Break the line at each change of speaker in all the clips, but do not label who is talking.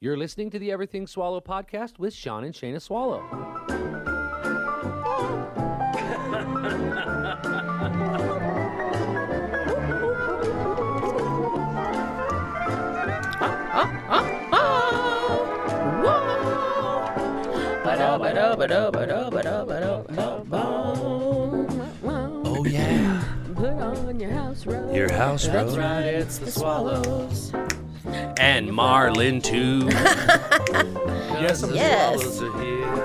You're listening to the Everything Swallow podcast with Sean and Shayna Swallow.
Oh yeah,
Put on your house robe.
your house
That's
road.
right, it's the swallows.
and Marlin too. yes,
the Yes. swallows
are here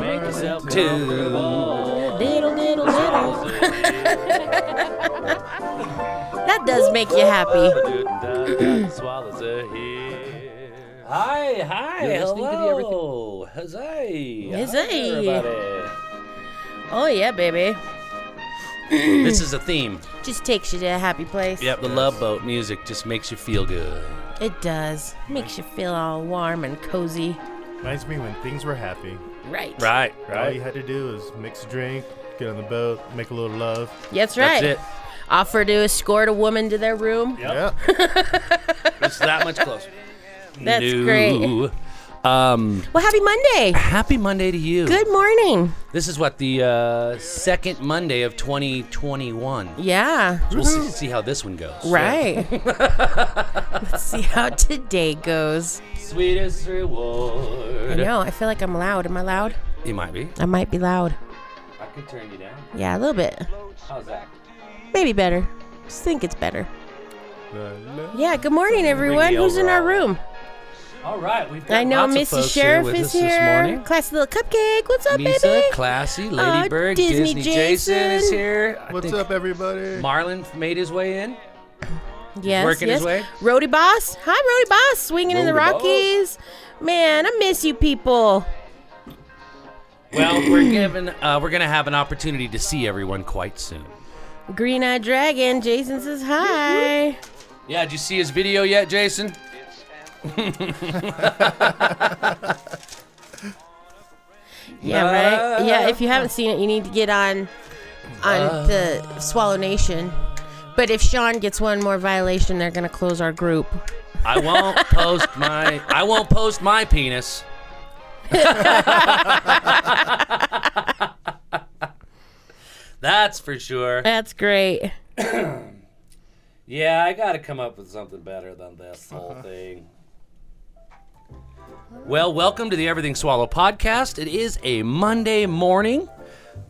Make yourself
too.
Diddle, diddle, diddle. That does make you happy.
swallows are here. Hi, hi,
You're listening to the Everything-
hello, huzzay,
Huzzay.
Hi, everybody.
Oh, yeah, baby.
this is a theme.
Just takes you to a happy place.
Yep, the Love Boat music just makes you feel good.
It does. Makes you feel all warm and cozy.
Reminds me when things were happy.
Right.
Right,
All you
right.
had to do was mix a drink, get on the boat, make a little love.
That's right.
That's it.
Offer to escort a woman to their room.
Yeah.
It's that much closer.
That's great.
Um,
Well, happy Monday.
happy Monday to you.
Good morning.
This is what the uh, second Monday of 2021.
Yeah.
So we'll see, see how this one goes.
Right. Let's see how today goes.
Sweetest
I
reward.
know. I feel like I'm loud. Am I loud?
You might be.
I might be loud.
I could turn you down.
Yeah, a little bit.
How's that?
Maybe better. Just think it's better.
The love.
Yeah, good morning, everyone.
the
Who's in our
overall.
room?
All right, we've got
I know
lots of
Mrs.
folks
Sheriff
here with us
is
this
here.
morning.
Classy little cupcake. What's up,
Lisa,
baby?
Classy, Lady
Oh,
Bird,
Disney
Disney, Jason. is
Jason.
here. I
What's
think
up, everybody?
Marlon made his way in.
yes,
working
yes.
his way?
Roadie Boss. Hi, Roadie Boss. Swinging in the
Roadie Boss.
Rockies. Man, I miss you people.
Well, we're given, uh, we're gonna have an opportunity to see everyone quite soon.
Green Eyed Dragon. Jason says hi.
Yeah, did you see his video yet, Jason?
Yeah, right? Yeah, if you haven't seen it, you need to get on on
Uh.
the Swallow Nation. But if Sean gets one more violation, they're going to close our group.
I won't post my I won't post my penis. That's for sure.
That's great.
Yeah, I got to come up with something better than this whole thing. Well, welcome to the Everything Swallow podcast. It is a Monday morning.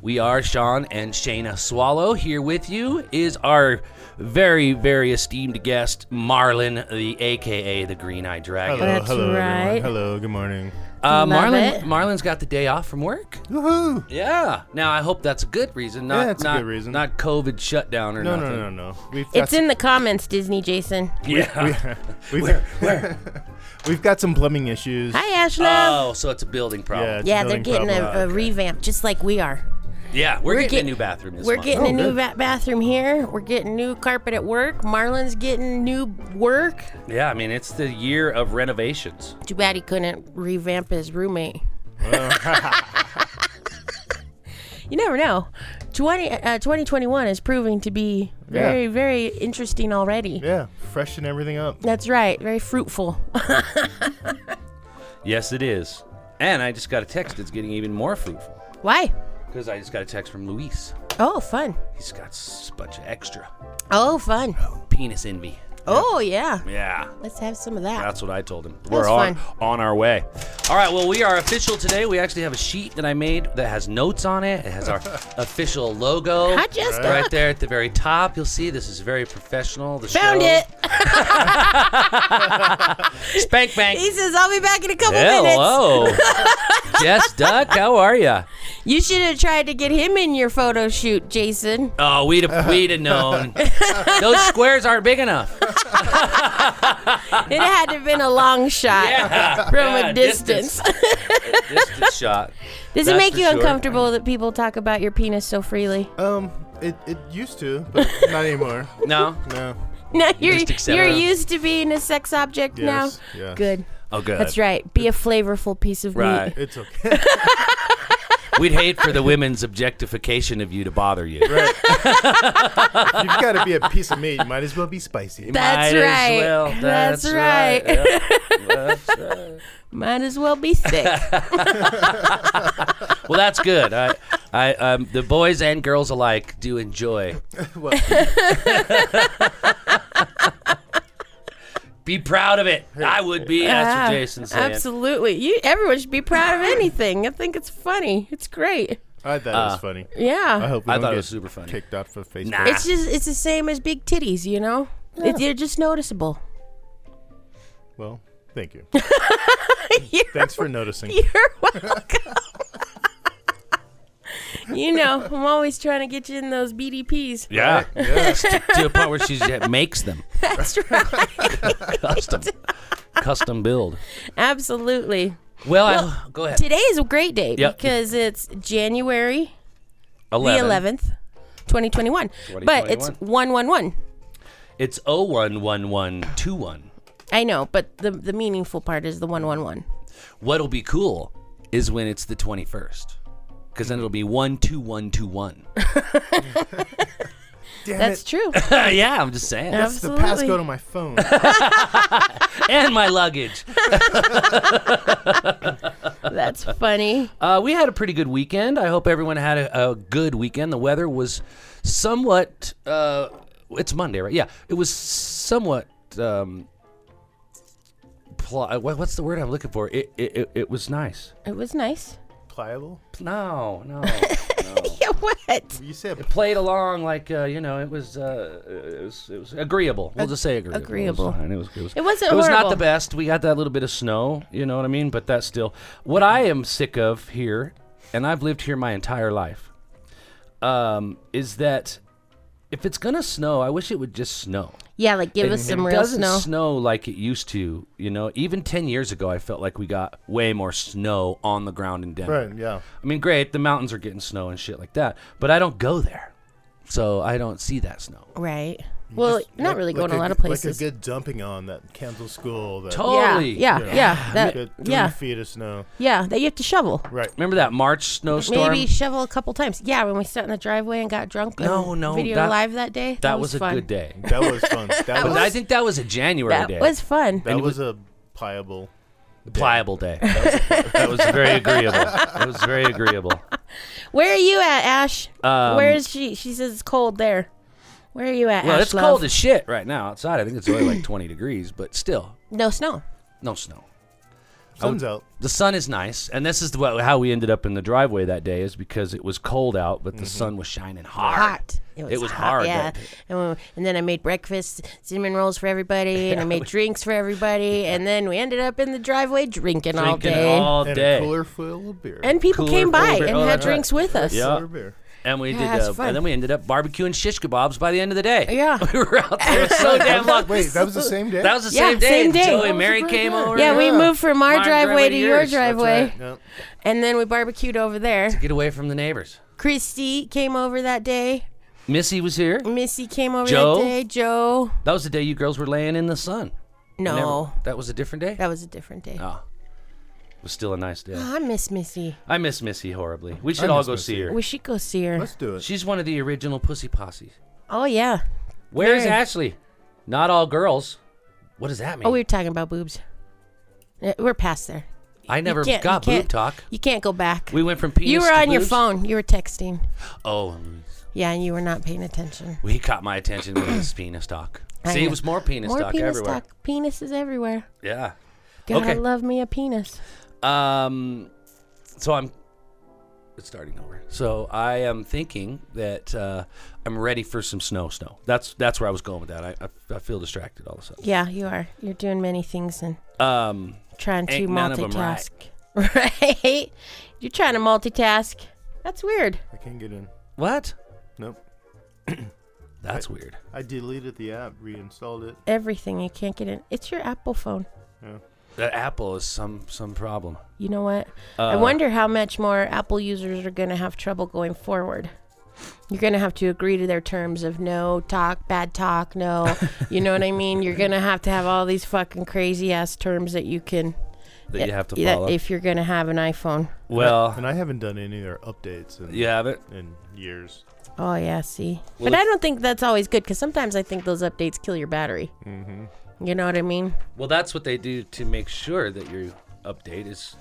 We are Sean and Shayna Swallow. Here with you is our very, very esteemed guest, Marlon, the AKA the Green Eye Dragon.
Hello,
That's
hello, everyone.
right.
Hello, good morning.
Uh,
Love
Marlon,
it.
Marlon's got the day off from work.
Woohoo!
Yeah. Now I hope that's a good reason, not
Yeah, it's a
not
good reason.
not COVID shutdown or
No,
nothing.
no, no, no. We've got
It's in the comments, Disney Jason.
Yeah.
we've,
Um,
we've got some plumbing issues.
Hi, Ashley.
oh, so it's a building problem.
Yeah, it's
yeah,
a
they're
building
getting a,
problem.
a revamp, just like we are.
Yeah, we're, getting
get-
a new bathroom this
We're
month.
getting a new
Oh, good.
va- bathroom here. We're getting new carpet at work. Marlon's getting new work.
Yeah, I mean it's the year of renovations.
Too bad he couldn't revamp his roommate. you never know. 20, uh, 2021 is proving to be very,
Yeah.
very interesting already.
Yeah, freshen everything up.
That's right. Very fruitful.
Yes, it is. And I just got a text. It's getting even more fruitful
Why?
because I just got a text from Luis.
Oh, fun.
He's got s- a bunch of extra
Oh, fun.
penis envy.
Oh, yeah.
Yeah.
Let's have some of that.
That's what I told him. We're
was
on,
fun.
on our way. All right, well, we are official today. We actually have a sheet that I made that has notes on it. It has our official logo.
I just
right
looked.
there at the very top. You'll see this is very professional. The
Found
show-
it.
Spank bank.
He says, I'll be back in a couple minutes.
Hello. Jess Duck, how are ya?
You should have tried to get him in your photo shoot, Jason.
Oh, we'd have, we'd have known. Those squares aren't big enough.
It had to have been a long shot from
Yeah,
a distance.
distance shot.
Does it
That's
make
for
you
sure.
uncomfortable that people talk about your penis so freely?
Um, it, it used to, but not anymore.
No.
No.
No, you're
just accept
you're
it.
used to being a sex object
Yes.
now.
Yes.
Good.
Oh, good.
That's right. Be a flavorful piece of
Right.
meat.
It's okay.
We'd hate for the women's objectification of you to bother you.
Right. You've got to be a piece of meat. You might as well be spicy.
That's
Might as well.
right. That's right.
Yeah. That's right.
Might as well be sick.
Well, that's good. I, I, um, the boys and girls alike do enjoy.
Well,
Be proud of it. I would be. That's what Jason's saying.
Ah,
Ah.
Absolutely. You everyone should be proud of anything. I think it's funny. It's great.
I thought it was funny.
Yeah.
I hope we
Ah. I
don't
thought it
get
was super funny.
Kicked out for Facebook.
Nah.
It's just it's the same as big titties, you know? It, they're just noticeable.
Well, thank you. Thanks for noticing.
You're welcome. you know, I'm always trying to get you in those BDPs.
Yeah.
Yeah.
to a point where she just makes them
That's right.
custom, custom build.
Absolutely.
Well, I, go ahead.
Today is a great day
Yep.
because it's January the
11.
11th, 2021. But it's 111.
It's 011121.
I know, but the the meaningful part is the 111.
What'll be cool is when it's the 21st. Because then it'll be 12121.
Damn
That's
it.
true.
yeah, I'm just saying.
That's the passcode on my phone. That's
and my luggage.
That's funny.
Uh, we had a pretty good weekend. I hope everyone had a, a good weekend. The weather was somewhat. Uh, it's Monday, right? Yeah, it was somewhat. Um, pl- what- what's the word I'm looking for? It it, it, it was nice.
It was nice.
pliable.
No, no.
Yeah, what?
You said
Played along like uh, you know. It was, uh, it was it was agreeable. We'll just say agreeable.
agreeable.
It was, fine. it was it was
It wasn't
It was not
horrible.
the best. We got that little bit of snow. You know what I mean? But that's still what I am sick of here, and I've lived here my entire life. Um, is that if it's gonna snow, I wish it would just snow.
Yeah, like give
It-
us some
it
real
doesn't
snow.
like it used to. You know, even ten years ago, I felt like we got way more snow on the ground in Denver.
Right, yeah.
I mean, great, the mountains are getting snow and shit like that, but I don't go there, so I don't see that snow.
right. Well, not
Like-
really
like
going to a lot of
good-
places.
Like a good dumping on that Kansas school.
yeah,
That
Totally.
yeah, yeah, that,
good three
yeah,
feet of snow.
yeah. That you have to shovel.
Right.
Remember that March snowstorm?
Maybe shovel a couple times. Yeah, when we sat in the driveway and got drunk. and
No, no,
Video
that-
live that day.
that was, a
fun.
good day.
That was fun. That,
But
was,
I think that was a January
That
day.
was fun.
that was a pliable.
pliable day. That was very agreeable. That was very agreeable.
Where are you at, Ash?
Um,
Where is she? She says it's cold there. Where are you at,
Well,
Ash?
it's
love?
cold as shit right now outside. I think it's only like 20 degrees, but still,
No snow.
no snow.
Sun's out.
The sun is nice, and this is what, how we ended up in the driveway that day is because it was cold out,
Mm-hmm.
but the sun was shining hard.
hot.
It was hard
Yeah.
that day.
And, we- and then I made breakfast, cinnamon rolls for everybody, and I made drinks for everybody. And then we ended up in the driveway drinking, all
Drinking
day.
all
And
day.
a cooler full of beer.
and uh, people
cooler
came by
full of-
and
oh,
had
that's right.
drinks with us.
Yeah.
Cooler beer.
And we
Yeah, it's
did, uh,
fun.
and then we ended up barbecuing shish kebabs by the end of the day.
Yeah.
we were out there so damn long.
Wait, that was the same day.
That was the
Yeah,
same day.
same
and
day.
Joey
That
and
was
Mary
a great
came
day.
over.
Yeah, we moved from our
My
driveway to your
yours. That's
driveway,
right.
Yep.
and then we barbecued over there.
Get away from the neighbors.
Christy came over that day.
Missy was here.
Missy came over
Joe?
that day. Joe.
That was the day you girls were laying in the sun.
No,
Never- that was a different day.
that was a different day.
Ah, it was still a nice day.
I miss Missy.
I miss Missy horribly. We
I
should all
miss
go
Missy.
see her.
We should go see her.
Let's do it.
She's one of the original Pussy Posse.
Oh yeah.
Where's
Very.
Ashley? Not all girls. What does that mean?
Oh, we were talking about boobs. Eh, We're past there.
I never
can't-
got
you
boob
can't-
talk.
You can't go back.
We went from penis
you were
to
on your
boobs.
phone. You were texting.
Oh,
Yeah, and you were not paying attention.
he caught my attention with his penis talk.
I
See, it
know.
was more penis
More
talk
penis
everywhere.
talk. Penis is everywhere.
Yeah.
God,
Okay.
love me a penis.
Um, so I'm. It's starting over. So I am thinking that uh, I'm ready for some snow. Snow. That's that's where I was going with that. I, I, I feel distracted all of a sudden.
Yeah, you are. You're doing many things and
Um,
trying to
Ain't none of 'em right.
multitask. Right. You're trying to multitask. That's weird.
I can't get in.
what?
Nope.
That's weird.
I deleted the app, reinstalled it.
Everything you can't get in. It's your Apple phone.
That Apple is some some problem.
You know what?
Uh.
I wonder how much more Apple users are going to have trouble going forward. You're going to have to agree to their terms of no talk, bad talk, no. You know what I mean? You're going to have to have all these fucking crazy ass terms that you can
that you have to
that
follow.
if you're gonna have an iPhone.
well,
and I haven't done any of their updates in,
you haven't.
in years.
Oh yeah, see.
Well,
but I
if-
don't think that's always good because sometimes I think those updates kill your battery. Mm-hmm. You know what I mean?
Well, that's what they do to make sure that your update is.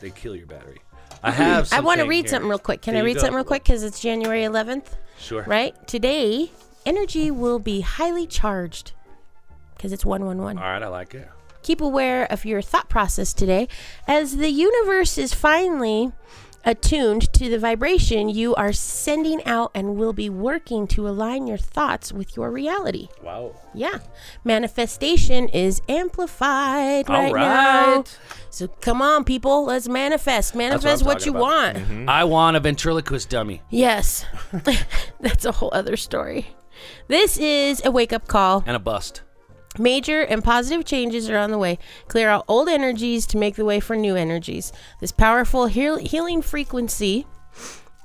They kill your battery. I have.
Hmm. I want to
something
read
here.
something real quick. Can
There
I
you
read
go.
something real quick? Because it's January 11th,
Sure.
right? Today, energy will be highly charged because it's 111.
All right, I like it.
Keep aware of your thought process today as the universe is finally attuned to the vibration you are sending out and will be working to align your thoughts with your reality.
Wow.
Yeah. Manifestation is amplified right,
All
now.
right.
So come on, people. Let's manifest.
what
Manifest
I'm
what, you
talking Mm-hmm.
want.
I want a ventriloquist dummy.
Yes. That's a whole other story. This is a wake up call.
and a bust.
Major and positive changes are on the way. Clear out old energies to make the way for new energies. This powerful heal- healing frequency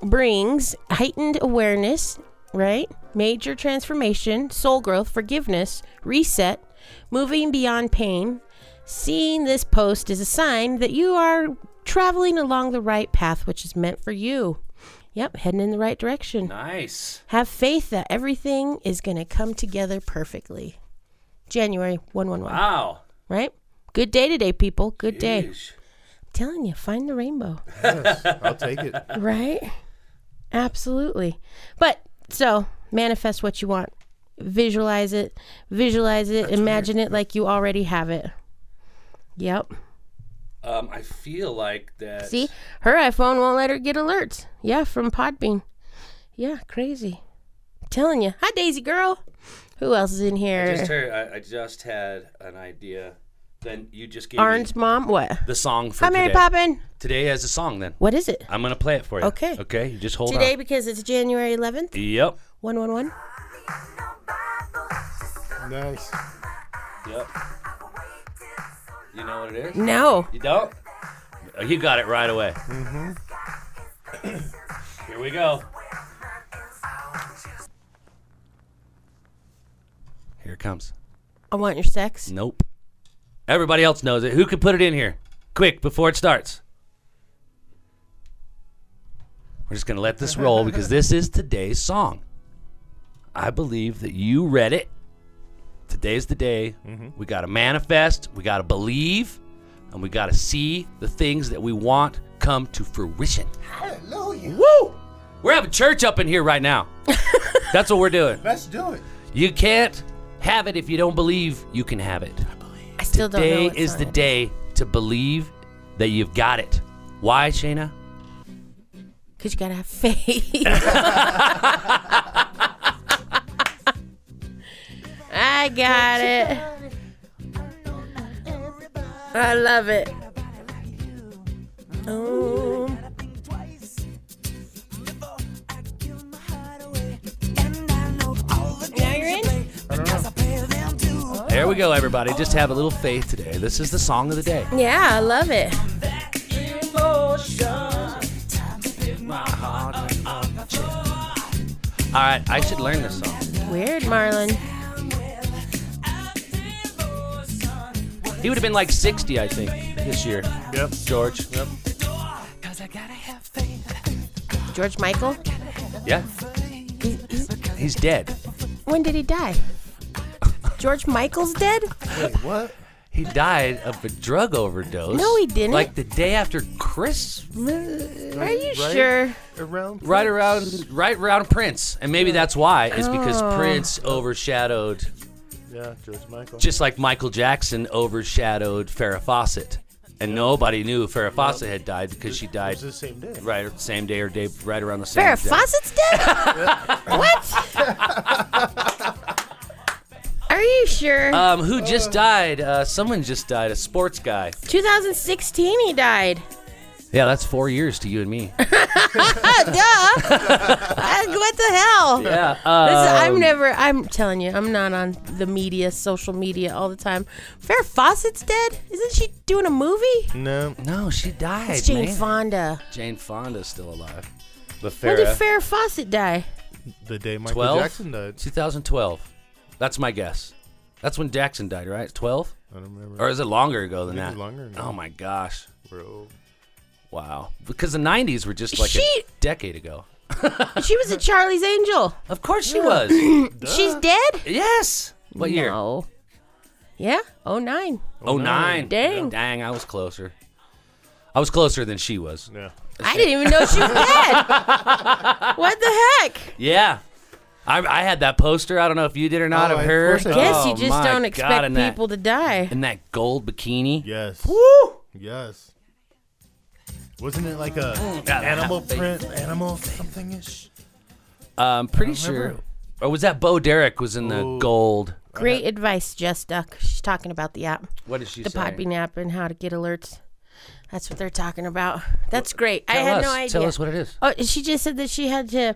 brings heightened awareness, right? Major transformation, soul growth, forgiveness, reset, moving beyond pain. Seeing this post is a sign that you are traveling along the right path, which is meant for you. Yep, heading in the right direction.
Nice.
Have faith that everything is going to come together perfectly. January 111,
Wow.
right? Good day today, people. Good day.
Yeesh.
telling you, find the rainbow,
I'll take it.
right? Absolutely. But so manifest what you want, visualize it, visualize it, imagine it like you already have it. Yep.
Um, I feel like that.
See, her iPhone won't let her get alerts. Yeah, from Podbean. Yeah, crazy. telling you. Hi, Daisy girl. Who else is in here?
Just heard, I, I just had an idea. Then you just gave me
Orange Mom, what?
the song for
Hi,
today.
Mary Poppin.
Today has a song. Then
What is it?
I'm gonna play it for you.
Okay.
Okay. You just hold
Today,
on.
because it's January 11th,
Yep.
111.
Nice.
Yep. You know what it is?
No.
You don't? Oh, You got it right away. Mm-hmm. Here we go. Here it comes.
I want your sex.
Nope. Everybody else knows it. Who can put it in here? Quick, before it starts. We're just going to let this roll because this is today's song. I believe that you read it. Today's the day. We got to manifest, we got to believe, and we got to see the things that we want come to fruition. Hallelujah. Woo! We're having church up in here right now. That's what we're doing.
Let's do it.
You can't have it if you don't believe you can have it.
I still don't know.
Mm. Today
what
is
song
the
it
day to believe that you've got it. Why, Shayna?
Because you got to have faith. I got it. I love it. Oh. Now you're in?
There we go, everybody. Just have a little faith today. This is the song of the day.
Yeah, I love it.
All right, I should learn this song.
Weird, Marlon.
He would have been like 60, I think, this year.
Yep.
George. Yep.
George Michael?
Yeah. He's dead.
When did he die? George Michael's dead?
Wait, what?
He died of a drug overdose.
No, he didn't.
Like the day after Christmas,
Are you
Right?
sure?
Around?
right around, right around Prince, and maybe that's why is because
Oh.
Prince overshadowed
Yeah, George Michael.
just like Michael Jackson overshadowed Farrah Fawcett, and nobody knew Farrah Fawcett had died because she
It
died
was the same day.
right same day or day right around the same.
Farrah
day.
Fawcett's dead? what? Are you sure?
Um, who
Oh.
just died? Uh, someone just died. A sports guy.
2016 he died.
Yeah, that's four years to you and me.
Oh, duh. Uh, what the hell?
Yeah.
This is-
Uh,
I'm never, I'm telling you, I'm not on the media, social media all the time. Farrah Fawcett's dead? Isn't she doing a movie?
No.
no, she died.
It's Jane
man.
Fonda.
Jane Fonda's still alive.
The
When did
Farrah.
Farrah Fawcett die?
the day Michael
Twelve.
Jackson died.
2012. That's my guess. That's when Jackson died, right? 12?
I don't remember.
Or is it longer ago than
I think
that?
it's longer than
Oh
that.
my gosh.
Bro.
Wow. Because the 90s were just like a
She-
decade ago.
She was a Charlie's Angel.
Of course she was.
She's dead?
yes. What year?
No. Yeah? Oh nine.
Oh nine.
Dang.
Dang, I was closer. I was closer than she was.
Yeah.
I didn't even know she was dead. what the heck?
Yeah. I, I had that poster. I don't know if you did or not
Oh,
of
of
her.
course I did.
Guess
Oh,
you just
my
don't
God,
expect
and that-
people to die.
in that gold bikini.
Yes.
Woo!
Yes. Wasn't it like a
Mm.
animal print, animal something ish?
I'm pretty
I don't remember.
sure. Or was that Bo Derek was in the
Ooh.
gold?
Great advice, Just Duck. She's talking about the app,
What did she
the
say?
Podbean app, and how to get alerts. That's what they're talking about. That's great. I
Tell
had
us.
no idea.
Tell us what it is.
Oh, she just said that she had to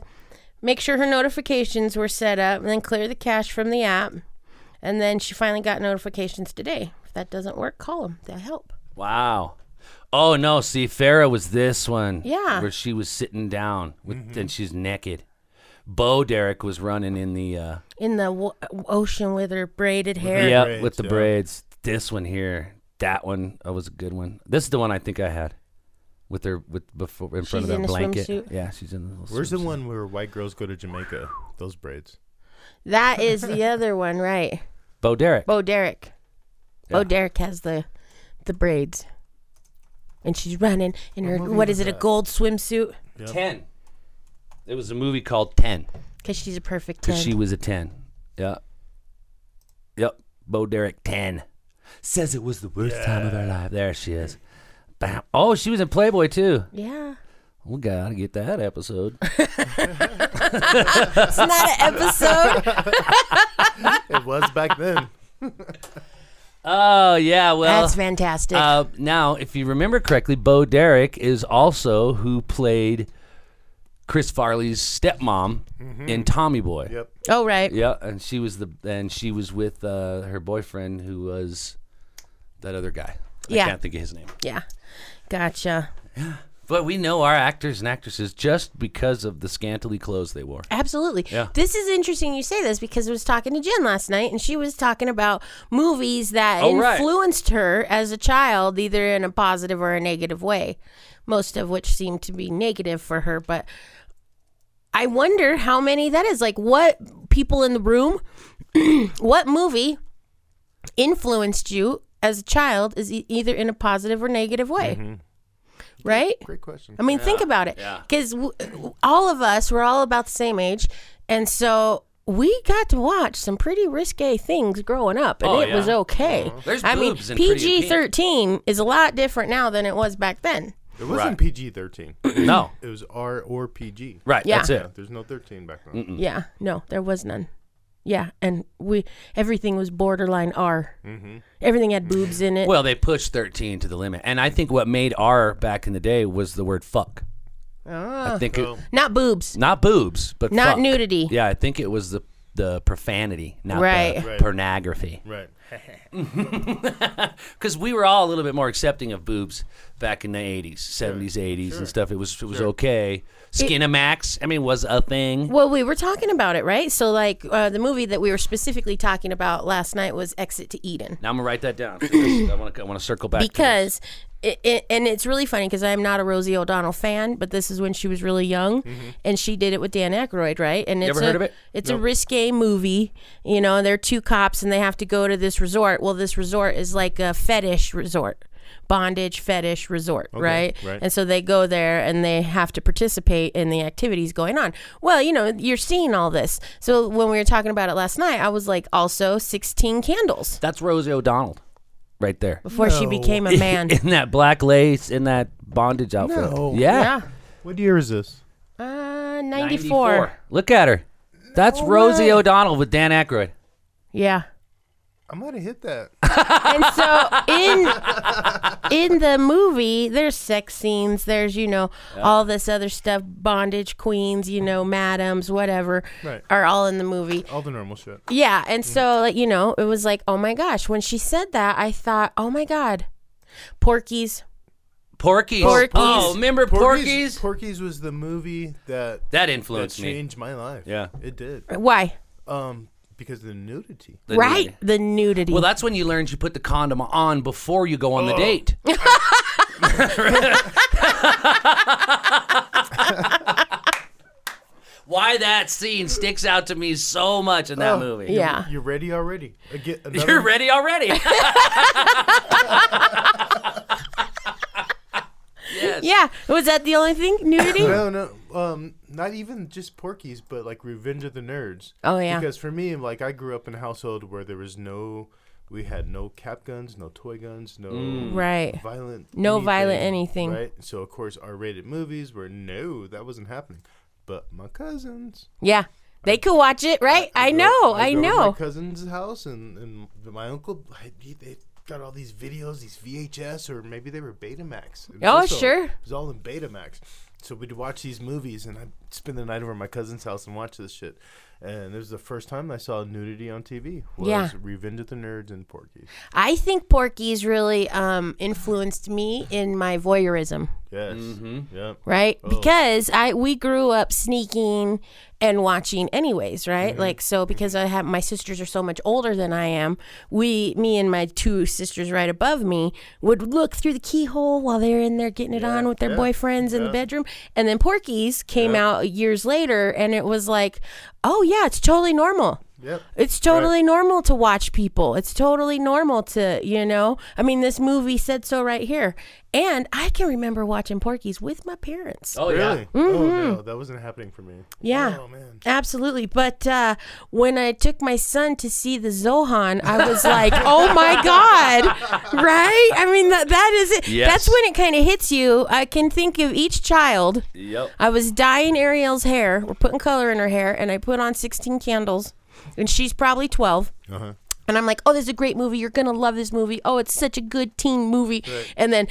make sure her notifications were set up and then clear the cache from the app. And then she finally got notifications today. If that doesn't work, call them. They'll help.
Wow. Oh no! See, Farah was this one.
Yeah.
Where she was sitting down, with,
Mm-hmm.
and she's naked. Bo Derek was running in the uh,
In the w- ocean with her braided hair.
yeah
braids,
with the
yeah.
braids. This one here, that one, that was a good one. This is the one I think I had, with her with before in front of
She's
that
in a
blanket.
swimsuit?
Yeah, she's in. The little
Where's the
swimsuit.
one where white girls go to Jamaica? Those braids.
That is the other one, right?
Bo Derek?
Bo Derek.
Yeah.
Bo Derek has the the braids. And she's running in her, what is it, a gold swimsuit?
Ten. It was a movie called Ten.
Because she's a perfect 10.
Because she was a 10. Yeah. Yep. Bo Derek, 10. Says it was the worst time of her life. There she is. Bam. Oh, she was in Playboy, too.
yeah.
We got to get that episode.
It's not an episode.
It was back then.
oh, yeah. Well,
That's fantastic.
uh, now, if you remember correctly, Bo Derek is also who played Chris Farley's stepmom in Tommy Boy.
Yep.
oh, right.
Yeah, and she was the and she was with uh, her boyfriend who was that other guy.
Yeah.
I can't think of his name.
Yeah. Gotcha.
But we know our actors and actresses just because of the scantily clothes they wore.
Absolutely.
Yeah.
This is interesting you say this because I was talking to Jen last night and she was talking about movies that
Oh, right.
influenced her as a child, either in a positive or a negative way, most of which seemed to be negative for her. But I wonder how many that is. Like, what people in the room, what movie influenced you as a child is e- either in a positive or negative way?
Mm-hmm.
Right?
Great question.
I mean, think about it. Because w- all of us were all about the same age. And so we got to watch some pretty risque things growing up, and
Oh,
it
yeah.
was okay.
There's
I mean,
boobs in Pretty in Pink.
PG 13 is a lot different now than it was back then.
It wasn't PG 13.
No.
It was R or PG.
Right,
Yeah.
that's
Yeah,
it.
there's no 13 back then.
Mm.
Yeah, no, there was none. Yeah, and we everything was borderline R.
Mm-hmm.
Everything had boobs in it.
Well, they pushed 13 to the limit. And I think what made R back in the day was the word fuck. I think
Oh.
it,
not boobs.
not boobs, but
Not
fuck.
nudity.
Yeah, I think it was the the profanity, not
Right.
the
Right.
pornography.
Right.
Because we were all a little bit more accepting of boobs back in the 80s, 70s, 80s and stuff. It was it was okay. Skinamax, I mean, was a thing.
Well, we were talking about it, right? So, like, uh, the movie that we were specifically talking about last night was Exit to Eden.
Now I'm gonna write that down. 'cause I want to I want to circle back to this.
because it, it, and it's really funny because I'm not a Rosie O'Donnell fan, but this is when she was really young, and she did it with Dan Aykroyd, right? And it's
Mm-hmm. ever
a,
heard of it?
It's a risque movie, you know. And they're two cops, and they have to go to this resort. Well, this resort is like a fetish resort, bondage fetish resort, right?
right.
And so they go there, and they have to participate in the activities going on. Well, you know, you're seeing all this. So when we were talking about it last night, I was like, also 16 candles
That's Rosie O'Donnell, right there.
before she became a man.
in that black lace, in that bondage outfit.
No.
Yeah.
yeah.
What year is this?
Uh, 94.
Look at her. That's Rosie O'Donnell with Dan Aykroyd.
Yeah.
I might have hit that.
And so in in the movie, there's sex scenes, there's you know all this other stuff, bondage queens, you know, madams, whatever,
Right.
are all in the movie.
All the normal shit.
Yeah, and
Mm-hmm.
so like you know, it was like, oh my gosh, when she said that, I thought, oh my god, Porky's.
Porky's.
Porky's.
Oh, remember Porky's?
Porky's was the movie that
that
that
influenced me.
changed my life.
Yeah.
It did.
Why?
Um, because of the nudity.
The
right.
nudity.
The nudity.
Well, that's when you learned you put the condom on before you go on the date. Why that scene sticks out to me so much in that movie.
yeah.
You're ready already. Again, another,
You're ready already. yes.
Yeah. Was that the only thing? Nudity?
No, no. Um, not even just Porky's, but like Revenge of the Nerds.
Oh, yeah.
Because for me, like I grew up in a household where there was no, we had no cap guns, no toy guns, no
Mm.
right.
violent.
No violent anything.
Right. So of course, R-rated movies were no, that wasn't happening. But my cousins.
Yeah. They could watch it, right? I,
grew-
know. I,
grew up in
know.
My cousin's house and and my uncle. I, he, they got all these videos, these VHS or maybe they were Betamax. It was
Oh,
also-
sure.
It was all in Betamax. So we'd watch these movies, and I'd spend the night over at my cousin's house and watch this shit. And it was the first time I saw nudity on TV. Was
Yeah.
Revenge of the Nerds and Porky.
I think Porky's really um, influenced me in my voyeurism,
Yes. Yep.
right? Because I we grew up sneaking and watching anyways, right?
Mm-hmm.
Like so because I have my sisters are so much older than I am, we me and my two sisters right above me would look through the keyhole while they were in there getting it on with their
yeah,
boyfriends in the bedroom. And then Porky's came out years later and it was like, "Oh yeah, it's totally normal."
Yep.
It's totally normal to watch people. It's totally normal to, you know. I mean, this movie said so right here. And I can remember watching Porky's with my parents.
Oh
Really?
yeah.
Oh no, that wasn't happening for me.
Mm-hmm. yeah.
Oh man.
Absolutely. But uh, when I took my son to see the Zohan, I was like, oh my God. Right? I mean, that, that is it.
Yes.
That's when it kind of hits you. I can think of each child.
Yep.
I was dyeing Ariel's hair. We're putting color in her hair. And I put on 16 candles. And she's probably 12.
Uh-huh.
And I'm like, oh, this is a great movie. You're gonna love this movie. Oh, it's such a good teen movie. And then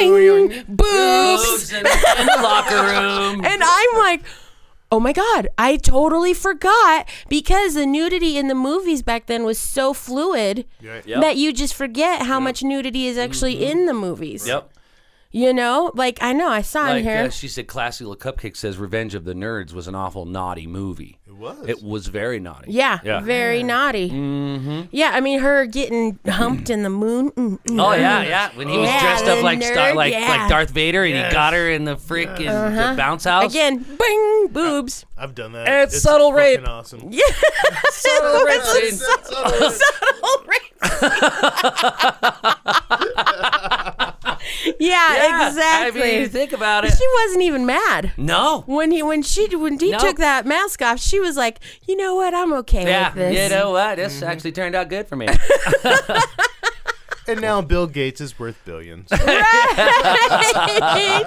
boing, boobs,
Boobs in, in the locker room.
and I'm like, oh my god, I totally forgot because the nudity in the movies back then was so fluid
Right.
Yep.
that you just forget how much nudity is actually in the movies.
Yep.
You know, like I know I saw in
Like
here.
uh, she said, Classy Little Cupcake says Revenge of the Nerds was an awful naughty movie.
It was.
It was very naughty.
yeah,
Yeah.
very naughty. Mm-hmm. Yeah, I mean her getting humped in the moon. mm, mm.
Oh yeah, yeah. When he was
Yeah,
dressed
the
up like Star,
nerd,
like
yeah. Uh-huh.
like Darth Vader, and he got her in the freaking the bounce house
Again, bing, boobs.
I've done that.
It's subtle
fucking
rape.
Awesome.
Yeah,
Subtle rape scene.
All right. yeah,
Yeah,
exactly.
I mean, you think about it.
she wasn't even mad.
No.
When he when she when he
No.
took that mask off, she was like, you know what, I'm okay
Yeah.
with this.
You know what? This
Mm-hmm.
actually turned out good for me.
And now Bill Gates is worth billions.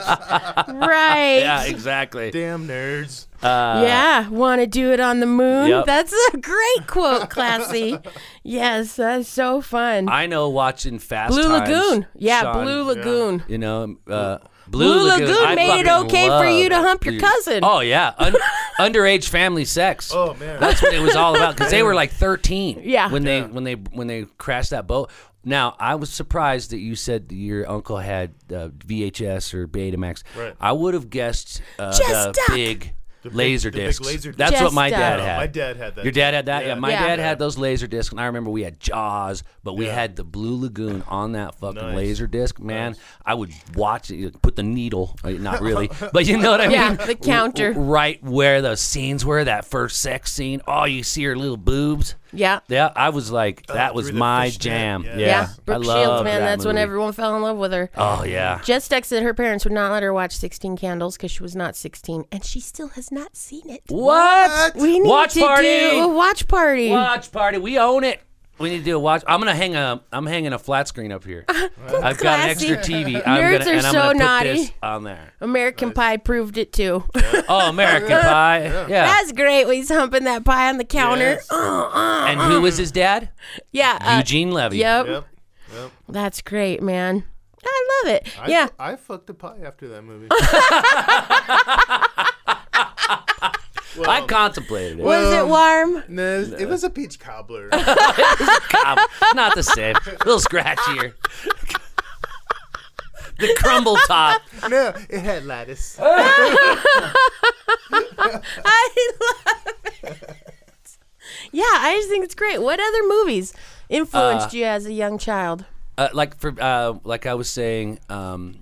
right.
yeah. Exactly.
Damn nerds.
yeah, want to do it on the moon?
Yep.
That's a great quote, classy. yes, that's so fun.
I know. Watching Fast
Blue
Times,
Lagoon. Yeah,
Sean,
Blue Lagoon.
You know. Uh, Blue,
Blue Lagoon,
I
made it
fucking
okay for
love
you to hump
Blue-
your cousin.
Oh yeah, Un- underage family sex.
Oh man.
That's what it was all about because they were like 13.
Yeah.
When they when they when they crashed that boat. Now I was surprised that you said that your uncle had uh, VHS or Betamax.
Right.
I would have guessed uh,
Just
the
duck.
big
big-
laser
the big
discs.
laser
That's
disc.
what my
Just
dad
duck.
had.
My dad had that.
Your dad had that? Yeah, my
Yeah.
dad had those laser discs, and I remember we had Jaws, but we
Yeah.
had the Blue Lagoon on that fucking
Nice.
laser disc. Man, I would watch it, like, put the needle, uh, not really, but you know what I
Yeah,
mean?
the counter.
W- right where those scenes were, that first sex scene. Oh, you see her little boobs.
yeah.
Yeah, I was like, that was
Oh, through the
my
fishnet,
jam.
yeah.
Yeah,
Yeah,
I
Brooke Shields,
love
man.
that
That's when
movie.
everyone fell in love with her.
Oh yeah,
Jess texted her parents would not let her watch 16 Candles because she was not 16, and she still has not seen it.
what?
We need
watch
to
party.
do a watch party.
Watch party. We own it. We need to do a watch. I'm gonna hang a. I'm hanging a flat screen up here. I've got an
Classy.
extra TV. I'm
Nerds
gonna,
are
and I'm
so
gonna put
naughty.
this on there.
American Pie proved it too.
Oh, American Pie. Yeah.
That's great. When he's humping that pie on the counter.
Yes.
And who was his dad?
Yeah. uh,
Eugene Levy.
Yep.
Yep. Yep.
That's great, man. I love it.
I,
yeah.
I fucked a pie after that movie.
I contemplated it.
Was it warm?
no, it was, it was a peach cobbler.
Um, not the same. A little scratchier. the crumble top.
no, it had lettuce.
I love it. Yeah, I just think it's great. What other movies influenced you as a young child?
Uh, like for uh, like I was saying, um,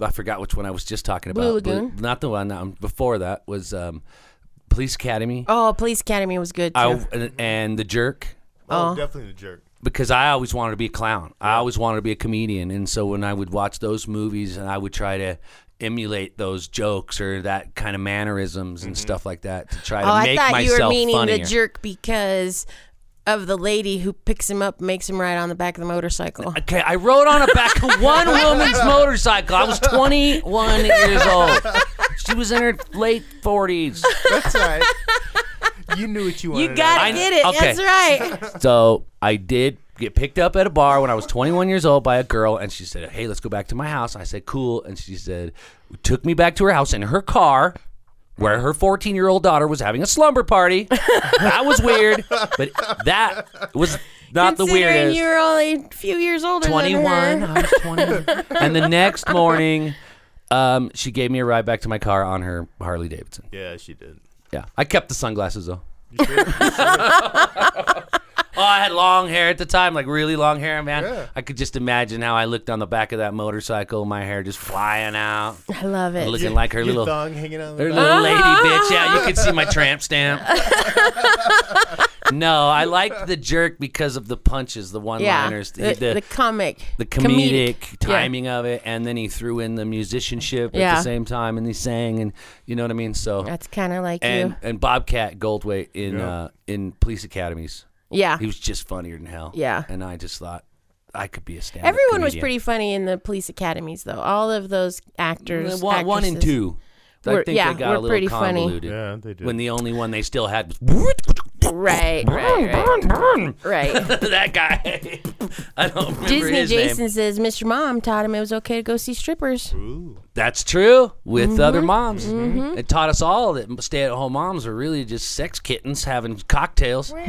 I forgot which one I was just talking about.
Blue
Blue-
Lagoon?
not the one um, before that was um, Police Academy.
Oh, Police Academy was good too.
I, and, and the jerk
Oh, definitely the jerk.
because I always wanted to be a clown. I always wanted to be a comedian, and so when I would watch those movies, and I would try to emulate those jokes or that kind of mannerisms and stuff like that to try to
Mm-hmm. oh, I
make
thought you
myself
were meaning
funnier.
the jerk because of the lady who picks him up, makes him ride on the back of the motorcycle.
Okay, I rode on a back one woman's motorcycle. I was 21 years old. She was in her late 40s.
That's right. You knew what you wanted.
You gotta
I-
get it.
okay.
That's right.
So I did get picked up at a bar when I was 21 years old by a girl, and she said, "Hey, let's go back to my house." I said, "Cool," and she said, took me back to her house in her car. Where her 14 year old daughter was having a slumber party. that was weird, but that was not the
Considering
weirdest.
you were only a few years older than
21.
her.
I was 21. and the next morning, um, she gave me a ride back to my car on her Harley Davidson.
Yeah, she did.
Yeah. I kept the sunglasses, though.
You did.
Oh, I had long hair at the time, like really long hair, man.
Yeah.
I could just imagine how I looked on the back of that motorcycle, my hair just flying out,
I love it.
looking like her
Your
little, her
thong hanging out. The
little lady bitch. Yeah, you could see my tramp stamp. no, I liked the jerk because of the punches, the
yeah,
one-liners,
the,
the, the,
comic,
the comedic, timing of it, and then he threw in the musicianship at
Yeah.
the same time, and he sang, and you know what I mean. So
That's kind of like
and
you.
and Bobcat Goldthwait in
Yeah.
uh, in Police Academies.
Yeah,
He was just funnier than hell.
Yeah.
And I just thought I could be a stand.
everyone was pretty funny in the police academies, though. All of those actors,
One, one and
actresses.
two.
Were-
I think
yeah,
they got
were
a little
pretty funny.
convoluted.
Yeah, they did.
When the only one they still had was
Right, right, right, right.
that guy. I don't remember
Disney
his
Jason
name.
says Mr. Mom taught him it was okay to go see strippers.
Ooh.
That's true. With other
Mm-hmm.
moms, it taught us all that stay-at-home moms are really just sex kittens having cocktails.
Right?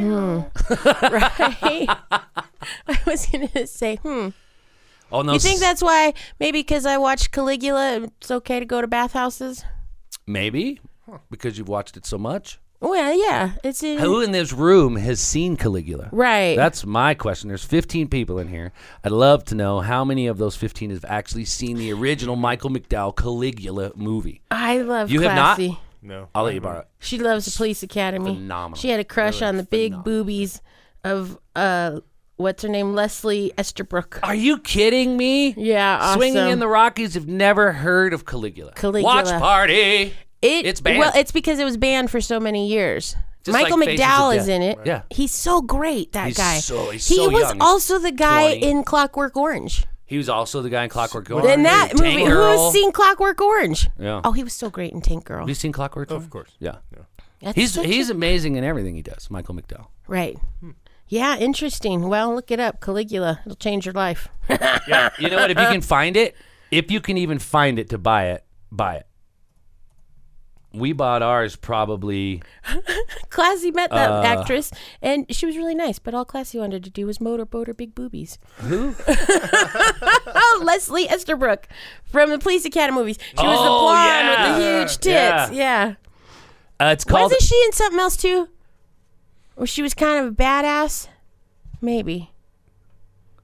I was gonna say, hmm.
Oh no!
You think that's why? Maybe because I watched Caligula, it's okay to go to bathhouses.
maybe because you've watched it so much?
Well, yeah, it's in,
Who in this room has seen Caligula?
right.
That's my question. There's 15 people in here. I'd love to know how many of those 15 have actually seen the original Michael McDowell Caligula movie.
I love.
You have not?
classy.
No.
I'll let you borrow it.
She loves the police academy.
phenomenal.
She had a crush on the big boobies of uh, what's her name, Leslie Esterbrook.
Are you kidding me?
Yeah, awesome.
Swinging in the Rockies have never heard of Caligula.
Caligula.
Watch party.
It,
It's banned.
Well, it's because it was banned for so many years.
Just
Michael
like Faces of
McDowell is
Death.
in it.
Yeah.
He's so great, that
He's
guy.
so- he's
he
so
was
young. He's
also the guy
20.
in Clockwork Orange.
He was also the guy in Clockwork Orange.
In that
Tank
movie, who
Girl.
has seen Clockwork Orange?
Yeah.
Oh, he was so great in Tank Girl.
Have you seen Clockwork Orange?
Of course.
Yeah.
That's
He's
such
he's amazing in everything he does, Michael McDowell.
a- right. Yeah, interesting. Well, look it up, Caligula. It'll change your life.
You know what? If you can find it, if you can even find it to buy it, buy it. We bought ours probably.
Classy met that actress, and she was really nice. But all Classy wanted to do was motorboat her big boobies. Who? oh, Leslie Esterbrook from the Police Academy movies. She was the
Oh,
blonde
yeah.
with the huge tits.
Yeah.
Yeah.
Uh, it's called.
Wasn't she in something else too? Or she was kind of a badass. Maybe.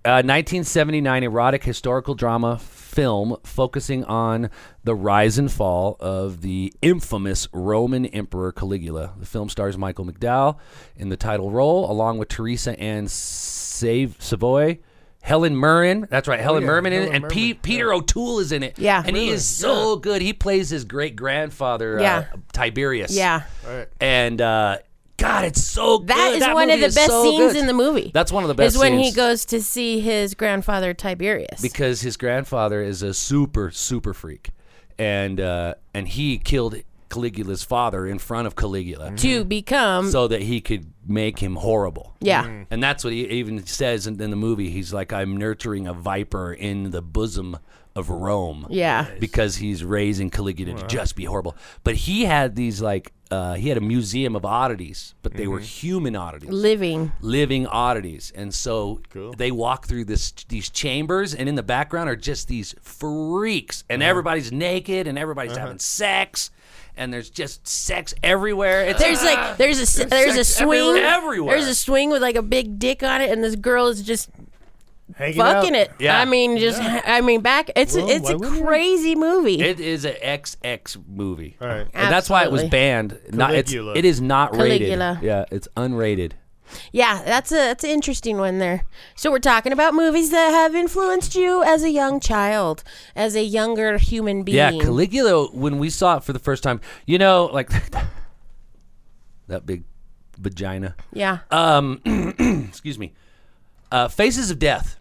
Uh, 1979 erotic historical drama film focusing on the rise and fall of the infamous Roman Emperor Caligula. The film stars Michael McDowell in the title role, along with Teresa Ann Save- Savoy. Helen Mirren, that's right, Helen
Oh, yeah,
Mirren, in it,
Helen
and Pe-
Mirren,
Peter O'Toole is in it.
Yeah.
and he is so good. He plays his great grandfather,
Yeah.
uh, Tiberius.
Yeah.
All right.
and uh, God, it's so good.
That is one of
movie
the
is
best
so
scenes
good.
in the movie.
That's one of the best
Is when he
scenes.
goes to see his grandfather Tiberius.
because his grandfather is a super super freak, and uh, and he killed Caligula's father in front of Caligula
to become
mm-hmm. so that he could make him horrible.
Yeah.
and that's what he even says in, in the movie. He's like, "I'm nurturing a viper in the bosom of Rome."
Yeah.
because he's raising Caligula to just be horrible. But he had these like. uh, he had a museum of oddities, but they were human oddities
Living.
living oddities. And so they walk through this these chambers, and in the background are just these freaks, and
Uh-huh.
everybody's naked, and everybody's having sex, and there's just sex everywhere. It's
There's like there's a s- there's a
Ah, sex
swing
everywhere- everywhere.
There's a swing with like a big dick on it, and this girl is just
Hanging
fucking
out.
it.
Yeah.
I mean, just I mean, back. It's
Well,
a, it's
why
a
wouldn't you?
crazy movie.
it is an XX movie.
All right.
And that's why it was
Absolutely.
banned. Not, it's,
Caligula.
it is not
Caligula.
rated. Yeah, it's unrated.
yeah, that's a that's an interesting one there. So we're talking about movies that have influenced you as a young child, as a younger human being.
Yeah, Caligula. When we saw it for the first time, you know, like that big vagina.
yeah.
excuse me, uh, Faces of Death.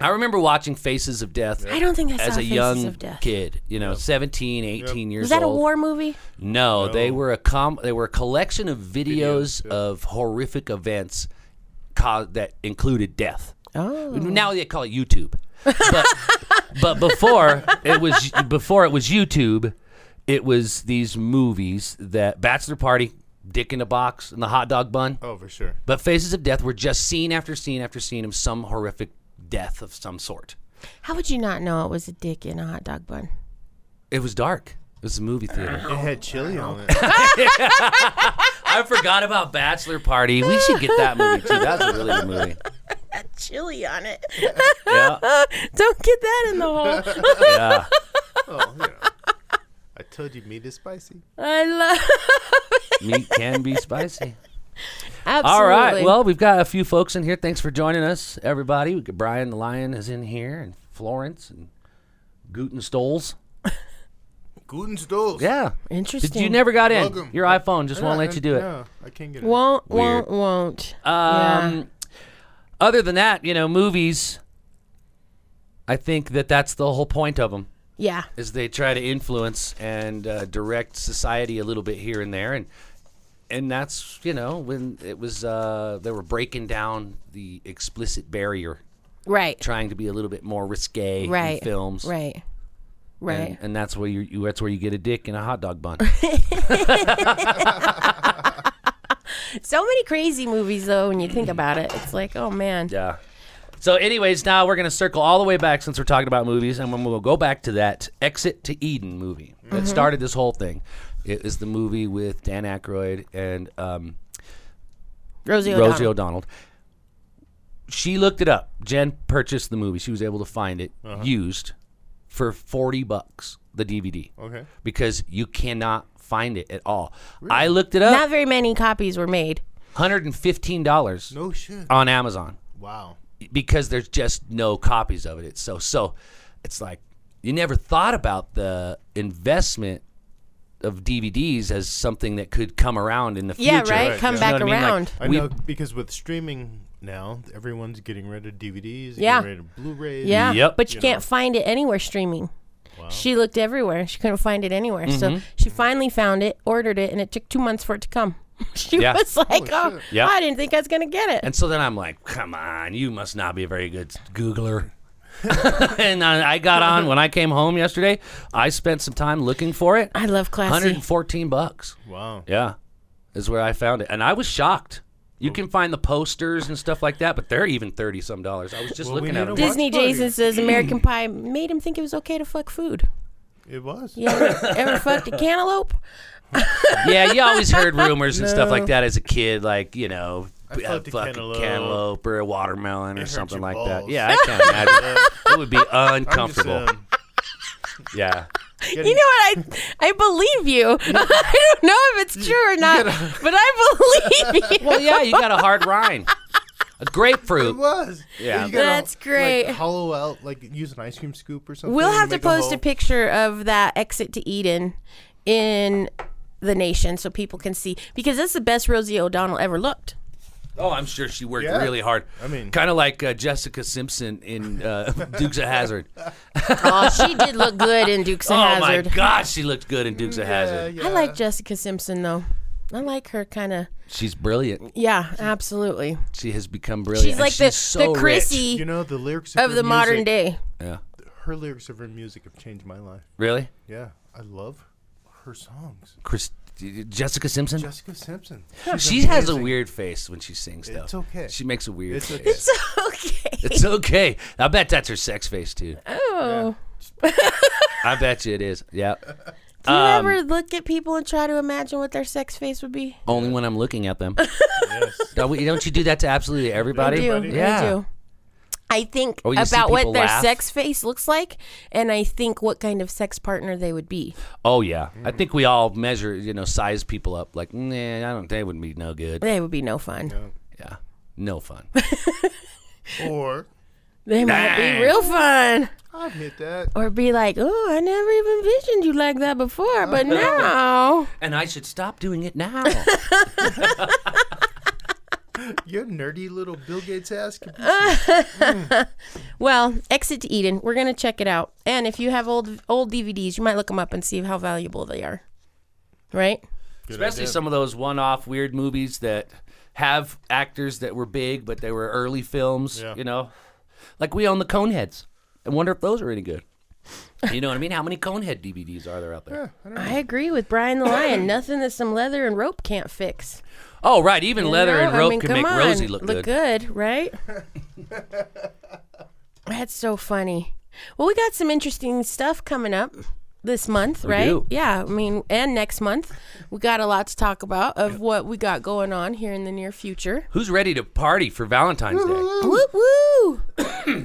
I remember watching Faces of Death
Mm-hmm. I don't think I saw
as a
Faces
young
of Death.
kid, you know, seventeen, eighteen 17, 18 years
Was that a
old.
war movie?
No, they were a com- they were a collection of videos of horrific events ca- that included death.
Oh.
Now they call it YouTube. But but before it was before it was YouTube, it was these movies that Bachelor Party, Dick in a Box, and the hot dog bun.
Oh, for sure.
But Faces of Death were just scene after scene after scene of some horrific death of some sort.
How would you not know it was a dick in a hot dog bun?
It was dark. It was a movie theater.
It
Oh,
had chili on it.
I forgot about Bachelor Party. We should get that movie too. That's a really good movie.
Chili on it.
Yeah.
Don't get that in the hole.
Yeah.
oh, you know. I told you meat is spicy.
I love.
Meat can be spicy.
Absolutely.
All right. Well, we've got a few folks in here. Thanks for joining us, everybody. We got Brian the Lion is in here and Florence and Gutenstolz.
Gutenstolz.
Yeah.
interesting.
Did you never got in?
Welcome.
Your iPhone just won't let you do it.
No, I can't get it.
Won't,
Weird.
won't, won't.
Um,
Yeah.
Other than that, you know, movies. I think that that's the whole point of them
yeah.
is they try to influence and uh, direct society a little bit here and there, and and that's you know when it was uh, they were breaking down the explicit barrier,
Right.
trying to be a little bit more risque in
right.
films,
Right. Right.
And, and that's where you, you that's where you get a dick in a hot dog bun.
so many crazy movies, though, when you think about it. It's like, oh, man.
Yeah. So, anyways, now we're gonna circle all the way back since we're talking about movies, and then we'll go back to that "Exit to Eden" movie that started this whole thing. It is the movie with Dan Aykroyd and um,
Rosie O'Donnell.
Rosie O'Donnell. She looked it up. Jen purchased the movie. She was able to find it used for forty bucks the DVD.
Okay.
Because you cannot find it at all. I looked it up.
Not very many copies were made.
Hundred and fifteen dollars
No shit.
on Amazon.
Wow.
because there's just no copies of it. It's so so. It's like you never thought about the investment of DVDs as something that could come around in the future.
Yeah, right? Come
You know
back
what I mean? Like,
around.
I
we-
know because with streaming now, everyone's getting rid of DVDs,
Yeah.
getting rid of Blu-rays.
Yeah.
Yep.
But you, can't find it anywhere streaming. She looked everywhere. She couldn't find it anywhere.
Mm-hmm.
So she finally found it, ordered it, and it took two months for it to come. she
Yeah.
was like, oh,
Yeah.
I didn't think I was going to get it.
And so then I'm like, come on, you must not be a very good Googler. and I I got on when I came home yesterday. I spent some time looking for it.
I love classy.
114 bucks.
Wow.
Yeah, is where I found it, and I was shocked.
Oh.
You can find the posters and stuff like that, but they're even thirty some dollars. I was just
Well, we
looking
need
at them.
a watch
Disney
party.
Jason says American Pie made him think it was okay to fuck food.
It was.
You ever, ever fucked a cantaloupe?
yeah, you always heard rumors and stuff like that as a kid, like you know, b- a
fucked a
fucking
cantaloupe.
cantaloupe or a watermelon or something
your
like that.
balls.
Yeah, I can't imagine. it would be
I'm just,
uncomfortable.
um,
yeah,
You know what? I I believe you. I don't know if it's true or not, but I believe you.
well, yeah, you got a hard rind, a grapefruit.
It was.
Yeah.
You gotta,
That's great.
Like, hollow out, like use an ice cream scoop or something.
We'll have to
make
post a
hole.
picture of that exit to Eden in the nation so people can see because that's the best Rosie O'Donnell ever looked.
Oh, I'm sure she worked
Yeah.
really hard.
I mean-
kind of like uh, Jessica Simpson in uh, Dukes of Hazard.
Oh, she did look good in Dukes of
Oh my
Hazard.
gosh, she looked good in Dukes of Hazard.
Uh, Yeah,
I
yeah.
like Jessica Simpson though. I like her kind of.
She's brilliant.
Yeah, absolutely.
She has become brilliant.
She's
and
like the
so
the
rich.
Chrissy
You know the lyrics of,
of
her
the modern day.
music-
Yeah.
Her lyrics of her music have changed my life.
Really?
Yeah, I love her songs.
Chris, Jessica Simpson.
Jessica Simpson.
she has a weird face when she sings, though.
It's okay.
She makes a weird
It's
face.
okay.
okay.
It's okay. I bet that's her sex face too.
Oh.
I bet you it is. Yeah.
Do you ever look at people and try to imagine what their sex face would be?
Only when I'm looking at them.
Yes.
Don't, we- don't you do that to absolutely everybody?
I do.
Yeah.
I do. I think
Or you see
about what
people
their
laugh.
sex face looks like, and I think what kind of sex partner they would be.
Oh yeah. I
Mm.
think we all measure, you know, size people up. Like, nah, I don't. They wouldn't be no good.
They would be no fun.
Yeah. No fun.
Or
They might be
Dang.
real fun.
I've hit that.
Or be like, oh, I never even envisioned you like that before, but now.
and I should stop doing it now.
Your nerdy little Bill Gates ass. could be-
Uh.
Well, Exit to Eden. We're going to check it out. And if you have old old DVDs, you might look them up and see how valuable they are. Right?
Especially some of those one-off weird movies that have actors that were big, but they were early films.
Yeah.
You know, like we own the Coneheads. I wonder if those are any good. You know what I mean? How many Conehead DVDs are there out there?
I agree with Brian the Lion. Nothing that some leather and rope can't fix.
Oh, right. Even leather
No,
and rope
I mean,
can
come
make
on.
Rosie look, good.
right? That's so funny. Well, we got some interesting stuff coming up this month, right?
do.
Yeah, I mean, and next month. We got a lot to talk about of what we got going on here in the near future.
Who's ready to party for Valentine's Day?
Woo woo!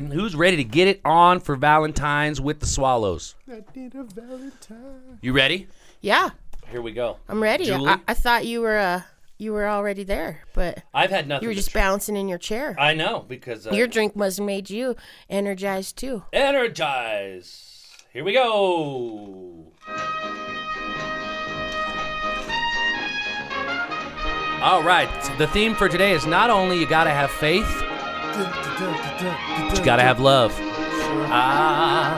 Who's ready to get it on for Valentine's with the Swallows?
I need a Valentine.
You ready?
Yeah,
Here we go.
I'm ready.
Julie?
I, I thought you were uh you were already there, but
I've had nothing.
you were
to
just
drink.
bouncing in your chair.
I know because uh,
Your drink must have made you energized too.
Energize. Here we go. All right. The theme for today is not only you gotta have faith, but you gotta have love. Ah.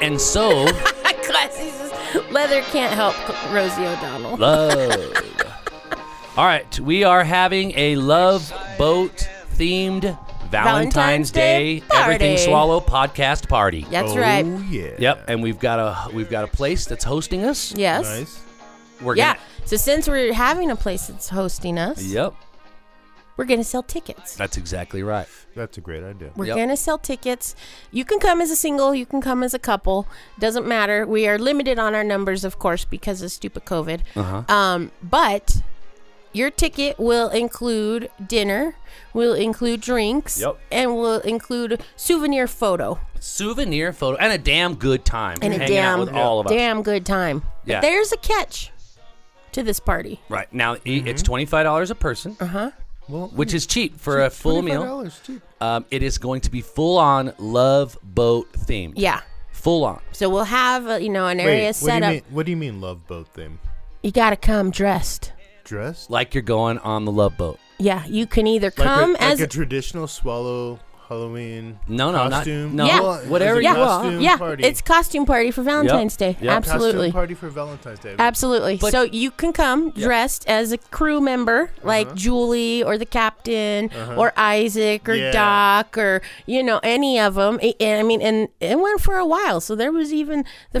And so,
Classy says, leather can't help Rosie O'Donnell.
love. All right. We are having a love boat themed Valentine's,
Valentine's Day
Day, Everything
party.
Swallow podcast party.
That's right.
Oh yeah.
Yep, and we've got a we've got a place that's hosting us.
Yes.
Nice.
We're
Yeah.
Gonna,
So since we're having a place that's hosting us,
yep,
we're gonna sell tickets.
that's exactly right.
That's a great idea.
We're
Yep.
gonna sell tickets. You can come as a single. You can come as a couple. Doesn't matter. We are limited on our numbers, of course, because of stupid COVID.
Uh-huh.
Um, but your ticket will include dinner, will include drinks,
Yep.
and will include souvenir photo.
Souvenir photo and a damn good time.
and a
hanging
damn,
out with all of us.
damn good time. But
Yeah.
there's a catch to this party.
Right now, i- it's twenty five dollars a person,
Uh huh.
Well,
which is cheap for a full meal.
$25 cheap.
Um, it is going to be full on love boat themed.
Yeah.
full on.
So we'll have uh, you know an
Wait,
area
what
set
do you
up.
mean? What do you mean love boat theme?
You gotta come dressed.
Dressed?
Like you're going on the love boat.
Yeah, you can either
Like
come
a,
as
like a traditional swallow Halloween.
No, no, not-
costume.
no.
Yeah.
Well,
Whatever
it's
you
a
yeah,
costume
yeah.
party.
It's costume party for Valentine's
Yep.
Day.
Yep.
Absolutely.
costume party for Valentine's Day.
Absolutely.
But-
so you can come dressed as a crew member,
Uh-huh.
like Julie or the captain or Isaac or
Yeah.
Doc or you know any of them. And I mean, and it went for a while. So there was even the
eight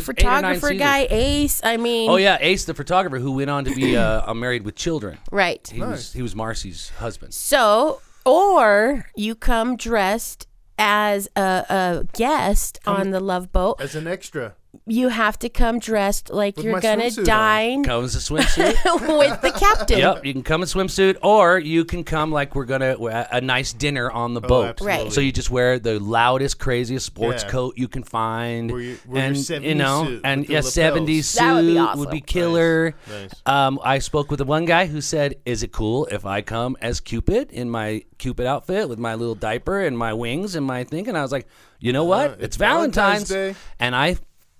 or nine
photographer guy, Ace. I mean,
Oh yeah, Ace the photographer who went on to be uh, uh, married with children.
right.
He was he was Marcy's husband.
So or you come dressed as a, a guest
Um,
on the Love Boat.
As an extra.
You have to come dressed like
uh, With
you're
my
gonna
swimsuit on.
dine
Comes a swimsuit.
with the captain.
Yep, you can come in swimsuit, or you can come like we're gonna a- a nice dinner on the boat.
Oh, absolutely.
Right.
So you just wear the loudest, craziest sports
Yeah.
coat you can find,
Wear your- wear your
and
70s
you know,
suit
and
with the
a
lapels.
seventies suit
That would be awesome. Nice,
killer.
nice.
Um, I spoke with the one guy who said, "Is it cool if I come as Cupid in my Cupid outfit with my little diaper and my wings and my thing?" And I was like, "You know what?
Uh, it's Valentine's Day."
and I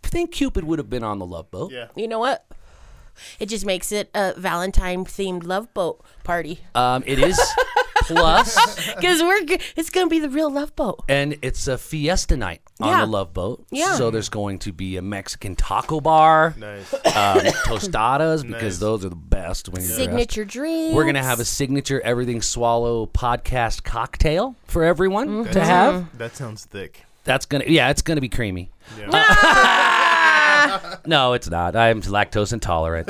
think Cupid would have been on the love boat.
Yeah.
You know what? It just makes it a Valentine themed love boat party.
Um, it is plus."
Because we're g- it's gonna be the real love boat.
and it's a fiesta night on
Yeah.
the Love Boat.
Yeah.
So there's going to be a Mexican taco bar,
Nice.
um, tostadas because
Nice.
those are the best when you're dressed.
Signature dream.
We're gonna have a signature everything swallow podcast cocktail for everyone
Mm-hmm.
to have.
Um,
That sounds thick.
That's gonna yeah, it's gonna be creamy.
Yeah.
Ah!
No, it's not. I'm lactose intolerant.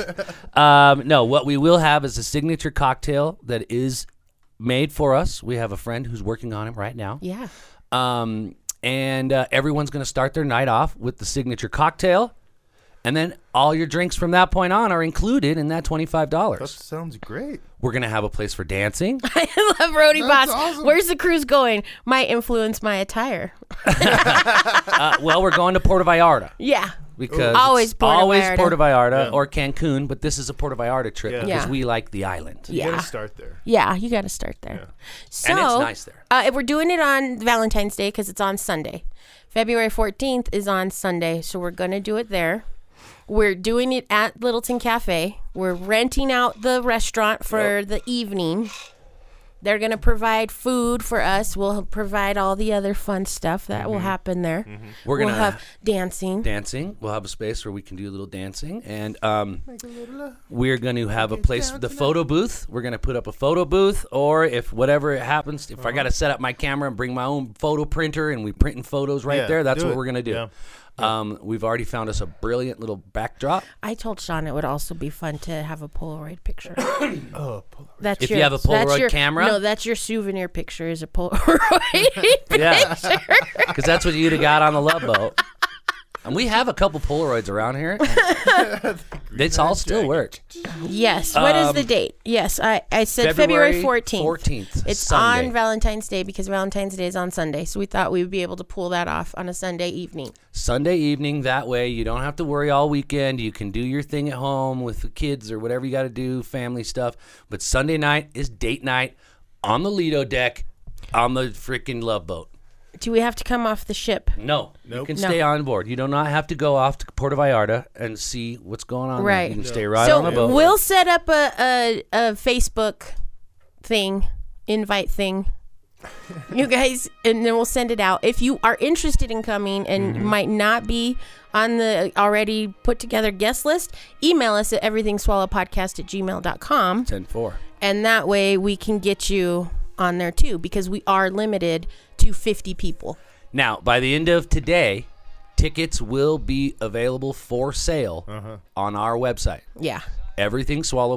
um, no, what we will have is a signature cocktail that is made for us. We have a friend who's working on it right now.
Yeah.
Um, and uh, everyone's going to start their night off with the signature cocktail. And then all your drinks from that point on are included in that $25.
That sounds great.
We're going to have a place for dancing.
I love Roadie Boss.
That's awesome.
Where's the cruise going? Might influence my attire.
Uh, well, we're going to Puerto Vallarta
Yeah.
because
Always
it's
Puerto
always
Vallarta.
Puerto Vallarta or Cancun, but this is a Puerto Vallarta trip
Yeah.
because
Yeah.
we like the island.
You
Yeah.
gotta start there.
Yeah, you got to start there. So,
And it's nice there.
Uh, if we're doing it on Valentine's Day because it's on Sunday. February 14th is on Sunday, so we're going to do it there. We're doing it at Littleton Cafe. We're renting out the restaurant for the evening. They're going to provide food for us. We'll provide all the other fun stuff that will happen there.
Mm-hmm. We're
we'll
gonna-
have dancing.
dancing. We'll have a space where we can do a little dancing, and um, we're going to have a place the photo booth. We're going to put up a photo booth, or if whatever it happens,
Uh-huh.
if I got to set up my camera and bring my own photo printer and we printing photos right
Yeah,
there, that's
do
what
it.
we're going to do.
Yeah.
Um, we've already found us a brilliant little backdrop.
I told Sean it would also be fun to have a Polaroid picture.
Oh, Polaroid.
That's
If you
your,
have a
that's
Polaroid
your-
camera?
No, that's your souvenir picture is a Polaroid.
Yeah, because that's what you'd have got on the love boat. And we have a couple Polaroids around here. This all still work.
yes. What is
Um,
the date? Yes, I, I said February fourteenth.
14th.
It's
Sunday.
on Valentine's Day because Valentine's Day is on Sunday, so we thought we would be able to pull that off on a Sunday evening.
Sunday evening. That way, you don't have to worry all weekend. You can do your thing at home with the kids or whatever you got to do, family stuff. But Sunday night is date night on the Lido deck on the freaking love boat.
Do we have to come off the ship?
No, you
Nope.
can
No.
stay on board. You do not have to go off to Puerto Vallarta and see what's going on. there.
Right.
you can stay right on the
so
boat.
we'll set up a, a, a Facebook thing, invite thing. you guys, and then we'll send it out. If you are interested in coming and
Mm-hmm.
might not be on the already put together guest list, email us at everythingswallowpodcast at gmail.com.
10-4.
And that way we can get you on there too, because we are limited to 50 people.
Now, by the end of today, tickets will be available for sale on our website,
Yeah.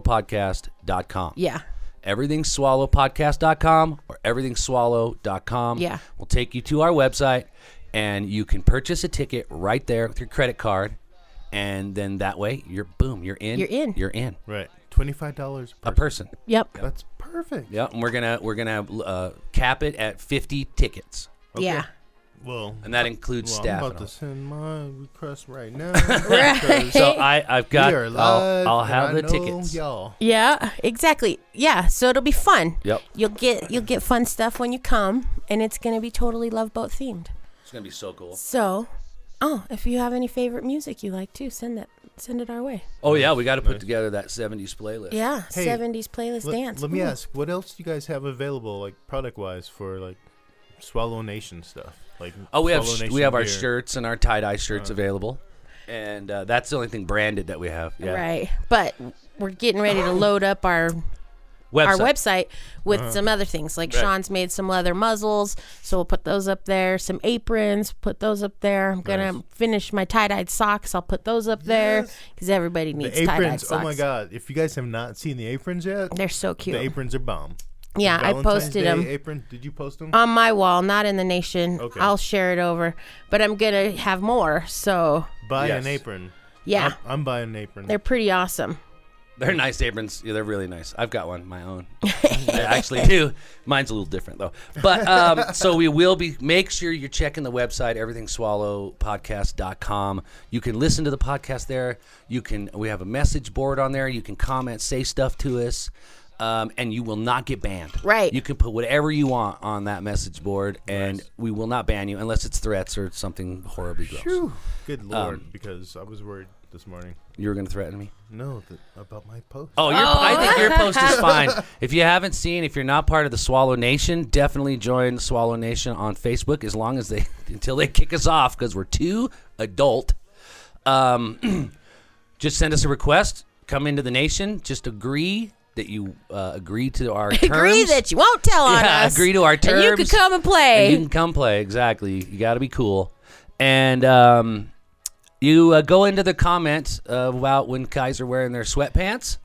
everythingswallowpodcast.com.
Yeah.
everythingswallowpodcast.com or everythingswallow.com.
Yeah.
We'll take you to our website and you can purchase a ticket right there with your credit card. And then that way you're boom, you're in.
You're in.
You're in.
Right. Twenty-five dollars.
A person.
Yep.
That's perfect.
Yeah, and we're gonna we're gonna uh, cap it at 50 tickets,
Yeah.
Well,
and that includes
well,
staff.
I'm
and
about
all.
to send my request right now.
Right.
So I I've got
we are live.
I'll, I'll
and
have
I
the
know
tickets.
y'all.
Yeah, exactly. Yeah, so it'll be fun.
Yep.
You'll get you'll get fun stuff when you come, and it's gonna be totally Love Boat themed.
It's gonna be so cool.
So, oh, if you have any favorite music you like too, send that send it our way.
Oh yeah, we got to put together that 70s playlist.
Yeah,
Hey,
seventies playlist
Let,
dance.
let me
Ooh.
ask, what else do you guys have available, like product-wise, for like Swallow Nation stuff? Like
Oh, we have
Swallow
sh-
Nation
we have our
beer.
shirts and our tie dye shirts available, and uh, that's the only thing branded that we have. Yeah.
Right, but we're getting ready to load up our
Website. Uh-huh.
our website with some other things. Like
Right.
Sean's made some leather muzzles, so we'll put those up there. Some aprons, put those up there. I'm gonna finish my tie-dyed socks. I'll put those up there because everybody needs
The
tie-dyed
aprons.
socks.
Oh my God! If you guys have not seen the aprons yet,
They're so cute.
the aprons are bomb.
yeah, I
Valentine's
posted
Day
them Uh,
Apron? Did you post them?
on my wall, not in the nation.
Okay.
I'll share it over, but I'm gonna have more. So
Buy
yes.
an apron.
yeah,
I'm, I'm buying an apron.
they're pretty awesome.
They're nice aprons. Yeah, they're really nice. I've got one my own. I actually do. Mine's a little different though. But um, so we will be. Make sure you're checking the website everythingswallowpodcast.com. You can listen to the podcast there. You can. We have a message board on there. You can comment, say stuff to us. Um, and you will not get banned.
Right.
You can put whatever you want on that message board, and we will not ban you unless it's threats or something horribly gross.
Phew. Good
Um,
lord! because I was worried this morning.
You were going to threaten me?
No, th- about my post.
Oh, your, I think your post is fine. If you haven't seen, if you're not part of the Swallow Nation, definitely join Swallow Nation on Facebook. As long as they until they kick us off because we're too adult. Um, just send us a request. Come into the nation. Just agree that you uh, agree to our
Agree
terms.
that you won't tell on
Yeah,
us.
agree to our
And you can
terms,
come
And
and play.
you can come play. Exactly. You got to be cool. And um, You uh, go into the comments uh, about when guys are wearing their sweatpants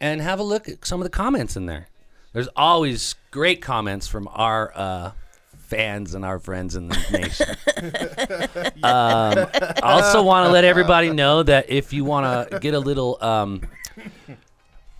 and have a look at some of the comments in there. There's always great comments from our uh, fans and our friends in the nation. um, I also want to let everybody know that if you want to get a little. Um,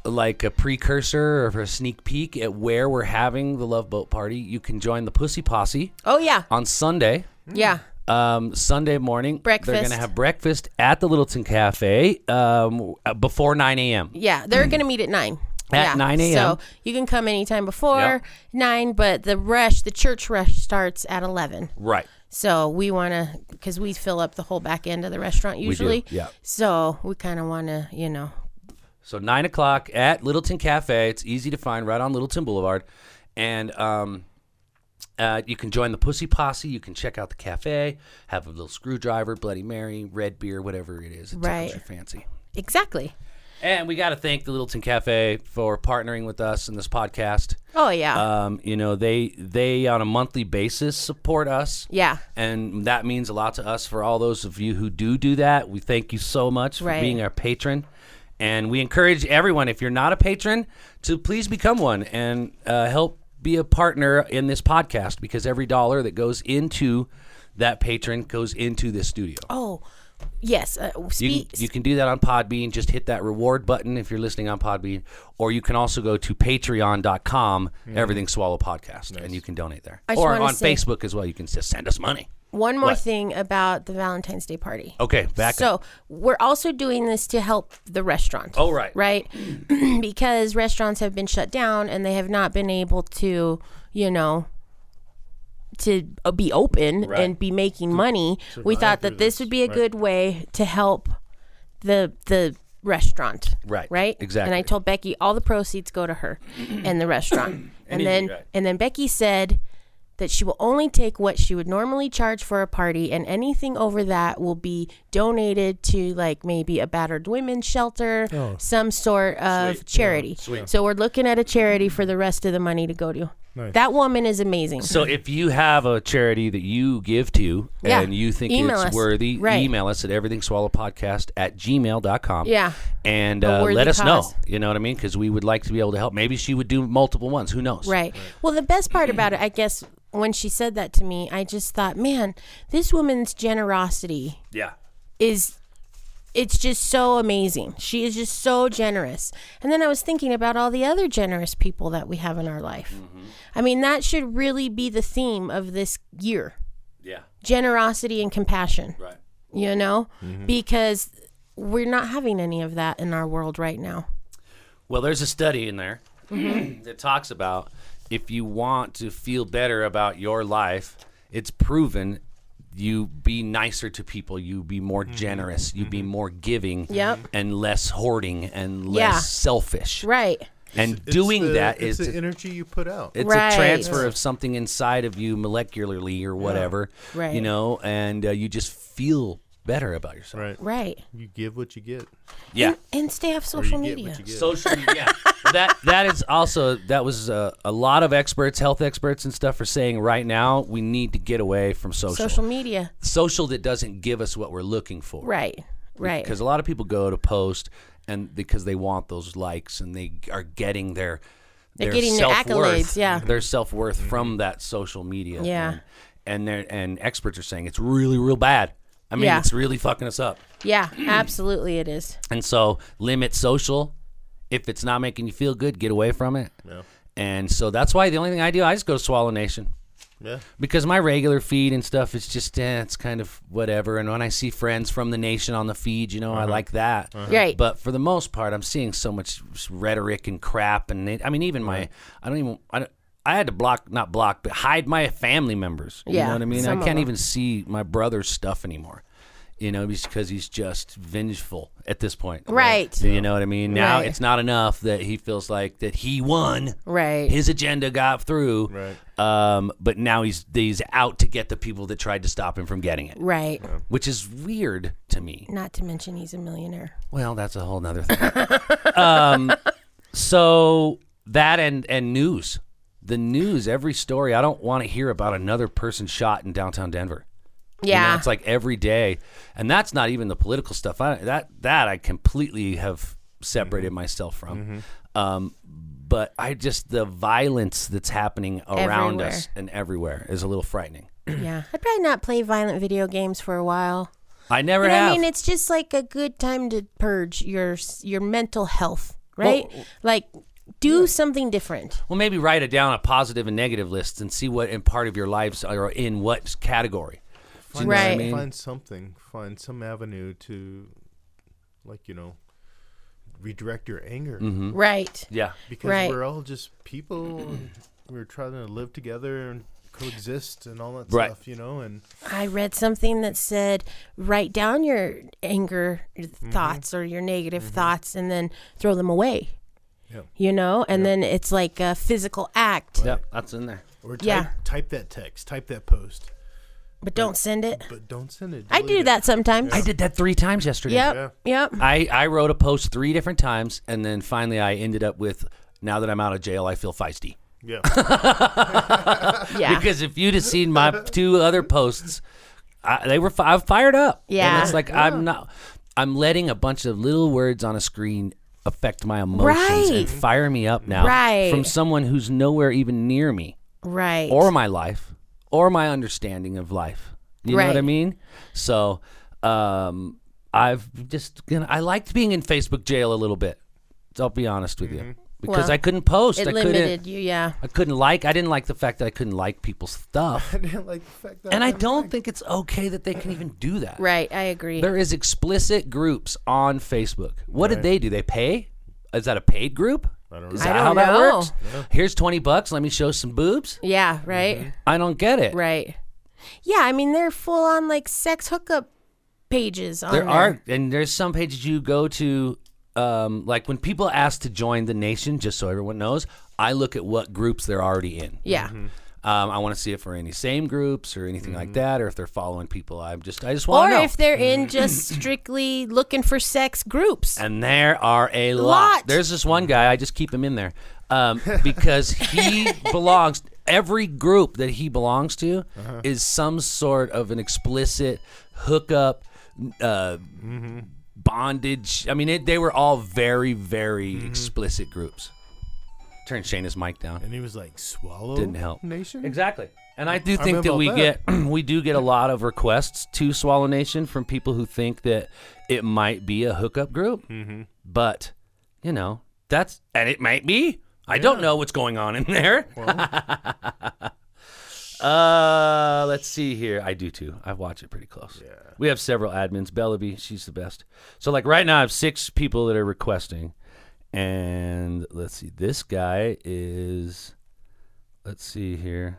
like a precursor or a sneak peek at where we're having the Love Boat party, you can join the Pussy Posse
Oh yeah,
on Sunday
yeah.
um, Sunday morning. They're
Breakfast.
going to have breakfast at the Littleton Cafe um, uh, before 9 a.m.
Yeah, they're going to meet at 9.
mm. At
yeah.
9 a.m..
So you can come anytime before
Yep.
9, but the rush, the church rush starts at 11.
Right.
So we want to, because we fill up the whole back end of the restaurant
do,
usually.
yeah.
So we kind of want to, you know,
So 9 o'clock at Littleton Cafe. It's easy to find right on Littleton Boulevard. And um, uh, you can join the Pussy Posse. You can check out the cafe, have a little screwdriver, Bloody Mary, red beer, whatever it is. It
Right.
tickles your fancy.
exactly.
And we got to thank the Littleton Cafe for partnering with us in this podcast.
Oh, yeah.
Um, you know, they they on a monthly basis support us.
yeah.
and that means a lot to us for all those of you who do do that we thank you so much for
Right.
being our patron and we encourage everyone if you're not a patron to please become one and uh, help be a partner in this podcast because every dollar that goes into that patron goes into this studio
Oh, yes. Uh,
you
speak,
can, you can do that on Podbean. Just hit that reward button if you're listening on Podbean, or you can also go to patreon.com, everything swallow podcast, and you can donate there.
I just
or
wanna
on
say-
Facebook as well. You can just send us money.
one more
what?
thing about the Valentine's Day party.
Okay, back up.
So we're also doing this to help the restaurant.
Oh, right.
Right? because restaurants have been shut down and they have not been able to, you know, to uh, be open
Right.
and be making money. We thought that this would be a good way to help the the restaurant.
Right.
Right? And I
Exactly.
told Becky all the proceeds go to her and the restaurant. and then
right.
and then Becky said that she will only take what she would normally charge for a party and anything over that will be donated to like maybe a battered women's shelter some sort of charity so we're looking at a charity for the rest of the money to go to that woman is amazing
So if you have a charity that you give to
Yeah.
and you think
Email
it's
us.
worthy,
Right.
email us at everythingswallowpodcast at gmail.com.
Yeah.
And
A
uh,
worthy
let us
cause.
know. You know what I mean? Because we would like to be able to help. Maybe she would do multiple ones. Who knows?
Right. Well, the best part about it, I guess, when she said that to me, I just thought, man, this woman's generosity
Yeah.
is it's just so amazing. She is just so generous. And then I was thinking about all the other generous people that we have in our life.
Mm-hmm.
I mean, that should really be the theme of this year.
Yeah.
Generosity and compassion,
Right.
you know? Because we're not having any of that in our world right now.
Well, there's a study in there
Mm-hmm.
that talks about if you want to feel better about your life, it's proven you be nicer to people, you be more generous, you be more giving,
Yep.
and less hoarding and
Yeah.
less selfish.
Right.
And
It's
doing
the-
that
it's
is
the energy you put out.
it's
Right.
a transfer of something inside of you molecularly or whatever,
Right.
you know, and uh, you just feel better about yourself.
right.
Right.
You give what you get.
Yeah.
And, and stay off social
You get
media.
what you get.
social media. that that is also that was uh, a lot of experts, health experts and stuff, are saying right now we need to get away from social.
Social media.
Social that doesn't give us what we're looking for.
Right. Right.
Because a lot of people go to post and because they want those likes and they are getting their
They're
their
getting their
self-worth-
accolades, yeah.
their self worth from that social media.
Yeah.
And, and they're and experts are saying it's really real bad. I mean,
Yeah.
it's really fucking us up.
Yeah, absolutely it is.
And so limit social. If it's not making you feel good, get away from it. And so that's why the only thing I do, I just go to Swallow Nation
Yeah.
because my regular feed and stuff is just eh, it's kind of whatever. And when I see friends from the nation on the feed, you know, I like that.
Uh,
Right.
But for the most part, I'm seeing so much rhetoric and crap. And it, I mean, even my I don't even I, don't- I had to block not block but hide my family members. You
Yeah,
know what I mean? I
some of
can't
them.
even see my brother's stuff anymore. You know, because he's just vengeful at this point.
Right.
You know what I mean? Now
Right.
it's not enough that he feels like that he won
Right.
his agenda got through.
Right.
Um, but now he's he's out to get the people that tried to stop him from getting it,
right.
which is weird to me.
Not to mention he's a millionaire.
Well, that's a whole nother thing. um, so that and and news, the news, every story. I don't want to hear about another person shot in downtown Denver. You know,
Yeah.
it's like every day, and that's not even the political stuff. I, that that I completely have separated myself from. Um, but I just the violence that's happening around
Everywhere.
us and everywhere is a little frightening.
yeah. I'd probably not play violent video games for a while.
I never
But
have.
I mean, it's just like a good time to purge your s- your mental health, right? like, do something different.
well, maybe write it down a positive and negative list and see what in part of your lives are in what category. Do you know what I
Right.
mean?
Find something. Find some avenue to, like you know, redirect your anger
Mm-hmm.
Right.
Yeah.
because
Right.
we're all just people. and we're trying to live together and coexist and all that
Right.
stuff, you know. And
I read something that said write down your anger your thoughts or your negative thoughts and then throw them away.
Yeah.
You know, and then it's like a physical act,
Yeah, that's in there.
or type,
Yeah.
type that text, type that post,
but don't send it.
but don't send it.
I
delete
do
it.
that sometimes.
I did that three times yesterday.
Yep. Yep.
I, I wrote a post three different times, and then finally I ended up with, now that I'm out of jail, I feel feisty.
Yeah,
Yeah.
Because if you'd have seen my two other posts, I, they were fi- I'm fired up.
Yeah.
and it's like I'm not. I'm letting a bunch of little words on a screen affect my emotions
Right.
and fire me up now
Right.
from someone who's nowhere even near me
right.
or my life or my understanding of life. You know what I
Right.
mean? So, um, I've just gonna, I liked being in Facebook jail a little bit. I'll be honest with you because
Mm-hmm. Well,
I couldn't post.
it
I couldn't.
limited you, yeah.
I couldn't like. I didn't like the fact that I couldn't like people's stuff.
I didn't like the fact that.
And I
didn't
don't
like-
think it's okay that they can even do that.
Right, I agree.
There is explicit groups on Facebook. What did they do? They pay? Is that a paid group? I don't Is
know.
that
I
how
don't
that
know.
works? Here's 20 bucks. Let me show some boobs.
yeah, right?
I don't get it.
Right. Yeah, I mean they're full on like sex hookup pages on
There
there.
are, and there's some pages you go to. Um, like when people ask to join the nation, just so everyone knows, I look at what groups they're already in.
Yeah.
Um, I want to see if we're any same groups or anything like that, or if they're following people. I'm just, I just
Mm-hmm. Or
want to know.
if they're in just strictly looking for sex groups.
Mm-hmm. and there are a lot.
Lot.
There's this one guy. I just keep him in there um, because he belongs. Every group that he belongs to is some sort of an explicit hookup, uh, bondage. I mean, it, they were all very, very explicit groups. Turn Shana's mic down.
And he was like, "Swallow
Didn't help.
nation."
Exactly. And I do think that
about
we
that.
get we do get a lot of requests to Swallow Nation from people who think that it might be a hookup group. Mm-hmm. But, you know, that's and it might be. I don't know what's going on in there. uh, let's see here. I do too. I watch it pretty close. Yeah. We have several admins. Bellaby, she's the best. So like right now I have six people that are requesting. And let's see. This guy is let's see here.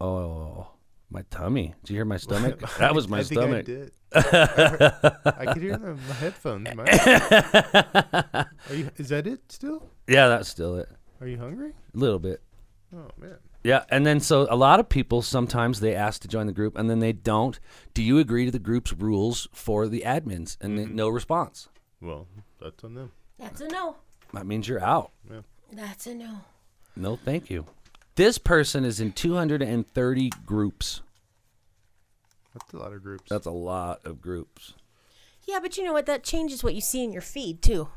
Oh, my tummy. Did you hear my stomach? That was my
I
stomach.
Think I, did. I could hear the my headphones. My Are you, is that it still?
Yeah, that's still it.
Are you hungry?
A little bit.
Oh man.
Yeah, and then so a lot of people sometimes they ask to join the group and then they don't. Do you agree to the group's rules for the admins? And
Mm-hmm.
then no response.
Well, that's on them.
That's a no.
That means you're out.
That's a no.
No, thank you. This person is in 230 groups.
That's a lot of groups.
That's a lot of groups.
Yeah, but you know what? That changes what you see in your feed too.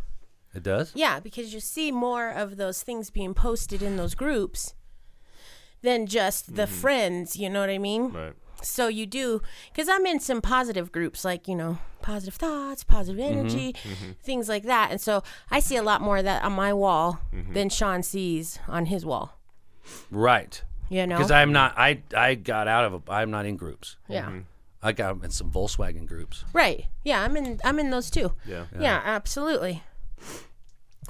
It does?
Yeah, because you see more of those things being posted in those groups than just the
Mm-hmm.
friends, you know what I mean?
right.
So you do, because I'm in some positive groups, like, you know, positive thoughts, positive energy, things like that. And so I see a lot more of that on my wall than Sean sees on his wall,
Right.
you know?
Because I'm not I I got out of a I'm not in groups.
yeah.
I got in some Volkswagen groups.
Right. Yeah, I'm in I'm in those too.
Yeah.
Yeah, absolutely.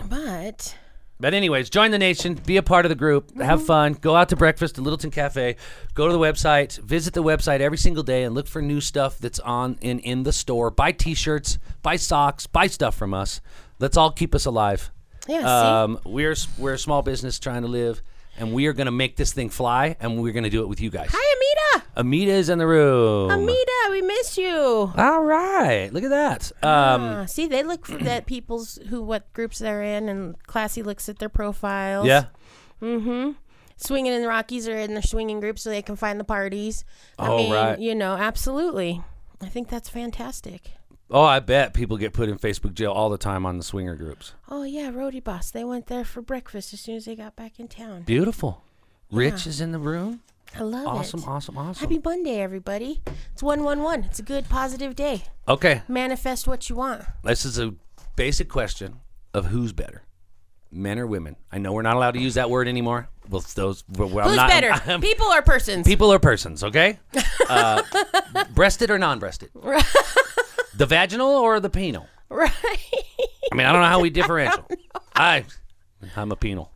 But
But anyways, join the nation, be a part of the group, have fun, go out to breakfast at Littleton Cafe, go to the website, visit the website every single day and look for new stuff that's on in in the store. Buy t-shirts, buy socks, buy stuff from us. Let's all keep us alive.
yeah, see?
Um, we're s- we're a small business trying to live and we are going to make this thing fly and we're going to do it with you guys.
Hi, Amita.
Amita is in the room.
Amita, we miss you.
All right. Look at that. Um,
Ah, see, they look for that people's who what groups they're in, and Classy looks at their profiles.
yeah.
swinging in the Rockies or in their swinging group so they can find the parties. I
Oh,
mean,
right.
you know, absolutely. I think that's fantastic.
Oh, I bet people get put in Facebook jail all the time on the swinger groups.
Oh yeah, roadie boss. They went there for breakfast as soon as they got back in town.
Beautiful. Rich is in the room.
I love
Awesome,
it.
awesome, awesome.
Happy Monday, everybody. It's one one one. It's a good positive day.
Okay,
Manifest what you want.
this is a basic question of who's better, men or women. I know we're not allowed to use that word anymore. Well, it's those well,
Who's
I'm not,
better,
I'm-
people or persons?
people are persons, okay? Uh, breasted or non-breasted? the vaginal or the penal?
right.
I mean, I don't know how we differential. I, I'm a penal.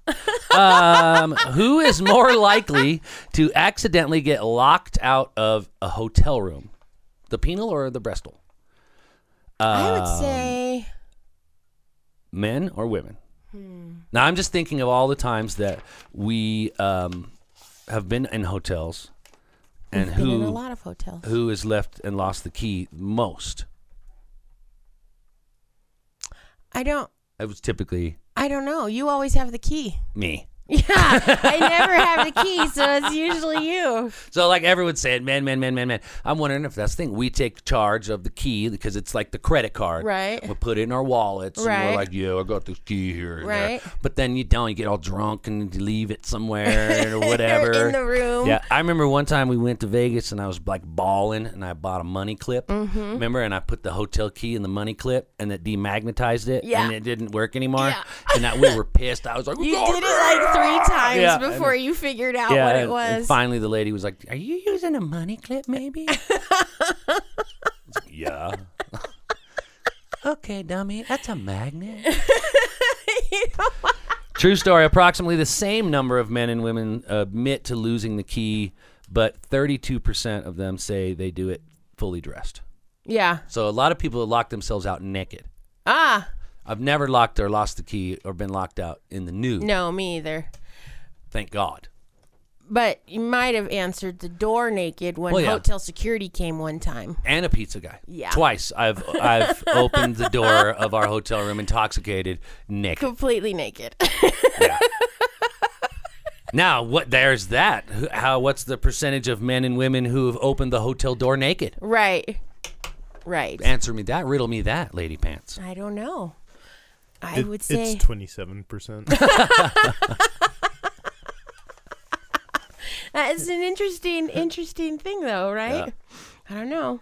Um, who is more likely to accidentally get locked out of a hotel room, the penal or the breastal? Uh,
I would say
men or women.
Hmm.
Now I'm just thinking of all the times that we um, have been in hotels, and
been in a
who
lot of hotels.
who has left and lost the key most.
I don't.
It was typically
I don't know. You always have the key.
me.
Yeah, I never have the key, so it's usually you.
So like everyone said, man, man, man, man, man. I'm wondering if that's the thing. We take charge of the key because it's like the credit card.
Right.
We put it in our wallets. And
Right.
we're like, yeah, I got this key here. and there."
Right.
But then you don't. You get all drunk and you leave it somewhere or whatever.
in the room.
Yeah. I remember one time we went to Vegas and I was like balling and I bought a money clip.
Mm-hmm.
Remember? And I put the hotel key in the money clip and it demagnetized it.
Yeah.
And it didn't work anymore.
Yeah.
And that we were pissed. I was like,
You did it like three times
Yeah, and-
before you figured out what
and-
it
And
was.
finally, the lady was like, "Are you using a money clip, maybe?" I was like, yeah. okay, dummy, that's a magnet. True story. Approximately the same number of men and women admit to losing the key, but 32% of them say they do it fully dressed.
yeah.
So a lot of people lock themselves out naked.
Ah,
I've never locked or lost the key or been locked out in the nude.
no, me either.
Thank God.
But you might have answered the door naked when
Well, yeah.
hotel security came one time.
and a pizza guy.
Yeah.
Twice I've I've opened the door of our hotel room intoxicated naked.
Completely naked.
Now what? There's that. Who- How? What's the percentage of men and women who have opened the hotel door naked?
right. Right.
Answer me that. Riddle me that, lady pants.
I don't know. I would say
it's twenty seven percent.
that is an interesting, interesting thing, though, right? I don't know.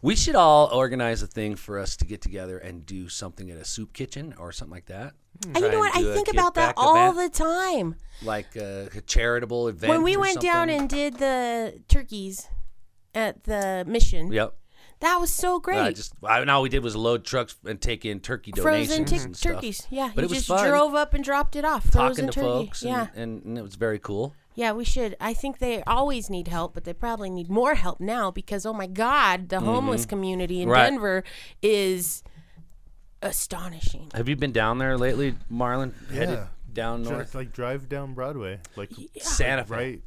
We should all organize a thing for us to get together and do something at a soup kitchen or something like that.
And you
Try
know what? I
do a
think about that
kickback
all
event,
the time.
like a, a charitable event.
when we
or
went down
something.
and did the turkeys at the mission,
yep.
that was so great.
I just I, and all we did was load trucks and take in turkey
Frozen
donations
tick-
and stuff.
turkeys, yeah.
But
you
it was
just
fun.
drove up and dropped it off. Frozen
talking to
turkey,
folks. And,
yeah,
and, and it was very cool.
yeah. We should. I think they always need help, but they probably need more help now because oh my God, the homeless community in
Mm-hmm. Right.
Denver is astonishing.
Have you been down there lately, Marlon? Headed down north,
Just, like drive down Broadway, like
Santa Fe.
right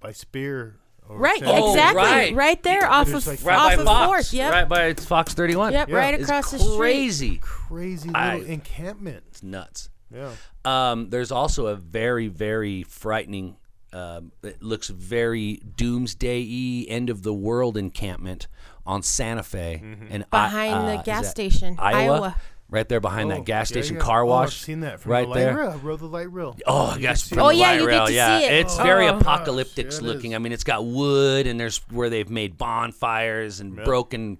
by Spear. Or
Right,
Santa Fe.
Oh,
exactly.
right.
Right. there, off of
There's like-
Right
off
by
of
Fox.
Fourth. Yep.
Right by it's Fox 31.
Yep, right
It's
across the
crazy.
street.
crazy little
I-
encampment.
It's nuts.
Yeah.
Um, there's also a very, very frightening, um, it looks very doomsday y, end of the world encampment on Santa Fe.
Mm-hmm.
And I-
Behind the
Uh, is
gas
that
station,
Iowa.
Iowa.
Right there behind
Oh,
that gas
yeah,
station
yeah.
car
Oh,
wash.
I've seen that from
right
the light
there.
rail. I rode the light rail.
Oh, yes.
see
From
it.
the
Oh, yeah,
light
you get
rail,
to
yeah.
see it.
It's very
Oh.
apocalyptic
Gosh, yeah, it
looking.
is.
I mean, it's got wood, and there's where they've made bonfires and broken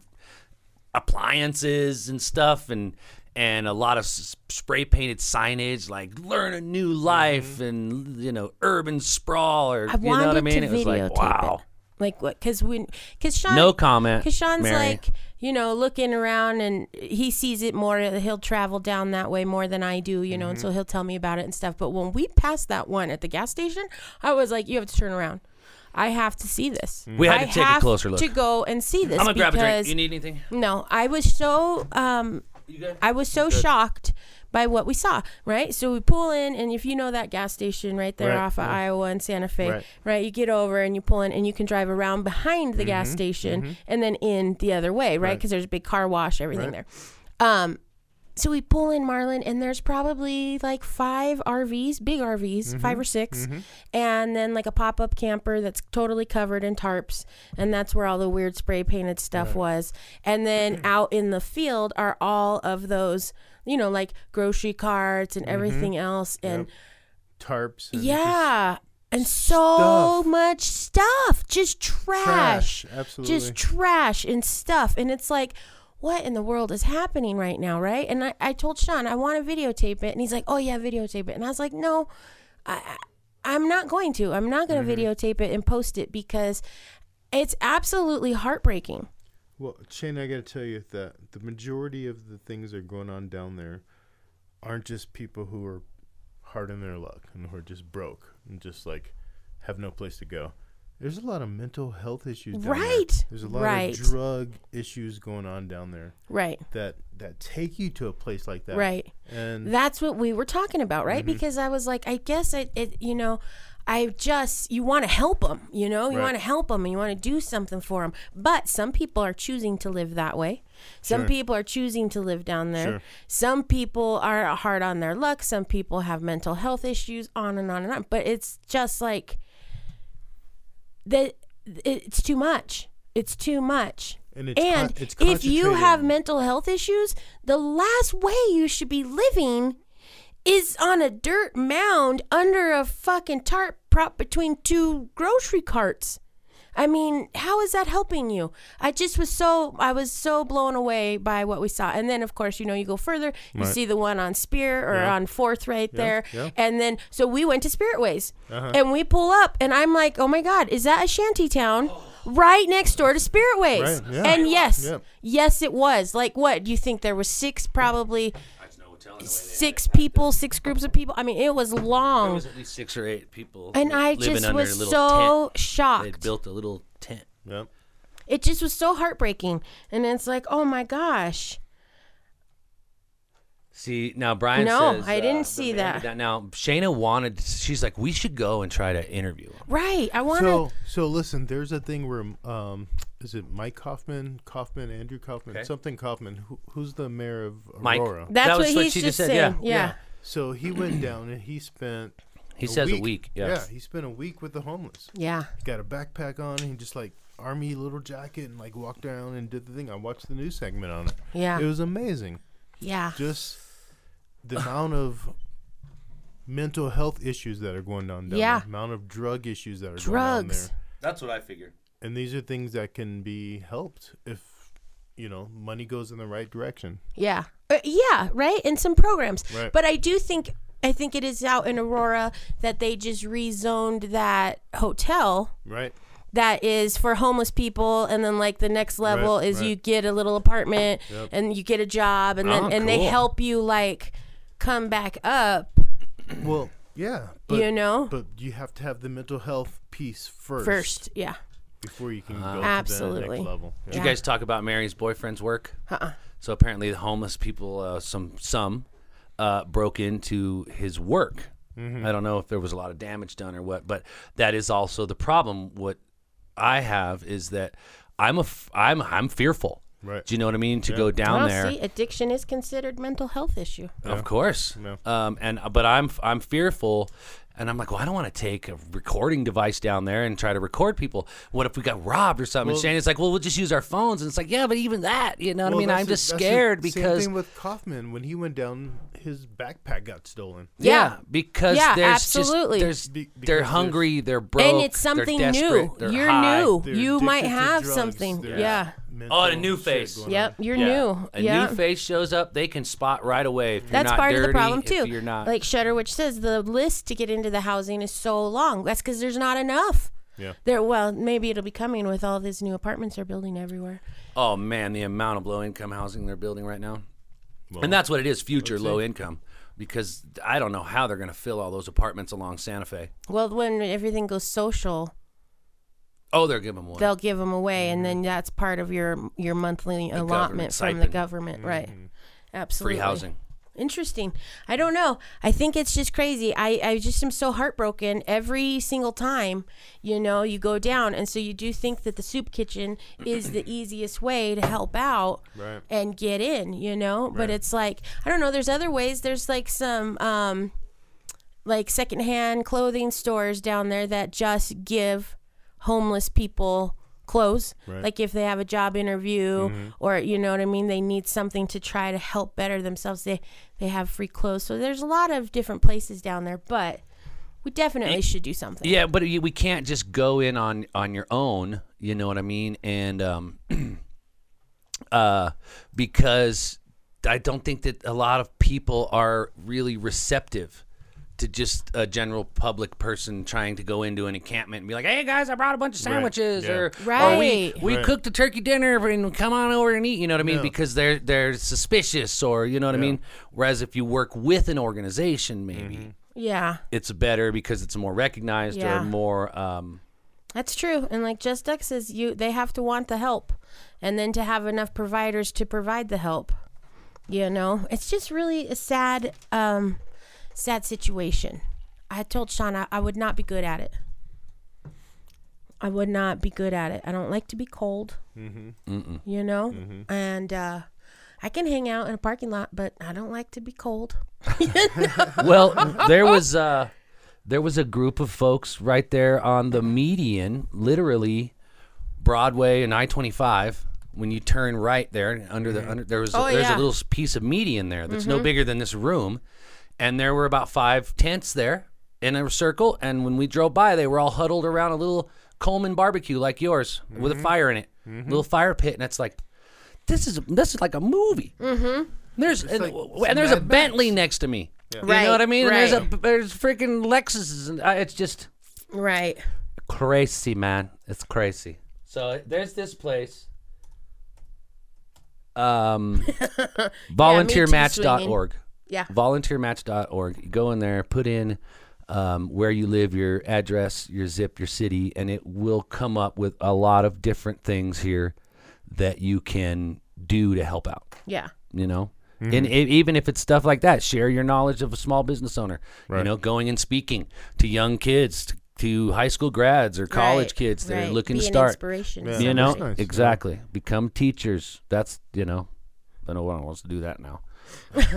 appliances and stuff, and and a lot of s- spray painted signage like "Learn a New
Mm-hmm.
Life" and you know, urban sprawl, or
I
you
wanted
know what I mean?
to
It was like,
videotape
wow.
it. Like what? Because when, because Sean,
No comment.
because Sean's
Mary.
like, you know, looking around and he sees it more. He'll travel down that way more than I do, you know,
Mm-hmm.
and so he'll tell me about it and stuff. But when we passed that one at the gas station, I was like, you have to turn around. I have to see this.
We had to
I
take a
have
closer look.
to go and see this.
I'm gonna grab a drink.
because-
You need anything?
No, I was so um,
You good?
I was so shocked by what we saw, right? So we pull in, and if you know that gas station right there
Right,
off of Iowa and Santa Fe, right.
Right.
You get over and you pull in, and you can drive around behind the gas station and then in the other way, right? Because there's a big car wash, everything there. Um, so we pull in Marlin, and there's probably like five RVs, big RVs, five or 6 and then like a pop up camper that's totally covered in tarps, and that's where all the weird spray painted stuff was. And then out in the field are all of those, you know, like grocery carts and everything else, and
Tarps. And
yeah, and so
stuff.
much stuff, just trash,
Trash, absolutely.
just trash and stuff, and it's like, what in the world is happening right now, right? And I, I told Sean I want to videotape it, and he's like, oh yeah, videotape it, and I was like, no, I, I I'm not going to, I'm not going
Mm-hmm.
to videotape it and post it because it's absolutely heartbreaking.
Well, Shane, I got to tell you that the majority of the things that are going on down there aren't just people who are hard in their luck and who are just broke and just like have no place to go. There's a lot of mental health issues down there.
Right,
There's a lot
right.
of drug issues going on down there
Right.
that that take you to a place like that.
Right.
And Mm-hmm.
That's what we were talking about, right? Because I was like, I guess it, it you know, I just, you want to help them, you know, you
Right.
want to help them and you want to do something for them. But some people are choosing to live that way. Some
Sure.
people are choosing to live down there.
Sure.
Some people are hard on their luck. Some people have mental health issues, on and on and on. But it's just like, that it's too much. It's too much.
And it's con- it's
if you have
concentrated.
mental health issues, the last way you should be living is on a dirt mound under a fucking tarp prop between two grocery carts. I mean, how is that helping you? I just was so I was so blown away by what we saw. And then of course, you know, you go further, you see the one on Spear or on 4th right there.
yeah. Uh-huh.
And then so we went to Spirit Ways. And we pull up and I'm like, "Oh my god, is that a shanty town?" Right next door to Spirit Ways.
Right, yeah.
And yes,
Yeah.
yes, it was. Like, what? Do you think there were six, probably
There's no telling the way they-
six people, six groups of people? I mean, it was
There
long.
was at least six or eight people.
Oh. and
li-
I
living
just
under
was
a little
so
Tent. They
shocked.
built a little tent.
Yep.
It just was so heartbreaking. And it's like, oh my gosh.
See now, Brian.
No,
says,
I didn't
the
see
man
that.
did Now Shayna wanted. She's like, we should go and try to interview him.
Right. I want to.
So, so listen. There's a thing where, um, is it Mike Kaufman, Kaufman, Andrew Kaufman,
Okay.
something Kaufman? Who, who's the mayor of
Mike.
Aurora?
That's
That was
what
what
he's
she
just
just said,
saying.
yeah.
Yeah.
So he went down and he spent.
He says a week. Yeah.
Yeah. He spent a week with the homeless.
Yeah.
He got a backpack on. He just like army little jacket and like walked down and did the thing. I watched the news segment on it.
Yeah.
It was amazing.
Yeah.
Just the amount of mental health issues that are going on down
Yeah.
there. Amount of drug issues that are going on
Drugs.
there.
That's what I figured.
And these are things that can be helped if you know money goes in the right direction.
Yeah. Uh, yeah, right? And some programs.
Right.
But I do think I think it is out in Aurora that they just rezoned that hotel
Right.
that is for homeless people and then like the next level
Right,
is
right.
you get a little apartment and you get a job and then
Oh,
and they
cool.
help you like come back up,
Well, yeah. But,
you know?
But you have to have the mental health piece first.
First, yeah.
Before you can go to the
Absolutely.
next level. Yeah.
Did you guys talk about Mary's boyfriend's work?
Uh-uh.
So apparently, the homeless people, uh, some some, uh, broke into his work. I don't know if there was a lot of damage done or what, but that is also the problem. What I have is that I'm a f- I'm I'm fearful.
Right.
Do you know what I mean? To go down
Well,
there,
see, addiction is considered mental health issue.
of course. Um, and but I'm I'm fearful, and I'm like, well, I don't want to take a recording device down there and try to record people. What if we got robbed or something? and Shannon's like, well, we'll just use our phones, and it's like, yeah, but even that, you know what I
Well,
mean?
that's
I'm
the-
just
that's the
scared because
same thing with Kaufman when he went down, his backpack got stolen.
Yeah, because
Yeah,
there's
absolutely.
just there's
Be-
they're
because
hungry, they're broke,
and it's
they're
something
desperate,
new.
they're
You're
high.
new.
They're
you
addicted
might
to
have
drugs,
something.
there's
Yeah.
mental
Oh, the new
shit
face.
going
Yep. You're
Yeah.
new.
A
yeah.
new face shows up, they can spot right away. If you're
That's
not
part of the
dirty,
problem
if
too.
You're not
Like Shutter, which says the list to get into the housing is so long. That's because there's not enough.
Yeah.
There. Well, maybe it'll be coming with all these new apartments they're building everywhere.
Oh man, the amount of low income housing they're building right now.
Well,
and that's what it is, future low income. Because I don't know how they're gonna fill all those apartments along Santa Fe.
Well, when everything goes social,
Oh, they're giving one.
they'll give them away,
Mm-hmm.
and then that's part of your your monthly allotment from the
government
government, right? Absolutely.
Mm-hmm. Free housing.
Interesting. I don't know. I think it's just crazy. I, I just am so heartbroken every single time, you know, you go down. And so you do think that the soup kitchen is the easiest way to help out
Right.
and get in, you know? But
Right.
it's like, I don't know. There's other ways. There's like some, um, like secondhand clothing stores down there that just give homeless people clothes
Right.
like if they have a job interview or you know what i mean they need something to try to help better themselves they they have free clothes so there's a lot of different places down there but we definitely should do something
Yeah, but you- we can't just go in on on your own. You know what I mean? And um, uh, because I don't think that a lot of people are really receptive to just a general public person trying to go into an encampment and be like, "Hey guys, I brought a bunch of sandwiches,"
yeah.
or, or we
Right.
we
Right.
cooked a turkey dinner and come on over and eat. You know what I mean? Because they're they're suspicious or you know what I mean. Whereas if you work with an organization, maybe
Mm-hmm. yeah
it's better because it's more recognized
Yeah.
or more um,
That's true. And like Just Duck says, you they have to want the help and then to have enough providers to provide the help. You know? It's just really a sad um sad situation. I told Sean I, I would not be good at it. I would not be good at it. I don't like to be cold. Mm-hmm. You know? And uh I can hang out in a parking lot, but I don't like to be cold.
well there was uh there was a group of folks right there on the median literally broadway and i-25 when you turn right there under the under there was
Oh,
there's
yeah.
a little s- piece of median there that's no bigger than this room and there were about five tents there in a circle and when we drove by they were all huddled around a little coleman barbecue like yours with a fire in it little fire pit and it's like this is this is like a movie mm-hmm there's and,
like
w- and there's a bentley next to me you
Right,
know what I mean? And
right.
there's a there's freaking Lexuses, and uh, it's just
Right.
crazy, man. It's crazy. So uh, there's this place. Um, volunteermatch.org.
Yeah.
Volunteermatch.org. You go in there, put in um, where you live, your address, your zip, your city, and it will come up with a lot of different things here that you can do to help out
Yeah.
you know
Mm-hmm.
and i even if it's stuff like that share your knowledge of a small business owner you
Right.
know going and speaking to young kids to, to high school grads or college
Right,
kids that
right.
are looking
Be
to
an
start
Inspiration to
Yeah.
you know
That's nice, yeah.
exactly become teachers that's you know i know one wants to do that now
Missy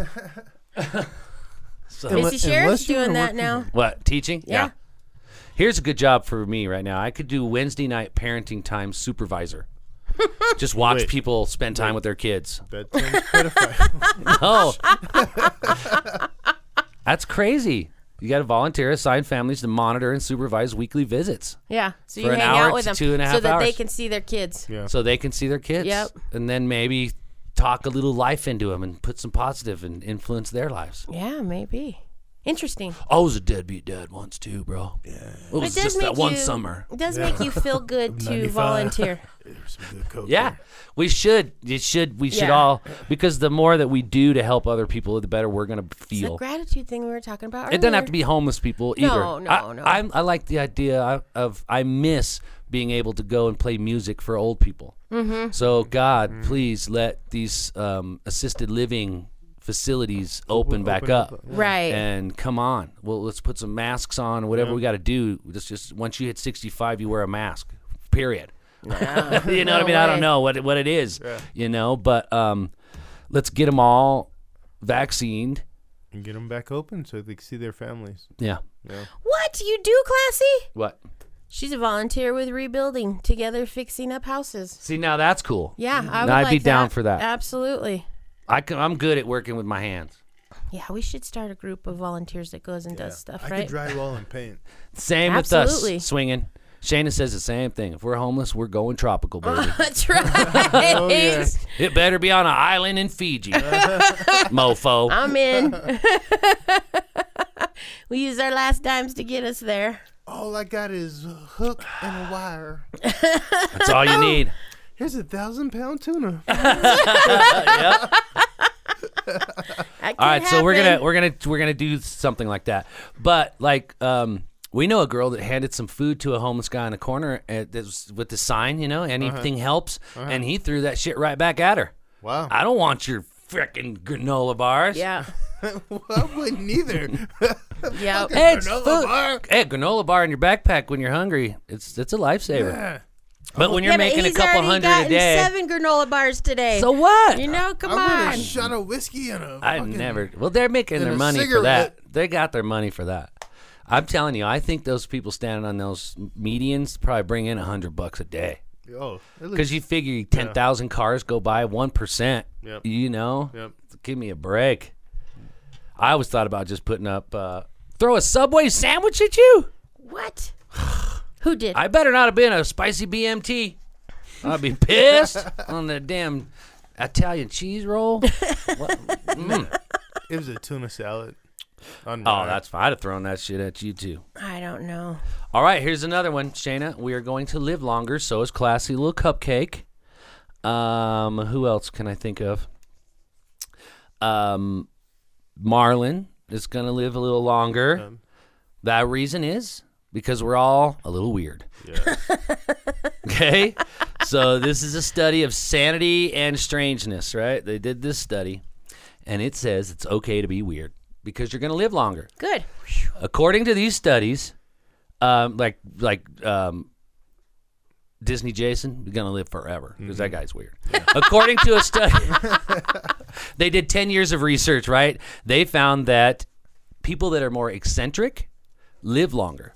unless
Sheriff's
you
doing
wanna
that
work
now.
what teaching
Yeah.
here's a good job for me right now i could do wednesday night parenting time supervisor just watch
Wait.
people spend time with their kids
Bedtime pedophile.
Oh. That's crazy. You got to volunteer assigned families to monitor and supervise weekly visits
Yeah. So
For
you
an
hang
hour
out with
to
them
two and a
so
half
that they
hours.
can see their kids.
Yeah.
so they can see their kids.
Yep.
And then maybe talk a little life into them and put some positive and influence their lives.
Yeah, maybe. Interesting.
I was a deadbeat dad once too, bro. Yeah. It was just that one
you,
summer.
It does make you feel good to
95.
volunteer.
There's some good coke
Yeah. We should. It should. We should
Yeah.
all because the more that we do to help other people, the better we're going to
The
feel.
gratitude thing we were talking about.
It doesn't have
earlier.
to be homeless people either.
No, no,
I,
no.
I'm, I like the idea of I miss being able to go and play music for old people. Mm-hmm. So God, please let these um, assisted living facilities open, back
open
up.
up,
Right.
And come on, well, let's put some masks on. Whatever we got to do. Just, just once you hit 65, you wear a mask. Period. you know what I
no
mean? I
way.
don't know what it- what it is. You know, but um, let's get them all vaccinated.
And get them back open so they can see their families.
Yeah.
what you do, Classy?
What?
She's a volunteer with Rebuilding Together Fixing Up Houses.
See, now that's cool.
Yeah, I would
I'd be
like
down for that.
Absolutely.
I can, I'm good at working with my hands.
Yeah, we should start a group of volunteers that goes and does stuff,
I
right?
could drywall and paint.
Same with
Absolutely.
us swinging. Shana says the same thing. If we're homeless, we're going tropical, baby.
That's right.
Oh, it better be on an island in Fiji, mofo.
I'm in. we use our last dimes to get us there.
All I got is a hook and a wire.
That's all you need.
Here's a thousand pound tuna.
That
All
could
right, so we're gonna
happen.
we're gonna we're gonna do something like that. But like, um, we know a girl that handed some food to a homeless guy in a corner at this, with the sign, you know, anything helps, and he threw that shit right back at her.
Wow.
I don't want your frickin' granola bars.
Yeah.
well, I wouldn't either.
Yeah.
It's
Granola
food.
bar.
Hey, granola bar in your backpack when you're hungry. It's it's a lifesaver.
Yeah.
But when you're
yeah,
making
but
a
he's
couple
already
hundred
gotten
a day,
seven granola bars today.
so what?
you know, come
I
on.
would have shot a whiskey and a.
I
fucking-
never. Well, they're making
and
their
a
money for
cigarette.
that. They got their money for that. I'm telling you, I think those people standing on those medians probably bring in a hundred bucks a day
Oh, at least-
because you figure ten thousand cars go by one percent.
Yep.
You know,
Yep.
give me a break. I always thought about just putting up, uh, throw a Subway sandwich at you.
What? Who did?
I better not have been a spicy BMT. I'd be pissed on the damn Italian cheese roll.
It was a tuna salad. On
Oh, that's fine. I'd have thrown that shit at you too.
I don't know.
All right, here's another one, Shayna. We are going to live longer, so is classy little cupcake. Um, who else can I think of? Um, Marlin is going to live a little longer. that reason is because we're all a little weird.
Yeah.
Okay, so this is a study of sanity and strangeness, right? They did this study, and it says it's okay to be weird because you're going to live longer
Good.
according to these studies, um, like like um, Disney Jason is gonna live forever because that guy's weird. according to a study, they did ten years of research. Right, they found that people that are more eccentric live longer.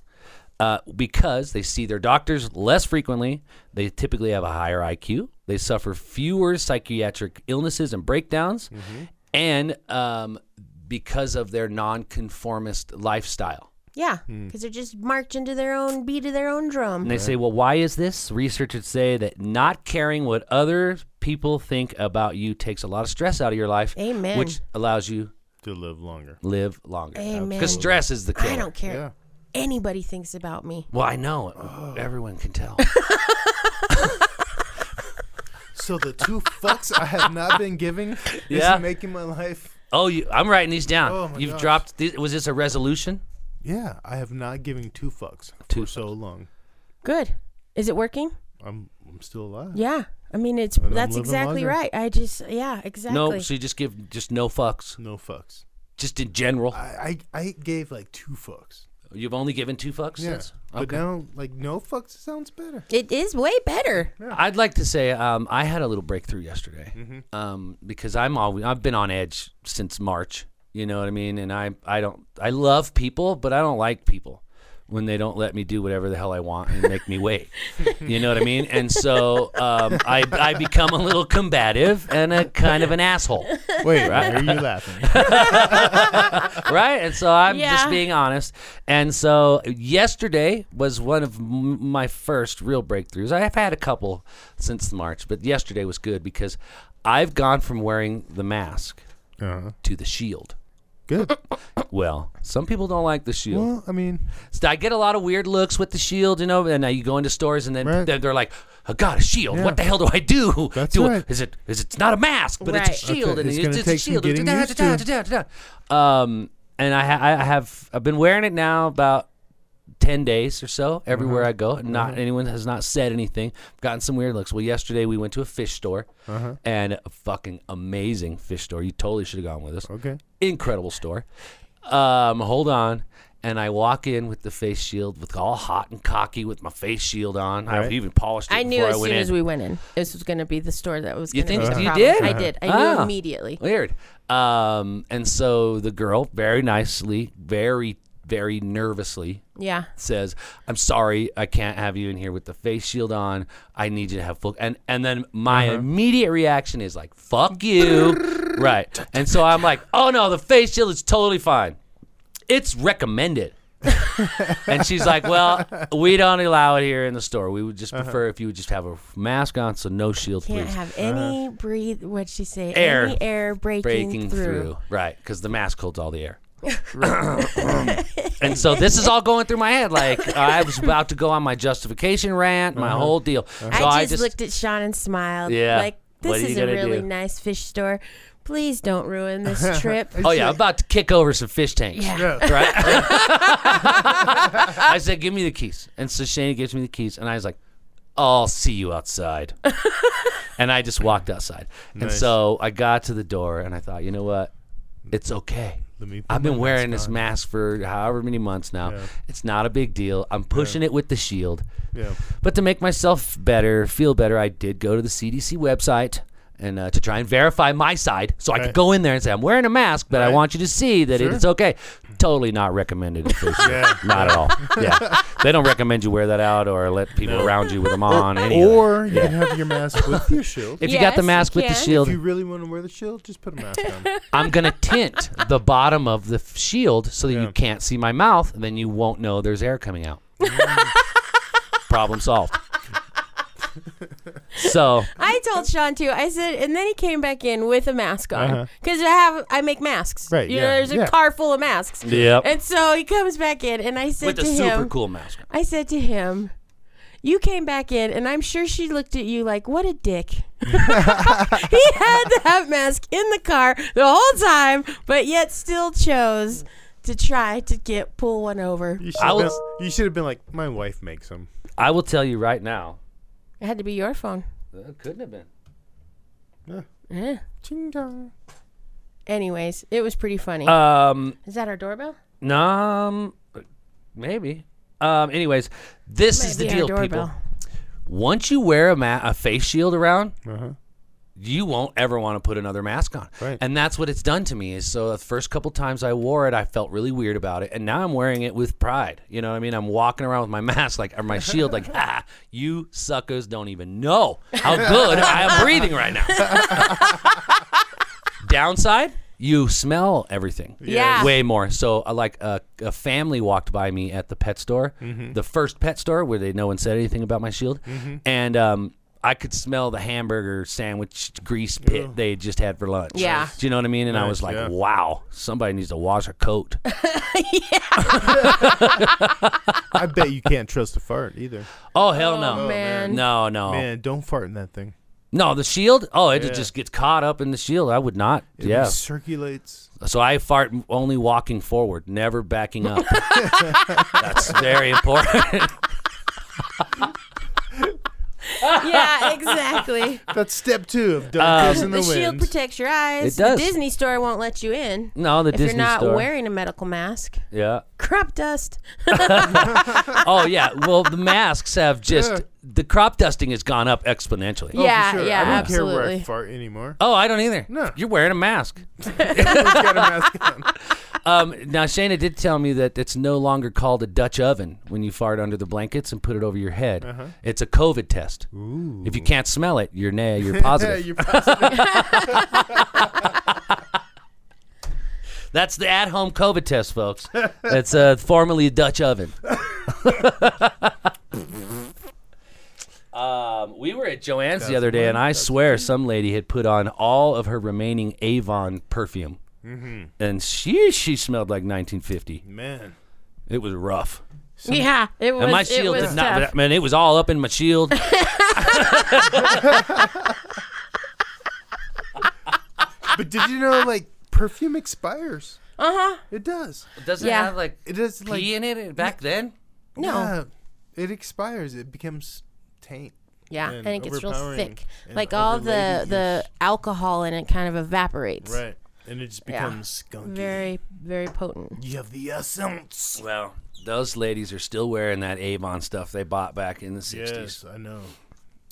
Uh, because they see their doctors less frequently, they typically have a higher IQ, they suffer fewer psychiatric illnesses and breakdowns,
Mm-hmm.
and um, because of their nonconformist lifestyle.
Yeah,
Hmm.
because they're just marching to their own beat of their own drum.
And they say, well, why is this? Researchers say that not caring what other people think about you takes a lot of stress out of your life,
Amen.
which allows you
to live longer.
live longer.
Amen.
Because stress is the killer.
I don't care.
Yeah.
Anybody thinks about me.
Well, I know it. Everyone can tell.
So the two fucks I have not been giving
Yeah.
is making my life.
oh, you, I'm writing these down.
Oh, my
You've
gosh.
dropped. These, was this a resolution?
Yeah, I have not giving two fucks
Two
for so long.
Good. Is it working?
I'm I'm still alive.
Yeah. I mean, it's
I'm
that's
living
exactly
longer.
right. I just yeah, exactly.
No. So you just give just no fucks,
No fucks.
just in general.
I, I I gave like two fucks.
You've only given two fucks
Yeah.
since.
But now like no fucks sounds better.
it is way better.
I'd like to say um, I had a little breakthrough yesterday um, because I'm always I've been on edge since March. You know what I mean? And I I don't I love people, but I don't like people when they don't let me do whatever the hell I want and make me wait. You know what I mean? And so um, I I become a little combative and a kind of an asshole,
Wait, I hear you laughing.
right? And so I'm just
Yeah.
being honest. And so yesterday was one of m- my first real breakthroughs. I have had a couple since March, but yesterday was good because I've gone from wearing the mask
Uh-huh.
to the shield.
Good.
Well, some people don't like the shield.
Well, I mean,
So I get a lot of weird looks with the shield, you know. And now you go into stores, and then
Right.
they're, they're like, "I got a shield.
Yeah.
What the hell do I do?
That's
do I-
right.
is it is it's not a mask, but it's a
Right.
shield,
Okay,
and
it's
it's,
gonna
it's a
take some
shield.
getting
Da-
used
da-
to.
da- da- da- da. Um, and I, ha- I have I've been wearing it now about. 10 days or so everywhere
Uh-huh.
I go. Not anyone has not said anything. Gotten some weird looks. Well, yesterday we went to a fish store
Uh-huh.
and a fucking amazing fish store. You totally should have gone with us
okay.
incredible store. Um, hold on. And I walk in with the face shield, with all hot and cocky, with my face shield on. I've
Right.
even polished it
I knew
before I
as soon
went in.
as we went in, this was going to be the store that was.
You
gonna
think
be the
you
problem.
did?
I did. I knew
Ah.
immediately.
Weird. Um, and so the girl, very nicely, very, very nervously,
Yeah.
says, "I'm sorry, I can't have you in here with the face shield on. I need you to have full." And and then my immediate reaction is like, "Fuck you," right? And so I'm like, "Oh no, the face shield is totally fine. It's recommended." and she's like, "Well, we don't allow it here in the store. We would just prefer if you would just have a mask on, so no shield,
Can't
please." Ah.
have any breathe. What'd she say?
Air.
Any air breaking,
breaking through.
through.
Right, because the mask holds all the air. and so this is all going through my head. Like I was about to go on my justification rant, my
Uh-huh.
whole deal. So
I, just looked at Sean and smiled.
Yeah.
Like,
What
this
are you
is a
gonna
really
do?
nice fish store. Please don't ruin this trip.
Oh yeah, I'm about to kick over some fish tanks.
Yeah.
Right. I said, "Give me the keys." And so Shane gives me the keys, and I was like, "I'll see you outside." and I just walked outside. And
Nice.
so I got to the door, and I thought, you know what? It's okay.
Let me put
I've
my
been wearing
mask
this
on.
mask for however many months now.
Yeah.
It's not a big deal. I'm pushing it with the shield.
Yeah.
But to make myself better, feel better, I did go to the CDC website and uh, to try and verify my side, so I could
Right.
go in there and say I'm wearing a mask, but I
Right.
want you to see that
Sure.
it's okay. Totally not recommended. in Facebook.
Yeah.
Not at all. Yeah, they don't recommend you wear that out or let people around you with them on. any of that.
Or you can have your mask with your shield.
if you got the
Yes, you
mask with the
can.
shield,
If you really want to wear the shield, just put a mask on.
I'm gonna tint the bottom of the f- shield so that you
Yeah.
can't see my mouth, and then you won't know there's air coming out. Problem solved. so
I told Sean too. I said, and then he came back in with a mask
Uh-huh.
on because I have I make masks.
Right,
You know,
yeah,
there's a
yeah.
car full of masks.
Yep.
And so he comes back in, and I said
with
to
a super
him,
cool mask.
I said to him, "You came back in, and I'm sure she looked at you like, what a dick." he had that mask in the car the whole time, but yet still chose to try to get pull one over.
You should,
I
have
was-
been, you should have been like, my wife makes them.
I will tell you right now.
It had to be your phone.
That couldn't have been.
Eh.
Ching dong.
Anyways, it was pretty funny.
Um,
Is that our doorbell?
um, maybe. Um, anyways, this is the
Maybe our
deal, people. Once you wear a ma- a face shield around,
Uh-huh.
you won't ever want to put another mask on.
Right.
And that's what it's done to me. Is so the first couple times I wore it, I felt really weird about it, and now I'm wearing it with pride. You know what I mean? I'm walking around with my mask, like or my shield, like ah, you suckers don't even know how good I am breathing right now. Downside. You smell everything,
Yeah.
way more. So, uh, like a, a family walked by me at the pet store,
Mm-hmm.
the first pet store where they no one said anything about my shield, and um, I could smell the hamburger sandwich grease pit they had just had for lunch.
Yeah.
do you know what I mean? And I
Nice,
was like,
yeah.
wow, somebody needs to wash a coat.
I bet you can't trust a fart either.
oh hell no,
Oh, man.
no, no,
Man, don't fart in that thing.
no. The shield. Oh, it
Yeah.
just gets caught up in the shield. I would not.
It
yeah.
circulates.
So I fart only walking forward, never backing up. That's very important.
yeah, exactly.
That's step two of don't kiss in the,
the shield
wind.
protects your eyes.
It does.
The Disney store won't let you in.
no, the
if
Disney
you're not
store.
wearing a medical mask.
yeah.
Crop dust.
Oh yeah. Well, the masks have just
Yeah.
the crop dusting has gone up exponentially.
Oh, for
yeah,
sure.
yeah,
I don't care where I
absolutely.
fart anymore.
Oh, I don't either.
No.
You're wearing a mask.
Everyone's got a mask on.
Um, now, Shayna did tell me that it's no longer called a Dutch oven when you fart under the blankets and put it over your head.
Uh-huh.
It's a COVID test. If you can't smell it, you're nay, you're
Yeah,
positive.
you're positive.
That's the at-home COVID test, folks. It's uh, formerly a Dutch oven. um, we were at Joanne's the other day, and I swear some lady had put on all of her remaining Avon perfume, and she she smelled like 1950.
Man.
It was rough.
yeah, it was.
And my
it
shield
was
did not.
tough.
Man, it was all up in my shield.
But did you know, like, perfume expires? Uh
Uh-huh.
huh. It does.
Does
it Yeah. have,
like
It is, pee like-
in it back then?
No.
Yeah, it expires. It becomes taint.
Yeah,
and
and, it gets real
overpowering
thick.
and
Like all the
overladen
the alcohol in it kind of evaporates.
Right. And it just becomes skunky.
Very very potent.
You have the essence.
Well, those ladies are still wearing that Avon stuff they bought back in the '60s.
Yes, I know.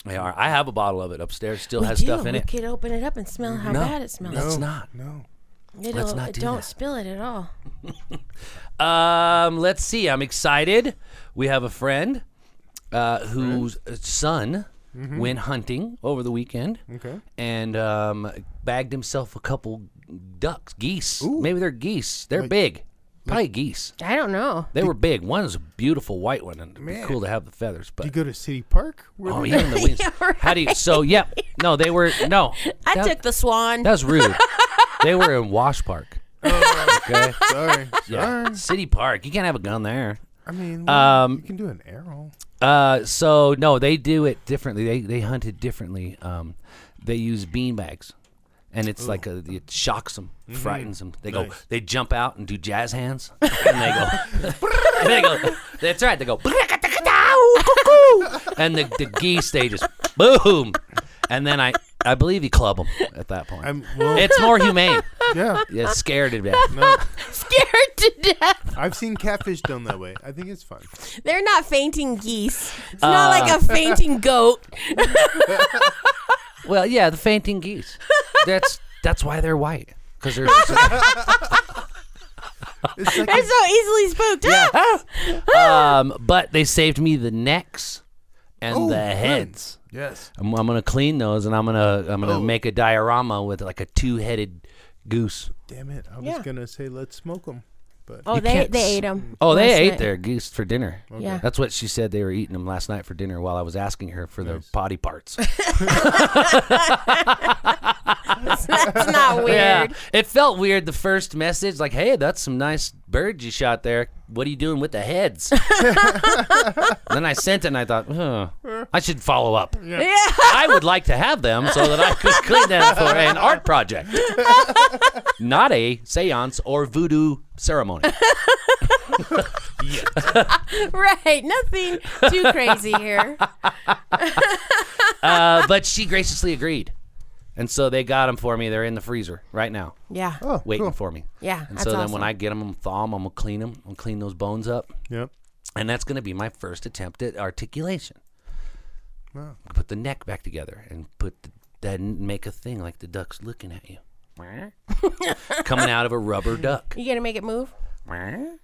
They are. I have a bottle of it upstairs. Still
We
has
do.
stuff in
we
it.
could open it up and smell how
No.
bad it smells.
Let's not.
No.
It'll,
let's not do
not
that.
spill it at all.
Um, let's see. I'm excited. We have a friend uh, whose son went hunting over the weekend
Okay.
and um, bagged himself a couple ducks, geese. Maybe they're geese. They're big. Probably geese.
I don't know.
They were big. One was a beautiful white one, and it'd be cool to have the feathers.
Do you
But
go to City Park? Where
oh
they-
yeah, and the wings.
Yeah,
How do you? So yeah, no, they were no.
I
that,
took the swan.
That was rude. they were in Wash Park. okay.
Sorry.
Yeah.
Sorry.
City Park. You can't have a gun there.
I mean,
Um,
you can do an arrow.
Uh, so no, they do it differently. They they hunted differently. Um, they use bean bags, and it's like a it shocks them, frightens them. They go,
Mm-hmm. Nice.
they jump out and do jazz hands, and they go, and they go. That's right. They go, and the the geese they just boom, and then I, I believe you club them at that point.
I'm well,
it's more humane.
yeah.
Yeah, scared to death.
No,
Scared to death.
I've seen catfish done that way. I think it's fun.
They're not fainting geese. It's not
Uh,
like a fainting goat.
Well, yeah, the fainting geese. That's that's why they're white because they're
It's like
They're so easily spooked. Ah!
um, but they saved me the necks and
Oh,
the
good.
heads.
yes.
I'm, I'm gonna clean those, and I'm gonna I'm gonna
Oh.
make a diorama with like a two-headed goose.
Damn it! I was
Yeah.
gonna say let's smoke them, but
Oh,
You
they
can't
they
s-
ate them.
Oh, they ate their goose for dinner.
Yeah.
That's what she said. They were eating them last night for dinner while I was asking her for the body parts.
That's not weird.
It felt weird the first message, like, hey, that's some nice bird you shot there. What are you doing with the heads? then I sent it and I thought, huh, I should follow up.
Yeah.
I would like to have them so that I could clean them for an art project, not a seance or voodoo ceremony.
Right. Nothing too crazy here.
Uh, but she graciously agreed. And so they got them for me. They're in the freezer right now,
Yeah.
oh,
waiting
cool.
for me.
Yeah.
And
that's
so then
awesome.
when I get them, I'm gonna thaw 'em, I'm gonna clean them. I'm gonna clean those bones up,
Yep.
and that's gonna be my first attempt at articulation.
Wow.
Put the neck back together and put the, then make a thing like the duck's looking at you, coming out of a rubber duck.
You gonna make it move?
We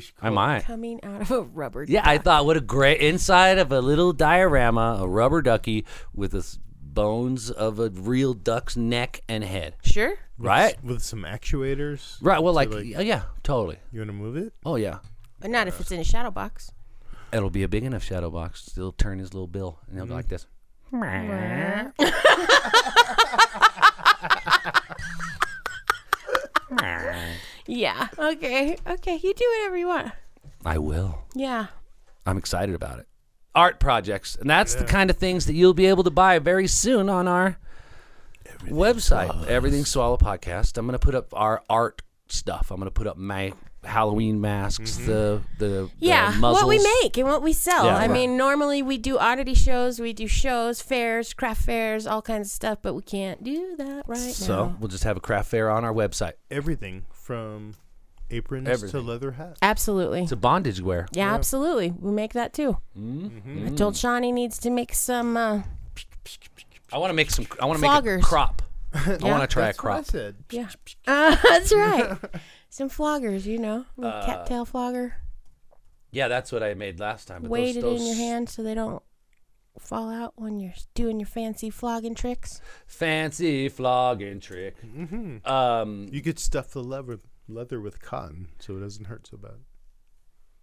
should.
I
Call
might.
Coming out of a rubber.
Yeah, I thought what a great inside of a little diorama, a rubber ducky with the s- bones of a real duck's neck and head.
Sure.
Right?
with some actuators.
Right. Well, like,
like-
yeah, yeah, totally.
You want to move it?
Oh yeah.
But not if it's in a shadow box.
It'll be a big enough shadow box. He'll turn his little bill and he'll go like this.
Yeah. Okay. Okay. You do whatever you want.
I will.
Yeah.
I'm excited about it. Art projects. And that's the kind of things that you'll be able to buy very soon on our website, Everything Swallow Podcast. I'm going to put up our art stuff. I'm going to put up my Halloween masks, the, the,
Yeah.
the muzzles.
what we make and what we sell.
Yeah,
I
right.
mean, normally we do oddity shows, we do shows, fairs, craft fairs, all kinds of stuff, but we can't do that right
So
now.
we'll just have a craft fair on our website.
Everything from aprons
Everything.
to leather hats.
Absolutely.
It's a bondage wear.
yeah, absolutely. We make that too.
Mm-hmm.
I told Sean he needs to make some. Uh,
I want to make some. I want to make
Floggers.
a crop. I want to try a
That's what
crop.
I said.
yeah, uh, that's right. Some floggers, you know,
Uh,
a little cattail flogger.
Yeah, that's what I made last time. But
Weight
those,
it
those
in your hand so they don't fall out when you're doing your fancy flogging tricks.
fancy flogging trick. Um,
You could stuff the leather leather with cotton, so it doesn't hurt so bad.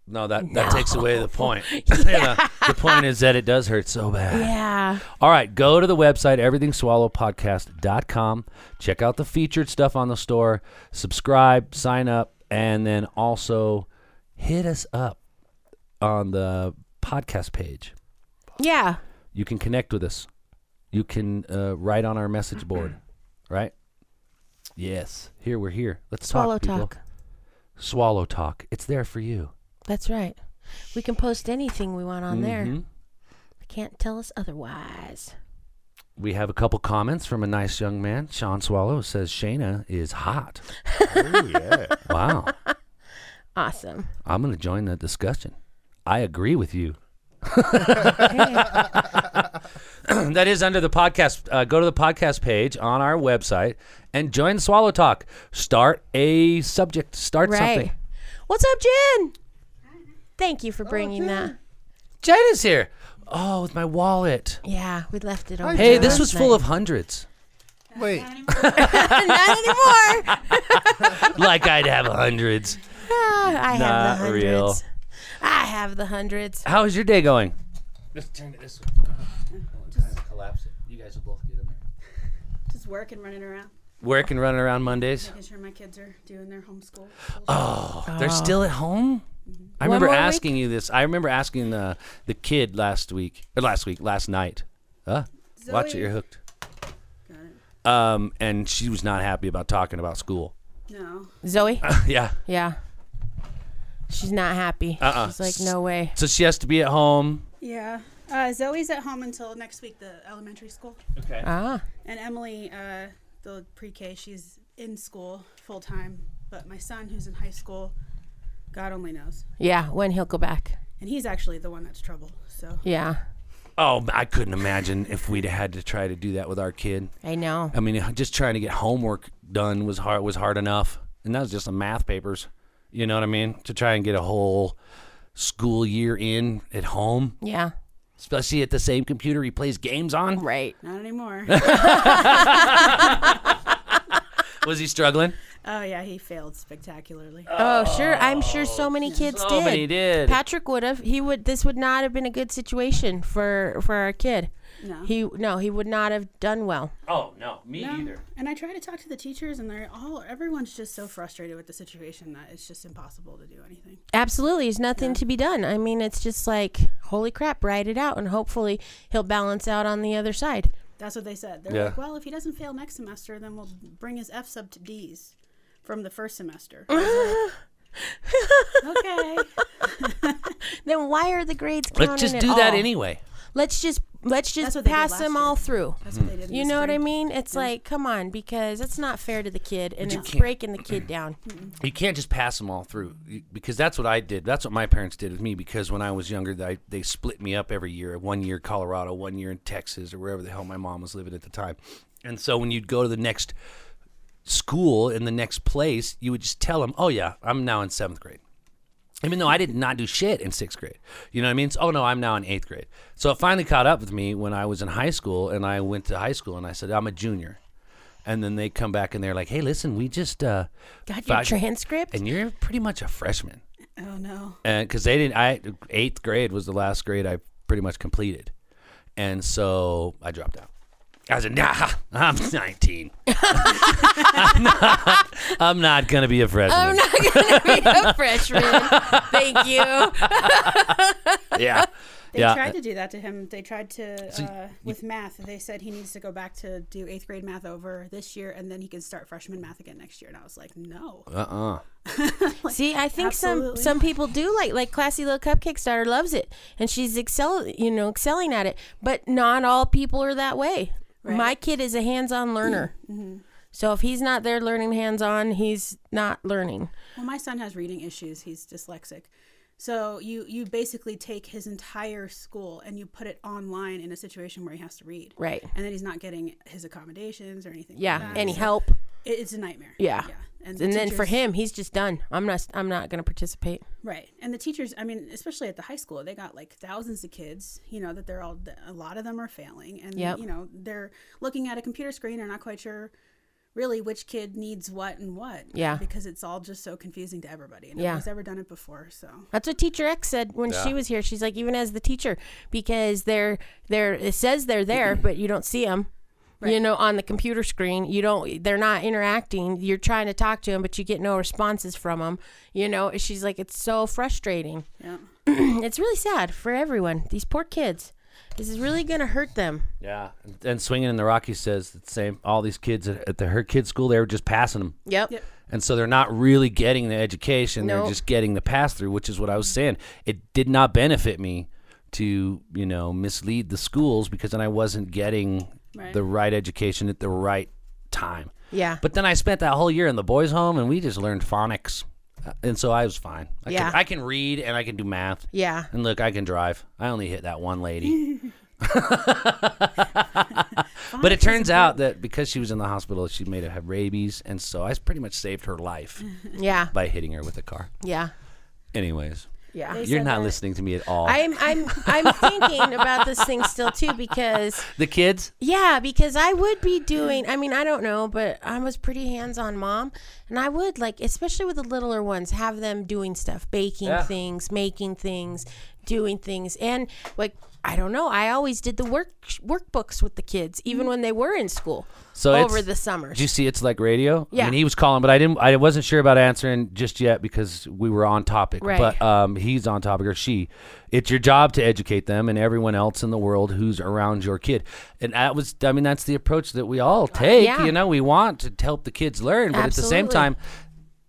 no, that that takes away the point. Yeah, the point is that it does hurt so bad.
Yeah.
All right, go to the website, everythingswallowpodcast.com. Check out the featured stuff on the store. Subscribe, sign up, and then also hit us up on the podcast page.
Yeah.
You can connect with us. You can uh, write on our
Mm-hmm.
message board, right? Yes. Here, we're here. Let's
Swallow
talk. people.
talk.
Swallow talk. It's there for you.
That's right. We can post anything we want on there.
Mhm.
They can't tell us otherwise.
We have a couple comments from a nice young man. Sean Swallow says Shayna is hot.
Oh yeah.
Wow.
Awesome.
I'm going to join the discussion. I agree with you. that is under the podcast. Uh, go to the podcast page on our website and join Swallow Talk. Start a subject. Start
Right.
something.
What's up, Jen? Thank you for bringing that.
Jen is here. Oh, with my wallet.
Yeah, we left it on.
Hey, this was full of hundreds.
Wait.
Not anymore.
like I'd have hundreds.
Ah, I have the
Not
hundreds.
real.
I have the hundreds.
How is your day going? Just turn it this way. Uh-huh. Collapse it. You guys will both get in there.
Just work and running around,
Work and running around Mondays.
making sure my kids are doing their homeschool.
They're still at home. I
Oh. Mm-hmm. One
remember
more week?
asking you this. I remember asking uh, the kid last week, or last week, last night. Huh? Watch it,
Zoe.
you're hooked. Um, and she was not happy about talking about school.
No,
Zoe?
yeah.
yeah. She's not happy.
Uh-uh.
She's like, no way.
So she has to be at home.
yeah, Uh, Zoe's at home until next week, the elementary school.
Okay.
Ah,
And Emily, uh, the pre K, she's in school full time. But my son, who's in high school, God only knows.
yeah. When he'll go back.
And he's actually the one that's trouble. So
Yeah,
Oh, I couldn't imagine if we'd had to try to do that with our kid.
I know.
I mean, just trying to get homework done was hard was hard enough, and that was just some math papers. You know what I mean? To try and get a whole school year in at home,
Yeah.
especially at the same computer he plays games on.
Right.
not anymore.
Was he struggling?
oh, yeah, he failed spectacularly.
Oh, sure. I'm sure so many kids
so
did.
many did.
Patrick would have. He would. This would not have been a good situation for for our kid.
No.
He no. He would not have done well.
Oh no, me
No. And I try to talk to the teachers, and they're all, everyone's just so frustrated with the situation that it's just impossible to do anything.
Absolutely, there's nothing to be done. I mean, it's just like holy crap. Ride it out, and hopefully he'll balance out on the other side.
That's what they said. They're
Yeah.
like, well, if he doesn't fail next semester, then we'll bring his F sub to D's from the first semester. I was like, okay.
Then why are the grades counting?
Let's just
at
do that
all?
anyway.
Let's just let's just
what they did
pass
last
them
year.
all through.
That's what they did. in
You
the
know what I
spring.
mean? It's like, come on, because it's not fair to the kid, and
you
it's
can't-
breaking the kid down.
you can't just pass them all through you- because that's what I did. That's what my parents did with me because when I was younger, they, they split me up every year. One year Colorado, one year in Texas, or wherever the hell my mom was living at the time. And so when you'd go to the next school in the next place, you would just tell them, "Oh yeah, I'm now in seventh grade." Even though I did not do shit in sixth grade, you know what I mean? So, oh no, I'm now in eighth grade. So it finally caught up with me when I was in high school, and I went to high school, and I said, "I'm a junior." And then they come back and they're like, "Hey, listen, we just uh,
Got your
fi-
transcript?
and you're pretty much a freshman
Oh, no.
and because they didn't i eighth grade was the last grade i pretty much completed and so i dropped out i said nah i'm 19 I'm, not, I'm not gonna be a freshman
I'm not gonna be a freshman. Thank you.
yeah
They
yeah
tried to do that to him. They tried to, uh, with math, they said he needs to go back to do eighth grade math over this year, and then he can start freshman math again next year. And I was like, no.
uh-uh
See, I think some
Absolutely.
some people do like like classy little cupcake starter loves it, and she's excel you know excelling at it. But not all people are that way. My kid is a hands-on learner.
Mm-hmm.
So if he's not there learning hands-on, he's not learning.
Well, my son has reading issues. He's dyslexic. So you you basically take his entire school and you put it online in a situation where he has to read.
Right.
And then he's not getting his accommodations or anything. like
Yeah.
that.
Any
So
help?
it- it's a nightmare.
Yeah.
Yeah.
And,
the
then for
teachers-
him, he's just done. I'm not I'm not going to participate.
Right. And the teachers, I mean, especially at the high school, they got like thousands of kids, you know, that they're all, a lot of them are failing. And,
Yep.
you know, they're looking at a computer screen and not quite sure really which kid needs what and what.
Yeah.
Because it's all just so confusing to everybody. And
Yeah.
nobody's ever done it before. So,
That's what Teacher X said when
Yeah.
she was here. She's like, even as the teacher, because they're they're it says they're there, but you don't see them. You know, on the computer screen, you don't. They're not interacting. You're trying to talk to them, but you get no responses from them. You know, she's like, it's so frustrating.
yeah.
it's really sad for everyone. These poor kids. This is really gonna hurt them.
yeah and swinging in the rockies says the same all these kids at, at the, her kids school they were just passing them
Yep.
And so they're not really getting the education.
Nope.
They're just getting the pass through, which is what I was saying. It did not benefit me to, you know, mislead the schools because then I wasn't getting
Right.
the right education at the right time.
Yeah.
But then I spent that whole year in the boys' home and we just learned phonics. Uh, And so I was fine. I,
Yeah.
can, I can read and I can do math.
yeah.
And look, I can drive. I only hit that one lady. but it turns out that because she was in the hospital, she may have had rabies. And so I pretty much saved her life
Yeah.
by hitting her with a car.
Yeah.
Anyways,
Yeah.
you're
said
not
that-
listening to me at all.
I'm I'm I'm thinking about this thing still too because
the kids?
Yeah, because I would be doing, I mean, I don't know, but I was pretty hands on mom. And I would, like, especially with the littler ones, have them doing stuff, baking
Yeah.
things, making things, doing things. And, like, I don't know. I always did the work workbooks with the kids, even when they were in school
So it's-
over the summers.
Did you see it's like radio?
Yeah.
I mean, he was calling, but I didn't. I wasn't sure about answering just yet because we were on topic.
Right.
But um, he's on topic, or she. It's your job to educate them and everyone else in the world who's around your kid. And that was, I mean, that's the approach that we all take.
Uh, Yeah.
You know, we want to help the kids learn, but at the same
Absolutely.
time,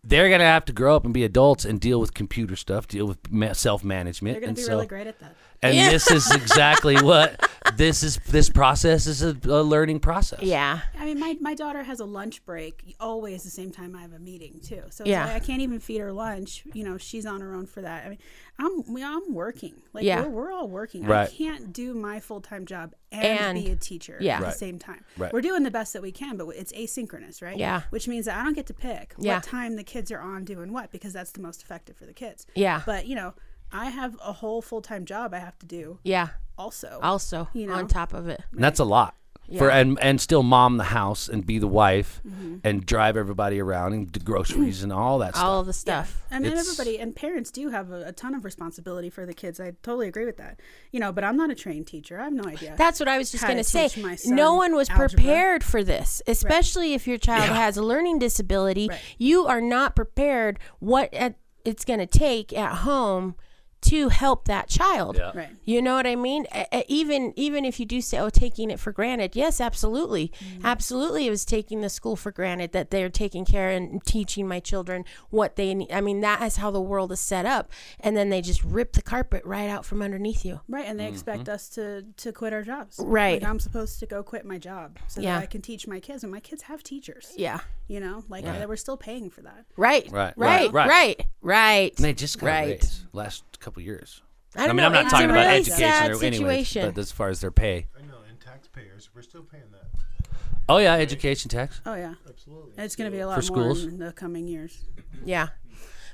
they're gonna have to grow up and be adults and deal with computer stuff, deal with self management.
They're going
and
to be
so,
really great at that.
and
Yeah.
this is exactly what this is. This process is a, a learning process.
Yeah.
I mean, my, my daughter has a lunch break always the same time I have a meeting too. So it's
Yeah.
like I can't even feed her lunch. You know, she's on her own for that. I mean, I'm we- I'm working. Like
Yeah.
we're, we're all working.
Right.
I can't do my full time job
And-
and, be a teacher
yeah.
at
Right.
the same time.
Right.
We're doing the best that we can, but it's asynchronous, right?
Yeah.
Which means that I don't get to pick
Yeah.
what time the kids are on doing what because that's the most effective for the kids.
Yeah.
But you know, I have a whole full time job I have to do
Yeah.
also.
Also,
You
on
know?
top of it.
And that's a lot. For and and still mom the house and be the wife
Mm-hmm.
and drive everybody around and do groceries and all that stuff.
All the stuff.
I mean,
It's-
everybody and parents do have a, a ton of responsibility for the kids. I totally agree with that. You know, but I'm not a trained teacher. I have no idea.
That's what I was just
How to
going to say.
teach my son
No one was
algebra.
prepared for this, especially if your child has a learning disability. You are not prepared what at, it's going to take at home to help that child.
Yeah.
Right.
You know what I mean? A- a- Even even if you do say, "Oh, taking it for granted," yes, absolutely,
Mm.
absolutely, it was taking the school for granted that they're taking care and teaching my children what they need. I mean, that is how the world is set up, and then they just rip the carpet right out from underneath you.
right, and they
Mm-hmm.
expect us to to quit our jobs.
Right.
Like I'm supposed to go quit my job so
Yeah.
that I can teach my kids, and my kids have teachers.
Yeah.
You know, like uh, we're still paying for that.
Right.
Right, right,
Right. Right.
right.
Right.
And they just got a
Right.
raise last couple years.
I don't
mean,
know.
I'm not
it's
talking
a
about
really
education
sad
or
situation.
anyways, but as far as their pay.
I know, and taxpayers, we're still paying that.
Oh yeah, education tax.
Oh yeah,
Absolutely.
it's going to be a lot
For
more
schools?
in the coming years.
Yeah.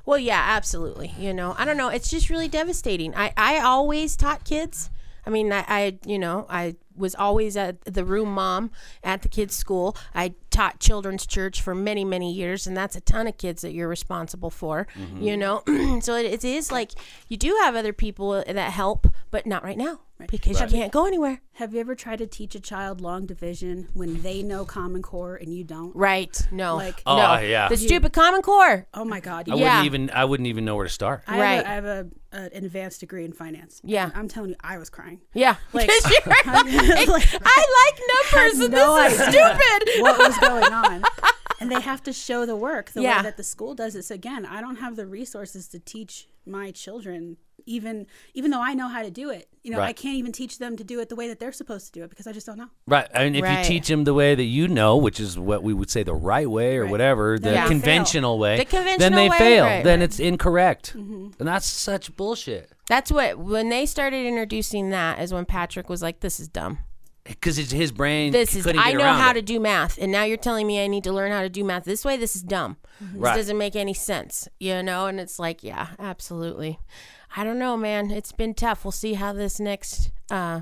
Well, yeah, absolutely. You know, I don't know. It's just really devastating. I, I always taught kids. I mean, I, I, you know, I was always at the room mom at the kids' school. I taught children's church for many, many years, and that's a ton of kids that you're responsible for,
Mm-hmm.
you know? so it, it is like you do have other people that help, but not right now because you can't go anywhere.
Have you ever tried to teach a child long division when they know Common Core and you don't?
Right. No.
Like-
Oh,
no.
yeah.
The stupid Common Core.
Oh my God!
I
you-
Yeah.
wouldn't even I wouldn't even know where to start.
I have
Right.
a, I have a, a, an advanced degree in finance.
Yeah.
I'm telling you, I was crying.
Yeah.
Like-
'Cause you're like, I like numbers
had
and
no
this is
idea
stupid.
what was going on. And they have to show the work the
Yeah.
way that the school does it. So again, I don't have the resources to teach my children even even though I know how to do it. You know, I
Right.
can't even teach them to do it the way that they're supposed to do it because I just don't know.
Right. And if
Right.
you teach them the way that you know, which is what we would say the right way or whatever, the
Then they fail.
conventional way,
The
then
conventional
they
way,
fail.
right,
then
right.
it's
Mm-hmm.
incorrect. And that's such bullshit.
That's what when they started introducing that is when Patrick was like, "This is dumb.
Because it's his brain.
This is
couldn't
I
get
know
around
how
it.
to do math, and now you're telling me I need to learn how to do math this way. This is dumb.
Right.
This doesn't make any sense, you know." And it's like, yeah, absolutely. I don't know, man. It's been tough. We'll see how this next uh,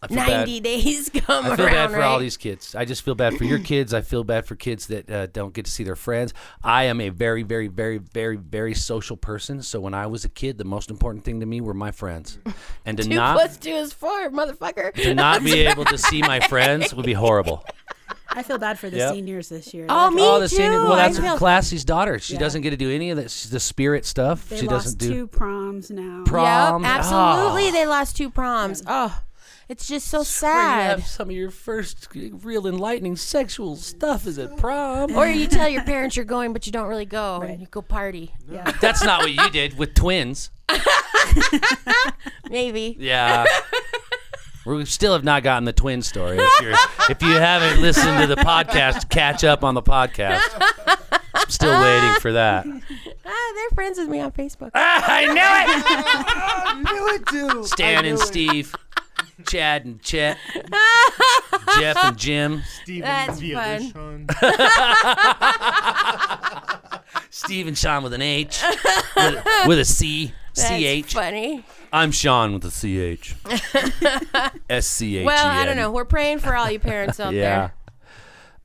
I feel bad.
ninety days come
I feel
around.
bad for
right?
all these kids. I just feel bad for your kids. I feel bad for kids that uh, don't get to see their friends. I am a very, very, very, very, very social person. So when I was a kid, the most important thing to me were my friends, and to
two
not
plus two is four, motherfucker.
to not be able to see my friends would be horrible.
I feel bad for the
Yep.
seniors this year.
Oh, me
oh, the
too.
senior, well,
I
that's
feel-
Classy's daughter. She doesn't get to do any of this, the spirit stuff.
They
she
lost
doesn't do
two proms now.
proms.
Yep, absolutely.
Oh.
They lost two proms. Oh, it's just so
Where you
sad.
have some of your first real enlightening sexual stuff is at prom.
Or you tell your parents you're going, but you don't really go, and you go party.
yeah.
That's not what you did with twins.
Maybe.
Yeah. we still have not gotten the twin story. If, you're, if you haven't listened to the podcast, catch up on the podcast. I'm still waiting for that.
Ah, they're friends with me on Facebook.
Ah, I knew it.
I knew it, too.
Stan and Steve, Chad and Chet, Jeff and Jim,
Steven
That's
via
fun.
Sean.
Steve and Sean with an H, with, with a C, E
That's
CH.
funny.
I'm Sean with a CH. S C H E N.
Well, I don't know. We're praying for all you parents out
Yeah.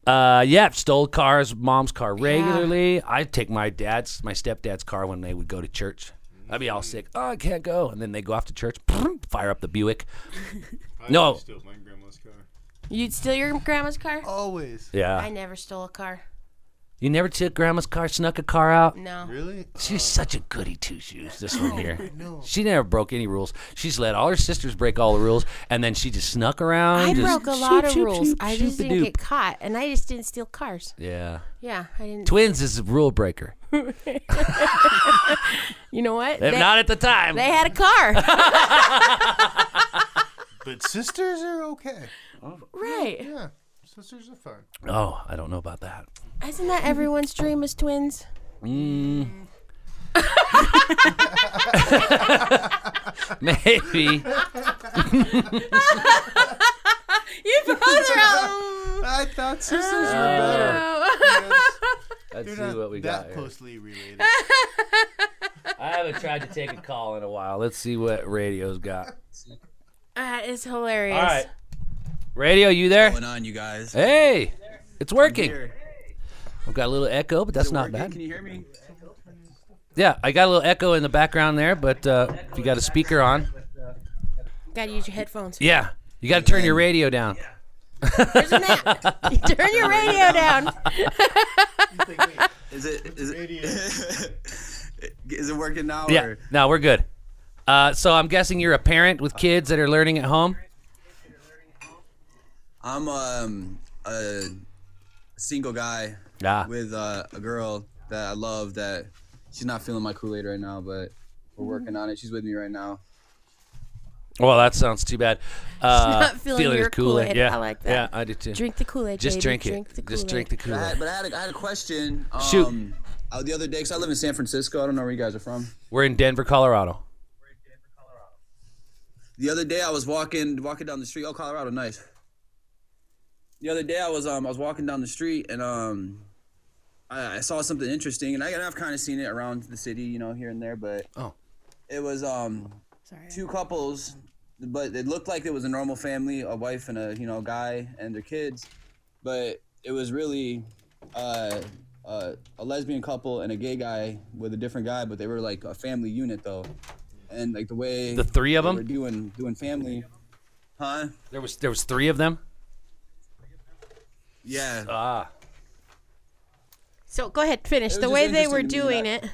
there.
Uh, yeah, stole cars, mom's car regularly. I'd take my dad's, my stepdad's car when they would go to church. I'd
Mm.
be all sick. Oh, I can't go. And then they go off to church, fire up the Buick. No.
Always Steal my grandma's car.
Oh.
You'd steal your grandma's car?
Always.
Yeah.
I never stole a car.
You never took grandma's car, snuck a car out.
No.
Really?
She's such a goody two shoes, this one here. She never broke any rules. She's let all her sisters break all the rules, and then she just snuck around.
I
just
broke a lot
shoop,
of
shoop,
rules.
shoop,
I just didn't
shoop-a-doop.
get caught, and I just didn't steal cars.
Yeah.
Yeah, I didn't.
Twins is a rule breaker.
you know what?
If
they,
not at the time.
they had a car.
But sisters are okay.
right.
Yeah, sisters are fine.
oh, I don't know about that.
Isn't that everyone's dream as twins?
Maybe.
You both are out.
I thought sisters were better.
Let's
They're
see what we
that
got. Here.
closely related.
I haven't tried to take a call in a while. Let's see what radio's got.
That is hilarious.
All right. Radio, you there?
going on, you guys?
Hey, it's working.
Here.
I've got a little echo, but that's not
Working?
bad.
Can you hear me?
Yeah, I got a little echo in the background there, but uh, if you got a speaker on,
Gotta use your headphones.
yeah, you got to turn your radio down.
Isn't that? Turn your radio down.
Is it is it is it working now?
Yeah,
Or?
no, we're good. Uh, so I'm guessing you're a parent with kids that are learning at home.
I'm um a single guy
Ah,
with uh, a girl that I love. That she's not feeling my Kool Aid right now, but we're working on it. She's with me right now.
well, that sounds too bad. Uh,
not feeling your Kool-Aid.
Yeah,
I like that.
Yeah, I do too.
Drink the Kool Aid.
Just drink it.
Drink the
Just drink the
Kool-Aid.
But
Kool-Aid.
I had, but I had a, I had a question. Um,
Shoot.
uh, the other day, because I live in San Francisco. I don't know where you guys are from.
We're in Denver, Colorado.
The other day I was walking walking down the street. Oh, Colorado, nice. The other day I was um I was walking down the street and um I, I saw something interesting and I, and I've kind of seen it around the city, you know, here and there, but
Oh.
it was um
Sorry.
two couples, but it looked like it was a normal family, a wife and a you know guy and their kids, but it was really uh, uh, a lesbian couple and a gay guy with a different guy, but they were like a family unit though, and like the way
The three of
they were
them.
doing doing family, huh?
There was there was three of them.
Yeah.
Ah,
So go ahead, finish.
was
The
just
way they were
interesting to me
doing
that-
it.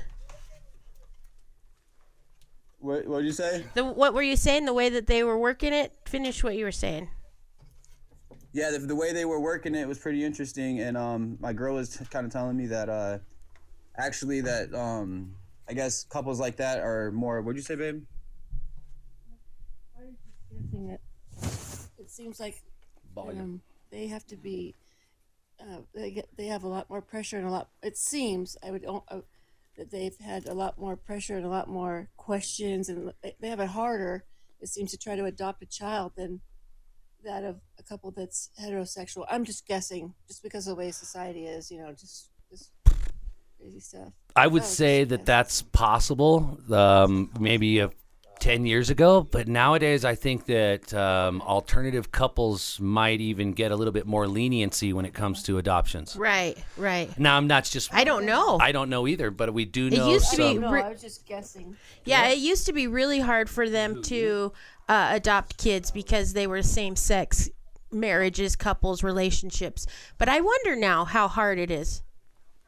What what did you say?
The, what were you saying? The way that they were working it? Finish what you were saying.
yeah the, the way they were working it was pretty interesting and um my girl was kind of telling me that uh actually that um i guess couples like that are more what'd you say babe
thing that it seems like um, they have to be uh, they get they have a lot more pressure and a lot it seems i would o- uh, that they've had a lot more pressure and a lot more questions and they- they have it harder it seems to try to adopt a child than that of a couple that's heterosexual i'm just guessing just because of the way society is you know just just crazy stuff
I would
Oh,
say
shit.
that that's possible. Um, maybe a, ten years ago, but nowadays I think that um, alternative couples might even get a little bit more leniency when it comes to adoptions.
Right, right.
Now I'm not just.
I don't know.
I don't know either, but we do know
used to be
I
some.
don't know,
re-
i was just guessing
yeah, it used to be really hard for them to uh, adopt kids because they were same sex marriages, couples, relationships. But I wonder now how hard it is.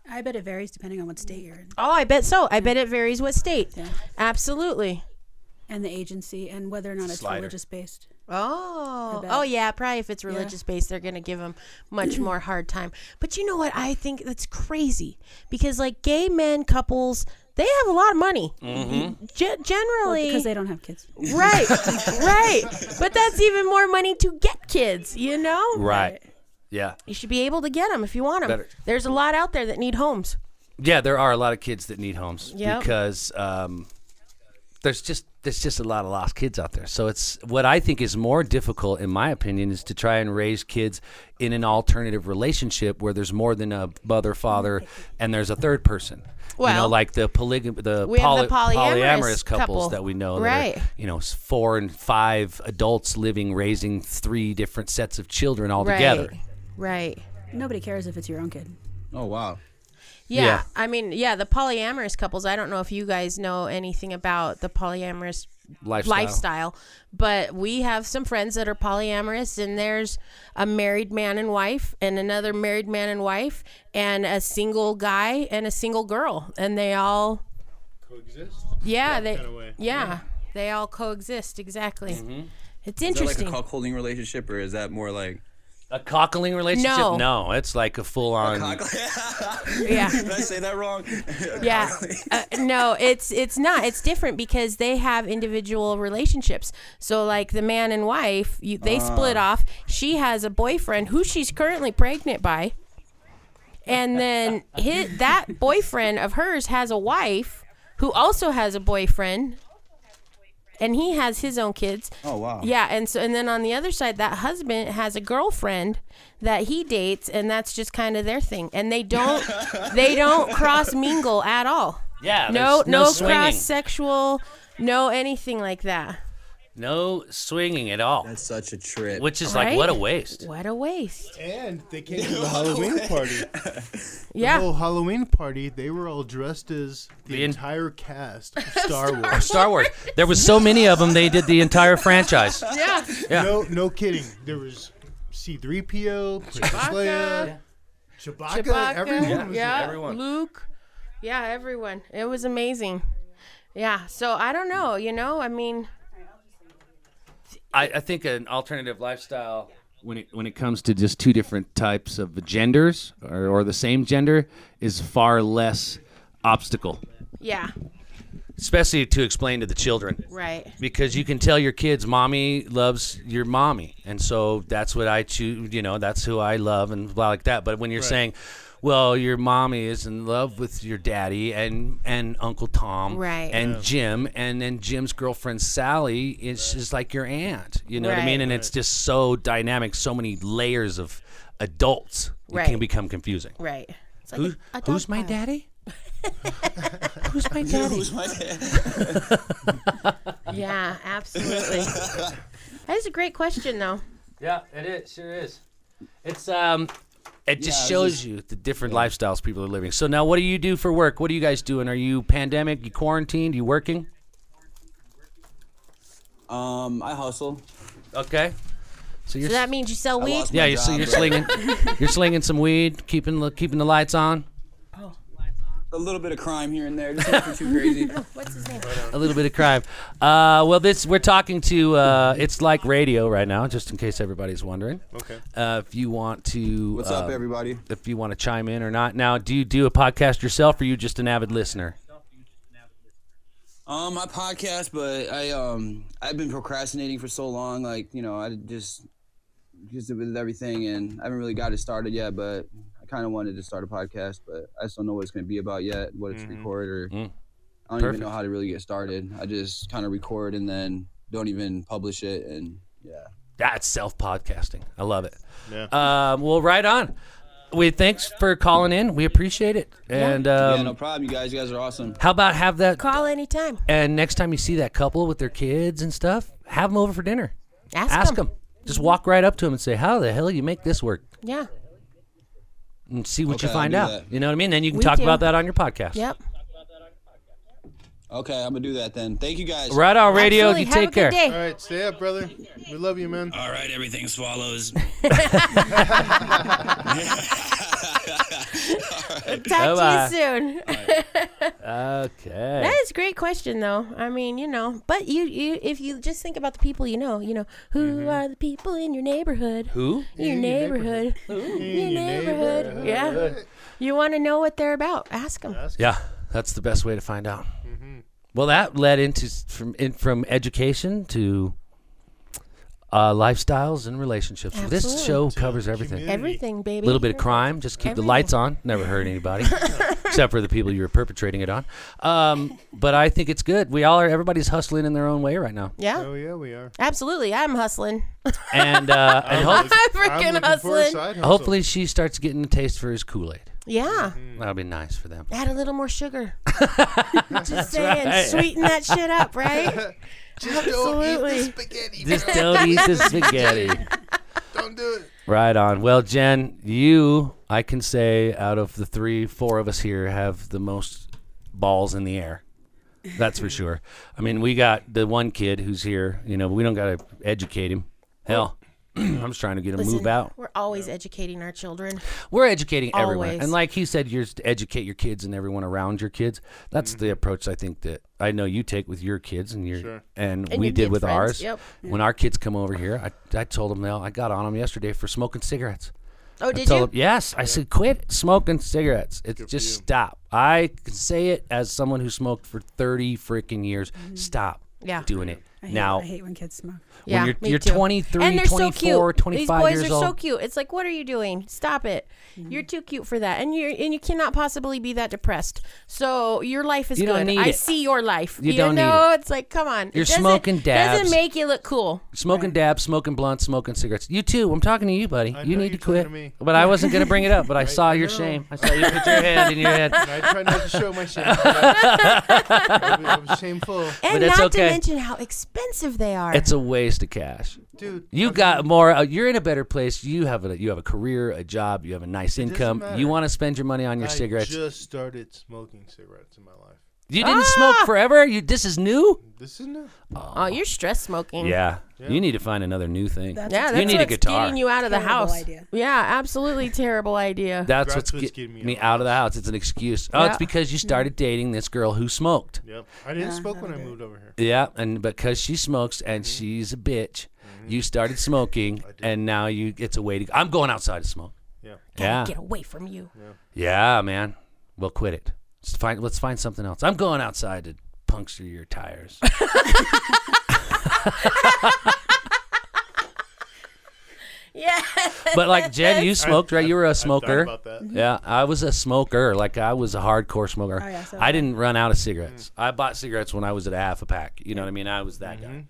I bet it varies depending on what state you're in
Oh, I bet so. I bet it varies what state.
Yeah.
Absolutely.
and the agency and whether or not it's
Slider.
religious based.
Oh,
I bet.
oh yeah. Probably if it's religious based, they're gonna give them much more hard time. But you know what? I think that's crazy because like gay men couples, they have a lot of money.
Mm-hmm.
Ge- generally,
Because they don't have kids.
right, right. But that's even more money to get kids. You know,
right. Yeah.
You should be able to get them if you want them.
Better.
There's a lot out there that need homes.
Yeah, there are a lot of kids that need homes
Yep.
because um, there's just there's just a lot of lost kids out there. So it's what I think is more difficult, in my opinion, is to try and raise kids in an alternative relationship where there's more than a mother, father, and there's a third person. you know,
Well,
like the polygam, the,
we have the
poly-
polyamorous
couples
couple.
that we know, that are,
Right.
you know, s- four and five adults living, raising three different sets of children all together.
Right. Right.
Nobody cares if it's your own kid.
oh wow
Yeah.
Yeah.
I mean, yeah, the polyamorous couples. I don't know if you guys know anything about the polyamorous
lifestyle.
lifestyle. But we have some friends that are polyamorous, and there's a married man and wife, and another married man and wife, and a single guy and a single girl, and they all
Coexist.
yeah, they
kinda way.
Yeah, they all coexist exactly. It's
Mm-hmm. Is that like a
interesting.
cuckolding relationship, or is that more like?
A cockling relationship?
No.
it's like a full on.
yeah.
Did I say that wrong?
yeah uh, no it's it's not it's different because they have individual relationships so like the man and wife you, they split
Ah.
off she has a boyfriend who she's currently pregnant by and then his, that boyfriend of hers has a wife who also has a boyfriend and he has his own kids
oh wow.
yeah, and so and then on the other side, that husband has a girlfriend that he dates, and that's just kind of their thing. And they don't they don't cross mingle at all.
yeah,
No,
there's
no,
swinging.
cross sexual, no anything like that.
No swinging at all,
That's such a trip.
which is
Right?
like, what a waste.
What a waste.
And they came to the Halloween party. The
Yeah.
whole Halloween party, they were all dressed as the,
The en-
entire cast of Star Wars.
Star Wars. There was so many of them, they did the entire franchise.
Yeah.
Yeah.
No, no kidding. There was C-3PO, Princess Leia, Chewbacca.
Chewbacca.
Everyone
yeah.
was
everyone.
Luke. Yeah, everyone. It was amazing. Yeah. So I don't know, you know, I mean,
I, I think an alternative lifestyle when it when it comes to just two different types of genders or, or the same gender is far less obstacle,
yeah.
especially to explain to the children.
Right.
Because you can tell your kids, mommy loves your mommy, and so that's what I choose. You know, that's who I love, and blah like that. But when you're saying, well, your mommy is in love with your daddy and and Uncle Tom,
Right.
and Jim, and then Jim's girlfriend Sally is just like your aunt. You know what I mean?
Right.
And it's just so dynamic, so many layers of adults. It
Right.
can become confusing.
Right. It's like
Who,
a- a dog
who's my
pile.
daddy? who's my daddy?
Yeah, absolutely. that is a great question, though.
Yeah, it is. Sure is. It's um, it just shows you the different lifestyles people are living. So now, what do you do for work? What are you guys doing? Are you pandemic? You quarantined? You working?
um, I hustle.
Okay. So you're.
So that means you sell
I
weed?
lost my
yeah, you're, so
job,
you're
bro.
slinging, you're slinging some weed, keeping the- keeping the lights on.
A little bit of crime here and there, just nothing too crazy.
What's his name?
a little bit of crime. Uh, well, this we're talking to. Uh, it's like radio right now, just in case everybody's wondering.
Okay.
Uh, if you want to,
What's up,
uh,
everybody?
If you want to chime in or not. Now, do you do a podcast yourself, or are you just an avid listener?
Um, my podcast, but I um I've been procrastinating for so long. Like you know, I just just with everything, and I haven't really got it started yet. But I kind of wanted to start a podcast, but I just don't know what it's going to be about yet. What it's
Mm-hmm.
record
Mm.
or I don't even know how to really get started. I just kind of record and then don't even publish it, and yeah.
That's self podcasting. I love it.
Yeah.
Um, well, right on. We thanks for calling in. We appreciate it. And um,
yeah, no problem. You guys, you guys are awesome.
how about have that?
Call anytime.
And next time you see that couple with their kids and stuff, have them over for dinner.
Ask,
Ask
him.
them. Just walk right up to them and say, "How the hell you make this work?"
Yeah.
and see what you
Okay, I'll
find
do
out.
that.
You know what I mean? Then you can
We
talk
do.
about that on your podcast.
Yep.
Okay, I'm gonna do that then. Thank you guys.
Right on radio.
Absolutely.
You
Have a
take care.
good day.
All right, stay up, brother. We love you, man.
All right, everything swallows.
Talk
Bye-bye.
to you soon.
Okay.
that is a great question, though. I mean, you know, but you, you if you just think about the people you know, you know, who are the people in your neighborhood?
Who?
Your neighborhood. Your neighborhood. Yeah. You want to know what they're about? Ask them.
Yeah, that's the best way to find out. Well, that led into s- from in, from education to uh, lifestyles and relationships. This
Absolutely.
show covers everything.
Everything,
A
baby.
little bit of crime. Just keep the lights on. Never hurt anybody, except for the people you were perpetrating it on. Um, but I think it's good. We all are. Everybody's hustling in their own way right now,
Yeah.
Oh yeah, we are.
Absolutely. I'm hustling.
and uh, and hope,
I'm
I'm
freaking
looking for a
hustling.
side hustle.
hopefully she starts getting a taste for his Kool Aid.
Yeah.
That'll be nice for them.
Add a little more sugar. Just saying, sweeten that shit up, right?
Just don't eat
Absolutely.
the spaghetti.
Just
bro.
don't eat the spaghetti.
Don't do it.
Right on. Well, Jen, you, I can say, out of the three, four of us here, have the most balls in the air. That's for sure. I mean, we got the one kid who's here. You know, we don't got to educate him. Hell, I'm just trying to get him to move
Listen,
out.
We're always educating our children.
We're educating everyone,
Always.
and like he said, you're to educate your kids and everyone around your kids. That's the approach I think that I know you take with your kids, and your and,
And
we
your
did
kid
with
friends,
ours.
yep.
When our kids come over here, I, I told them now I got on them yesterday for smoking cigarettes.
Oh,
I
did
told
you?
him, yes. I said, quit smoking cigarettes. It's just stop. I can say it as someone who smoked for 30 freaking years. Stop
Mm-hmm. Yeah.
doing it.
I hate,
now,
I hate when kids smoke.
yeah,
you're-
me
you're
too.
23,
and they're
24,
so cute.
25
These boys
years
are so
old. Mm-hmm.
cute. It's like, what are you doing? Stop it. You're too cute for that, and you are and you cannot possibly be that depressed. So your life is
You
good.
don't need
I
it.
see your life.
You don't
Even
need
though it's like, come on. It
You're
doesn't-
smoking dabs.
Doesn't make you look cool.
smoking dabs, smoking blunts, smoking cigarettes. You too. I'm talking to you, buddy.
I
you
know
need to
you're talking
quit.
to me.
But I wasn't going to bring it up, but I saw your
No.
shame. I saw you put your hand in your head.
I try not to show my shame. I'm, I'm shameful,
And
But it's
not
okay.
to mention how expensive they are.
It's a waste of cash.
dude.
You got more. Uh, you're in a better place. You have a you have a career, a job. You have a nice income.
matter.
You want to spend your money on your
I
cigarettes.
just started smoking cigarettes in my life.
you didn't
Ah!
smoke forever. You this is new.
This is new.
oh, you're stress smoking.
Yeah. You need to find another new thing.
That's
Yeah,
You
that's
need a
what's
guitar.
getting you out of the
Terrible
house.
idea.
Yeah, absolutely terrible idea.
That's
That's
what's,
what's
get-
getting
me,
me
out, of the house. It's an excuse. Oh, it's
Yeah.
because you started dating this girl who smoked.
Yep. I didn't smoke when I moved over here.
Yeah, and because she smokes and
Mm-hmm.
she's a bitch, you started smoking, and now you it's a way to. I'm going outside to smoke.
Yeah.
Yeah,
Get away from you.
yeah, man. Well, quit it. Let's find let's find something else. I'm going outside to puncture your tires.
Yeah.
but like Jen, you smoked, right? You were a smoker.
about that.
Yeah, I was a smoker. Like I was a hardcore smoker.
Oh, yeah, so-
I didn't run out of cigarettes. I bought cigarettes when I was at a half a pack. You know what I mean? I was that
Mm-hmm.
guy.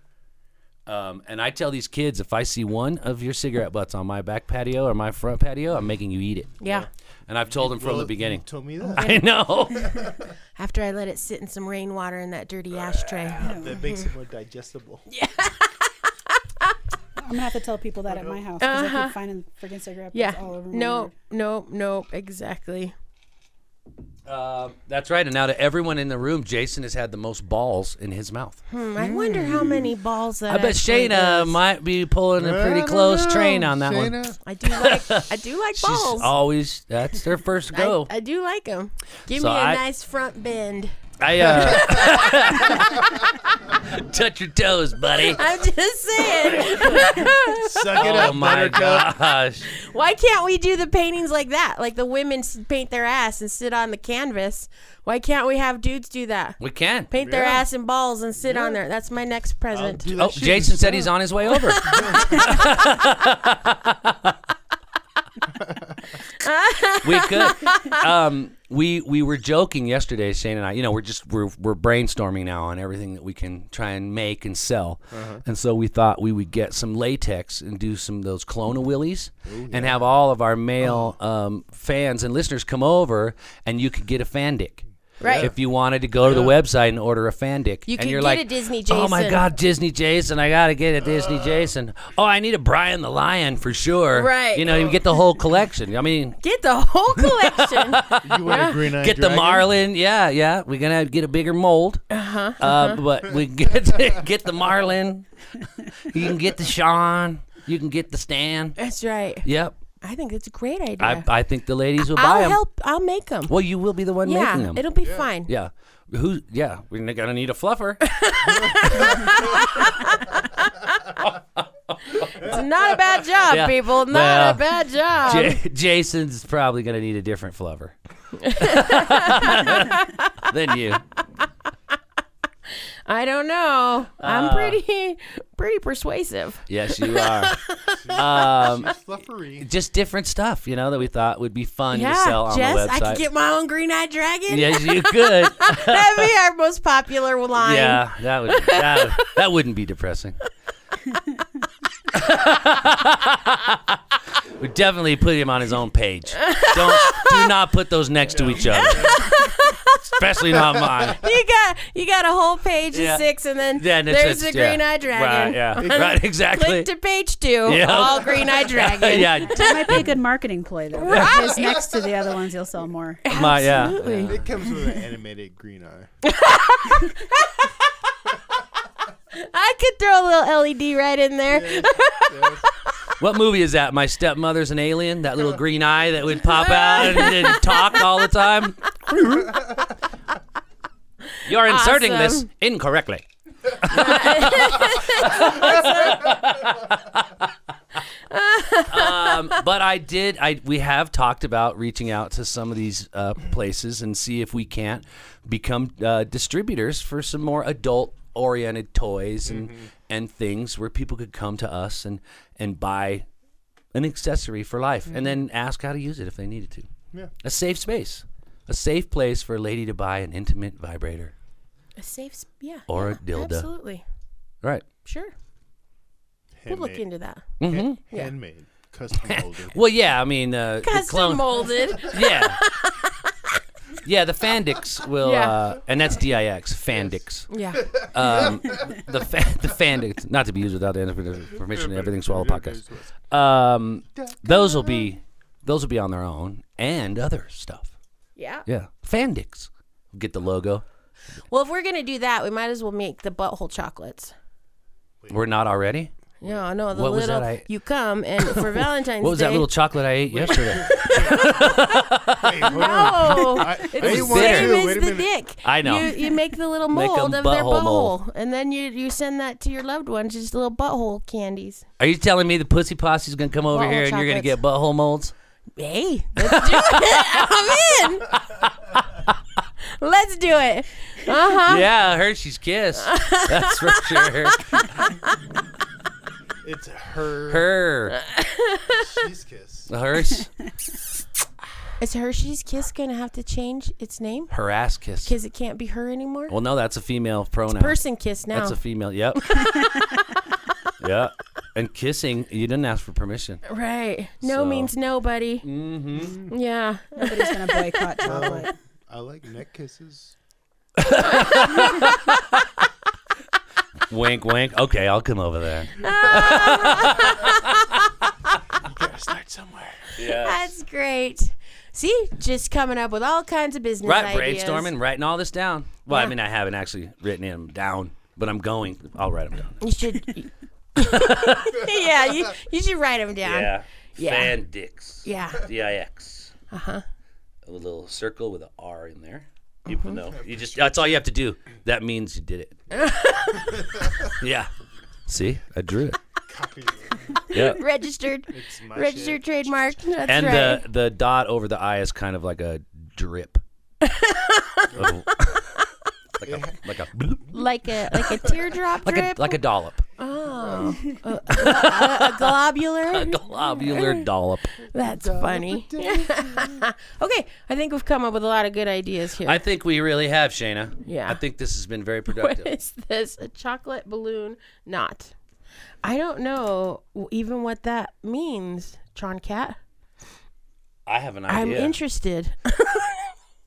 Um, and I tell these kids, if I see one of your cigarette butts on my back patio or my front patio, I'm making you eat it.
Yeah.
And I've told them from
Well,
the
you
beginning.
told me that.
I know.
After I let it sit in some rainwater in that dirty ashtray.
that makes it more digestible.
I'm gonna have to tell people that at my house because I keep finding freaking cigarette
Uh-huh.
butts
Yeah.
all over. my
No,
yard.
no, no, exactly.
uh, that's right. And now to everyone in the room, Jason has had the most balls in his mouth.
Hmm, I wonder how many balls that
I bet
actually
Shayna
is.
might be pulling a pretty close train on that one.
I do like I do like
She's
balls.
always that's their first
I-
go.
I, do like them. Give
So
me a
I-
nice front bend.
I uh touch your toes, buddy.
I'm just saying.
Suck it
Oh
up,
my
Buttercup.
gosh.
Why can't we do the paintings like that? Like the women s- paint their ass and sit on the canvas. Why can't we have dudes do that?
We can.
Paint their ass and balls and sit on there. That's my next present.
Do that
Oh,
shit
Jason said
yourself.
he's on his way over. we could. Um, we we were joking yesterday, Shane and I. You know, we're just we're we're brainstorming now on everything that we can try and make and sell. And so we thought we would get some latex and do some of those Kelowna willies, and have all of our male um, fans and listeners come over, and you could get a fandic.
Right.
If you wanted to go to the website and order a fandic,
You
and
could
you're
get
like,
a Disney
Oh my
Jason." Uh.
God, Disney Jason! I gotta get a Disney Jason. Oh, I need a Brian the Lion for sure.
Right.
You know, you get the whole collection. I mean,
Get the whole collection.
You want a green-eyed
"Ah, get the
dragon?
Marlin. Yeah, yeah. We're gonna get a bigger mold. Uh-huh, but we get get the Marlin. You can get the Sean. You can get the Stan.
That's right.
Yep.
I think it's a great idea.
I, I think the ladies will buy
I'll
them.
help. I'll make them.
Well, you will be the one making
yeah,
them.
it'll be fine.
yeah. Who? Yeah. We're gonna need a fluffer.
It's not a bad job,
Yeah.
people. Not
Well,
a bad job.
J- Jason's probably gonna need a different fluffer than you.
I don't know.
Uh,
I'm pretty, pretty persuasive.
Yes, you are.
She's fluffery.
Just different stuff, you know, that we thought would be fun to sell
Yeah,
on the
Jess,
website.
I could get my own green-eyed dragon.
yes, you could.
That'd be our most popular line.
yeah, that would that, would- that wouldn't be depressing. we definitely put him on his own page. Don't do not put those next to each other. Especially not mine.
you got you got a whole page of
Yeah.
six, and then
Then it's-
there's
it's-
the
yeah.
green eyed
Right,
dragon.
yeah. Right, exactly.
Click to page two.
Yeah.
All green eyed dragon.
Uh, yeah,
That might be a good marketing play, though.
Right.
Because next to the other ones, you'll sell more.
my yeah.
Absolutely.
It comes with an animated green eye.
I could throw a little LED right in there.
What movie is that? My stepmother's an alien. That little green eye that would pop out and, and talk all the time. You're inserting this
Awesome.
incorrectly. um, but I did. I we have talked about reaching out to some of these uh, places and see if we can't become uh, distributors for some more adult-oriented toys and
Mm-hmm.
and things where people could come to us and and buy an accessory for life and then
Mm-hmm.
ask how to use it if they needed to.
Yeah.
A safe space, a safe place for a lady to buy an intimate vibrator.
A safe, s- yeah.
Or a
yeah,
dildo.
Absolutely.
Right.
Sure.
Handmade.
We'll look into that.
Han- handmade. Custom molded.
Well, yeah. I mean, uh, the
Custom
clone-
molded.
Yeah. yeah, the Fandix will,
Yeah.
uh, and that's DIX, Fandix.
yeah.
Um, the fa- the Fandix, not to be used without the permission of Everything Swallow podcast. Um, those will be, those will be on their own and other stuff.
Yeah.
Yeah, Fandix. Get the logo.
Well, if we're gonna do that, we might as well make the butthole chocolates.
We're not already.
Yeah, no, the
What was
little
that I-
you come and for Valentine's
What was
Day.
that little chocolate I ate yesterday?
Wait, hold on.
Oh,
I-
it's
I
the
ate one
same
too,
as
wait a
the
minute.
dick.
I know.
You, you make the little
Make 'em
mold of their
butthole
butthole,
mold.
and then you you send that to your loved ones, just little butthole candies.
Are you telling me the pussy posse's gonna come over
Butthole
here and you're gonna get
chocolates.
butthole molds?
Hey, let's do it. I'm in. let's do it. Uh huh.
Yeah, Hershey's Kiss. That's for sure.
It's her,
Her.
cheese kiss.
Hers.
Is Hershey's Kiss gonna have to change its name?
Her ass kiss.
Because it can't be her anymore.
Well, no, that's a female pronoun.
Person Kiss now.
That's a female. Yep. yeah. And kissing, you didn't ask for permission.
Right. No
So-
means no, buddy. Mm-hmm. Yeah.
Nobody's going to boycott chocolate.
I like neck kisses.
wink, wink. Okay, I'll come over there.
Gotta start somewhere.
That's great. See, just coming up with all kinds of business
Right,
ideas.
brainstorming, writing all this down. Well, I
Yeah.
mean, I haven't actually written them down, but I'm going. I'll write them down.
You should. yeah, you, you should write them down. Yeah. Uh-huh.
Fan dicks.
Yeah.
D-I-X. Uh huh. A little circle with an R in there.
Uh-huh.
Even though you just, that's all you have to do. That means you did it. yeah. See, I drew it.
Copy.
Yeah.
Registered,
It's my
registered trademark. That's
And uh,
right.
the, the dot over the I is kind of like a drip. Of- like a, like a, bloop,
like a like a teardrop
like a,
drip.
like a dollop.
oh, a, a globular.
A globular dollop.
That's funny. okay, I think we've come up with a lot of good ideas here.
I think we really have, Shayna.
Yeah.
I think this has been very
what
productive.
is this? A chocolate balloon knot. I don't know w- even what that means, Tron Cat.
I have an idea.
I'm interested.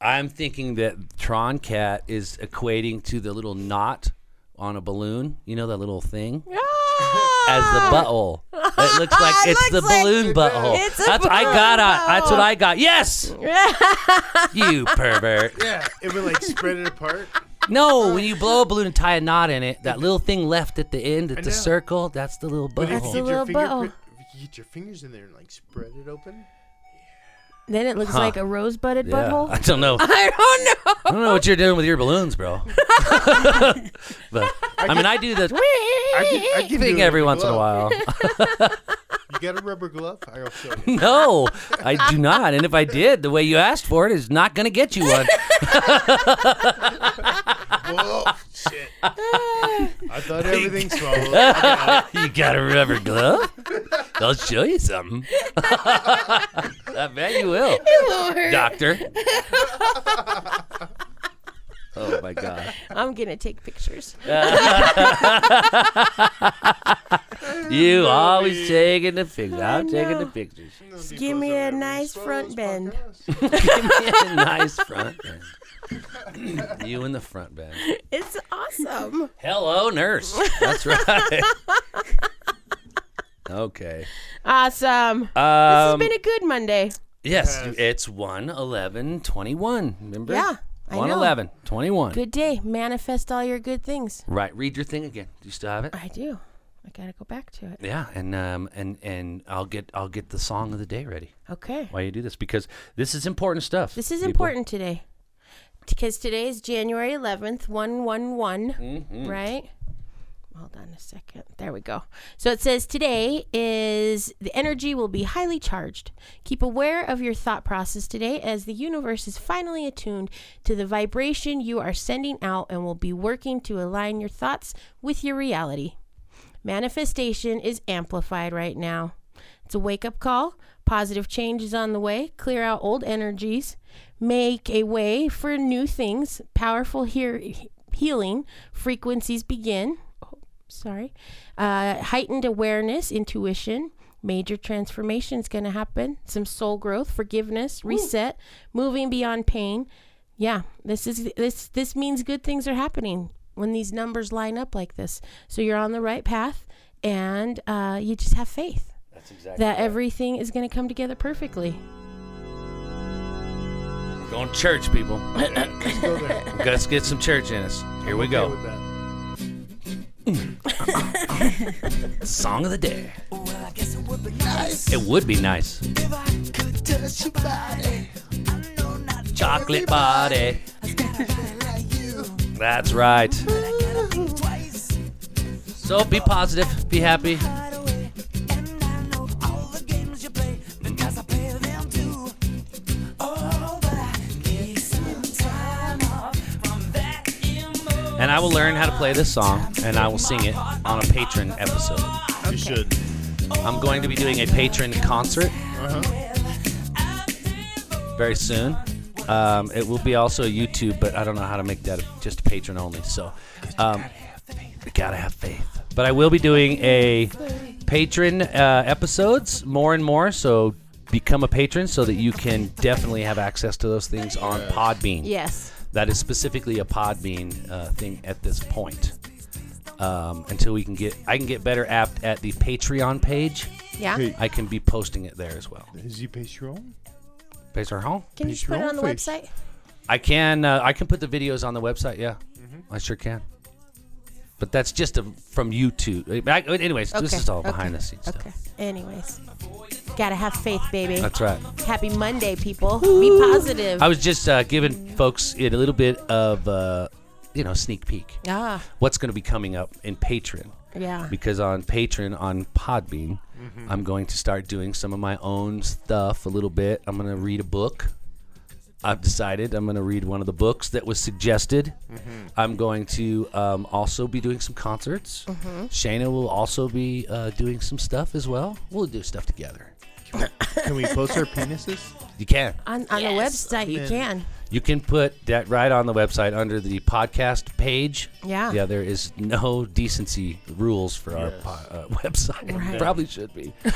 I'm thinking that Tron Cat is equating to the little knot on a balloon. You know that little thing
Ah!
as the butthole. It looks like
It
it's the
looks like-
balloon butthole.
It's a
that's I
balloon
got. I, that's what
butthole.
I got. Yes, you pervert.
Yeah, it would like spread it apart.
No, when you blow a balloon and tie a knot in it, that little thing left at the end, at the
know.
circle, that's the little
But if
That's
butthole.
a
you get your
little butthole.
fingerprint, if you get your fingers in there and like spread it open.
then it looks like a rosebudded
Yeah. I
butthole.
don't know. I
I don't know.
don't know what you're doing with your balloons, bro. but I mean, I do the
I can, I can do
thing
it
every once
with a
in a
glove.
while.
You got a rubber glove? I'll show you.
No, I do not. And if I did, the way you asked for it is not going to get you one.
Whoa, Oh, shit. I thought everything swallowed. I got
you got a rubber glove? I'll show you something. I bet you will, doctor. oh my god.
I'm gonna take pictures.
You always taking the pictures.
I
I'm taking
know.
the pictures.
Give me a nice front bend.
nice front bend. you in the front bend.
It's awesome.
Hello, nurse. That's right. okay.
awesome. this has
Um,
been a good Monday.
yes, it's 111 21. Remember?
Yeah, I know.
111 21.
Good day. Manifest all your good things.
Right. Read your thing again. Do you still have it?
I do. I gotta go back to it.
Yeah, and um and and I'll get I'll get the song of the day ready
Okay.
while you do this because this is important stuff.
This is
people.
important today because today is January 11th, 111, right? Hold on a second. There we go. So it says today is the energy will be highly charged. Keep aware of your thought process today as the universe is finally attuned to the vibration you are sending out and will be working to align your thoughts with your reality. Manifestation is amplified right now. It's a wake up call. Positive change is on the way. Clear out old energies. Make a way for new things. Powerful hear- healing frequencies begin. Oh, sorry. Uh, heightened awareness, intuition. Major transformation is going to happen. Some soul growth, forgiveness, reset, moving beyond pain. Yeah, this is this this means good things are happening when these numbers line up like this. So you're on the right path, and uh, you just have faith
That's exactly.
that everything is going to come together perfectly.
We're going to church, people. Let's get some church in us. Here we go. Song of the day.
Well, I guess it would be nice
It would be nice.
if I could touch your body. I know not
Chocolate body.
everybody like you.
That's right.
I gotta think twice.
So be positive, be happy.
Hide away. And I know all the games you play because I play them too. Oh, but I need some time off from that emotion.
And I will learn how to play this song and I will sing it on a patron episode.
You should.
I'm going to be doing a patron concert very soon. Um, it will be also a YouTube, but I don't know how to make that just patron only. So, um, we gotta have faith. But I will be doing a patron uh, episodes more and more. So become a patron so that you can definitely have access to those things on Podbean.
Yes.
That is specifically a Podbean uh, thing at this point. Um, until we can get, I can get better apt at the Patreon page.
Yeah.
Hey,
I can be posting it there as well.
is you Patreon?
Based on home,
Can you just
Put
put
your
it
own
on the
face.
website?
I can uh, I can put the videos on the website. Yeah, I sure can. But that's just a, from YouTube. Uh, I- Anyways, this
Okay,
is all
okay,
behind the scenes stuff.
Okay. Anyways, gotta have faith, baby.
That's right.
Happy Monday, people. Be positive.
I was just uh, giving folks it a little bit of uh, you know sneak peek.
ah,
What's going to be coming up in Patreon?
yeah.
Because on Patreon on Podbean,
Mm-hmm.
I'm going to start doing some of my own stuff a little bit. I'm going to read a book. I've decided I'm going to read one of the books that was suggested.
Mm-hmm.
I'm going to um, also be doing some concerts.
Mm-hmm.
Shayna will also be uh, doing some stuff as well. We'll do stuff together.
Can we post our penises?
You can.
On, on the website, you can.
You can put that right on the website under the podcast page.
Yeah.
Yeah, there is no decency rules for our
Yes.
po- uh, website.
Right.
Probably should be.
now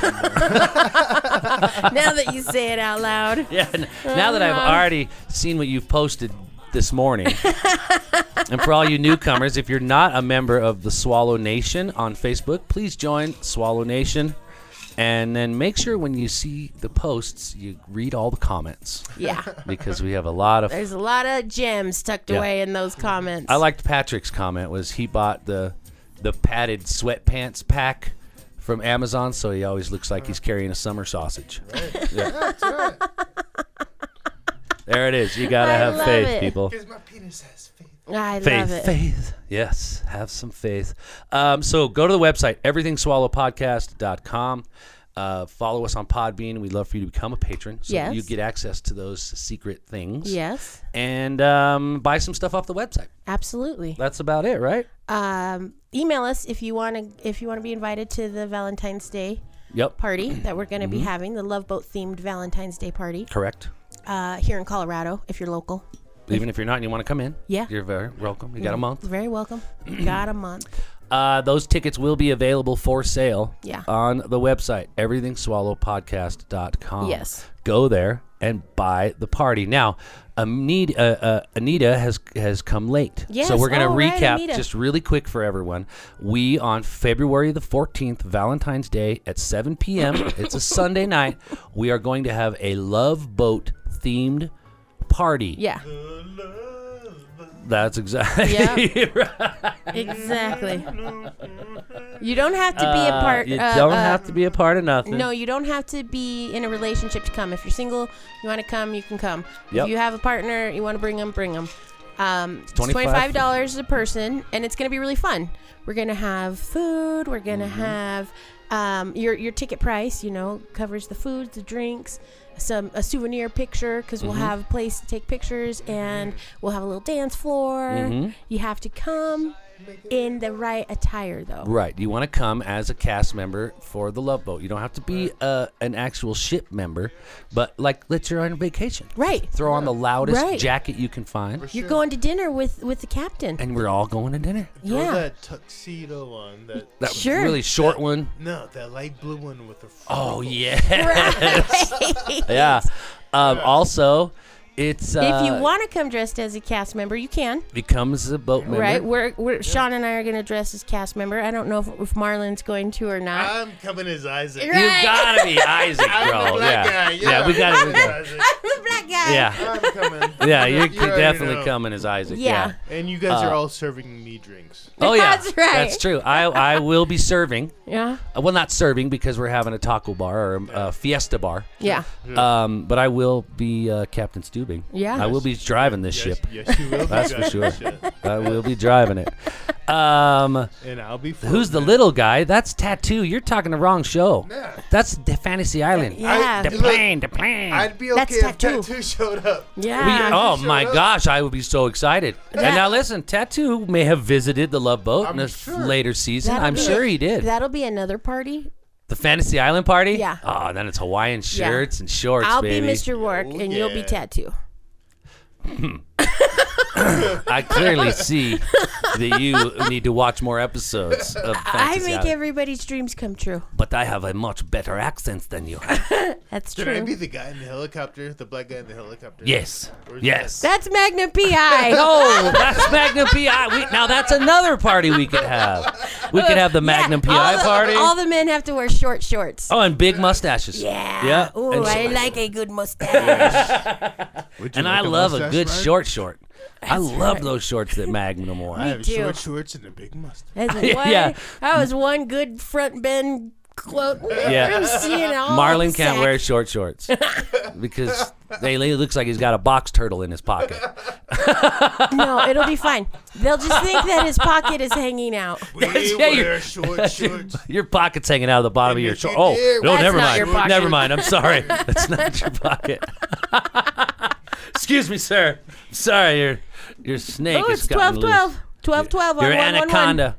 that you say it out loud.
Yeah, n- now that I've already seen what you've posted this morning, and for all you newcomers, if you're not a member of the Swallow Nation on Facebook, please join Swallow Nation. And then make sure when you see the posts, you read all the comments
Yeah.
because we have a lot of.
There's a lot of gems tucked
Yeah.
away in those comments.
I liked Patrick's comment was he bought the the padded sweatpants pack from Amazon, so he always looks like he's carrying a summer sausage. Yeah. There it is. You gotta
I
have
love
faith,
it.
people.
my penis has faith.
I love
Faith,
it.
faith. Yes, have some faith. Um, so go to the website, everythingswallowpodcast.com. Uh, follow us on Podbean. We'd love for you to become a patron so that
Yes.
you get access to those secret things.
Yes,
And um, buy some stuff off the website.
absolutely.
That's about it, right?
Um, email us if you want to if you want to be invited to the Valentine's Day
Yep. Mm-hmm.
party that we're going to be having, the Love Boat themed Valentine's Day party
Correct.
uh, here in Colorado. If you're local,
Even if you're not and you want to come in,
Yeah.
you're very welcome. You got a month.
very welcome. Got a month.
Mm. Uh, those tickets will be available for sale
Yeah.
on the website, everythingswallowpodcast.com.
Yes.
Go there and buy the party. Now, Anita, uh, uh, Anita has has come late.
Yes,
So we're going to
all right,
recap
Anita.
just really quick for everyone. We, on February the 14th, Valentine's Day at 7 p.m., it's a Sunday night, we are going to have a Love Boat themed party.
Yeah.
That's exactly
Yeah.
right.
Exactly. you don't have to be a
Uh,
part.
you
uh,
don't
uh,
have to be a part of nothing.
No, you don't have to be in a relationship to come. If you're single, you want to come, you can come.
Yep.
If you have a partner, you want to bring them, bring them. Um, it's
$25.
$25 a person, and it's going to be really fun. We're going to have food. We're going to
Mm-hmm.
have um, your, your ticket price, you know, covers the food, the drinks, some a souvenir picture, because
Mm-hmm.
we'll have a place to take pictures, and we'll have a little dance floor.
Mm-hmm.
You have to come in the right attire, though.
Right. You want to come as a cast member for the Love Boat. You don't have to be uh, an actual ship member, but like, let's you're on vacation.
Right.
Throw on the loudest
Right.
jacket you can find,
You're going to dinner with, with the captain.
and we're all going to dinner.
Throw
Yeah.
that tuxedo on. That
That
Sure.
really short one.
no, that light blue one with the.
Oh
freckles.
yeah,
Right.
yeah. Um, also, it's uh,
if you want to come dressed as a cast member, you can.
becomes a boat member.
Right? We're, we're Sean and I are going to dress as cast member. I don't know if, if Marlon's going to or not.
I'm coming as Isaac.
Right.
Uh, You gotta be Isaac,
I'm
bro.
the black
yeah.
guy.
yeah,
Yeah,
we gotta.
I'm
We
the
gotta
Isaac.
I'm a black guy.
yeah,
I'm coming.
yeah. You're,
You
you're
already
definitely Uh,
know.
coming as Isaac.
Yeah.
And you guys are all serving me drinks.
Oh yeah,
That's right.
That's true. I I will be serving.
Yeah.
Uh, Well, not serving because we're having a taco bar or a uh, fiesta bar.
Yeah.
Um, but I will be uh, Captain Stubing.
Yeah.
I will be driving this
Yes,
ship.
yes, you will. be
That's for
driving
sure.
shit.
I will be driving it. Um,
And I'll be. Floating.
who's the little guy? That's Tattoo. You're talking the wrong show. That's the Fantasy Island.
Yeah.
The
Look,
plane, the plane.
I'd be okay
That's
if
tattoo.
tattoo. showed up.
We-
yeah.
oh my
showed up.
gosh, I would be so excited. And now listen, Tattoo may have visited the Love Boat in
I'm
a
sure.
later season.
That'll
I'm
be-
sure he did.
That'll be another party.
the Fantasy Island party?
Yeah.
Oh, then it's Hawaiian
Yeah.
shirts and shorts,
I'll
baby. Oh,
be Mr. Work and you'll be
yeah.
Tattoo.
I clearly see that you need to watch more episodes of
I
Fantasy
make
Island.
everybody's dreams come true.
But I have a much better accent than you. have.
That's
Should I
true.
be the guy in the helicopter? The black guy in the helicopter?
yes.
Where's
Yes.
That's Magna PI.
no, that's Magnum PI. We, now that's another party we could have. We could have the Magnum
Yeah,
PI
all the-
party.
All the men have to wear short shorts.
oh, and big mustaches.
Yeah.
Yeah.
Ooh,
and
I
so-
like a good mustache.
Would you
and
like
I love a
mustache,
good
Ryan?
short short. I love those shorts that Magnum wore.
I have
do.
short shorts and a big mustache.
That's one,
Yeah.
That was one good front bend quote.
Yeah.
Seeing all
Marlon can't
sack.
wear short shorts because they, it looks like he's got a box turtle in his pocket.
No, it'll be fine. They'll just think that his pocket is hanging out.
We
yeah, you're-
wear short shorts.
Your pocket's hanging out of the bottom of your short. Oh, no,
That's
never
not
mind.
your pocket.
Never mind. I'm sorry. That's not your pocket. Excuse me, sir. Sorry, your your snake
Oh,
is
it's 12 12. 12 12 on
Your
1
anaconda.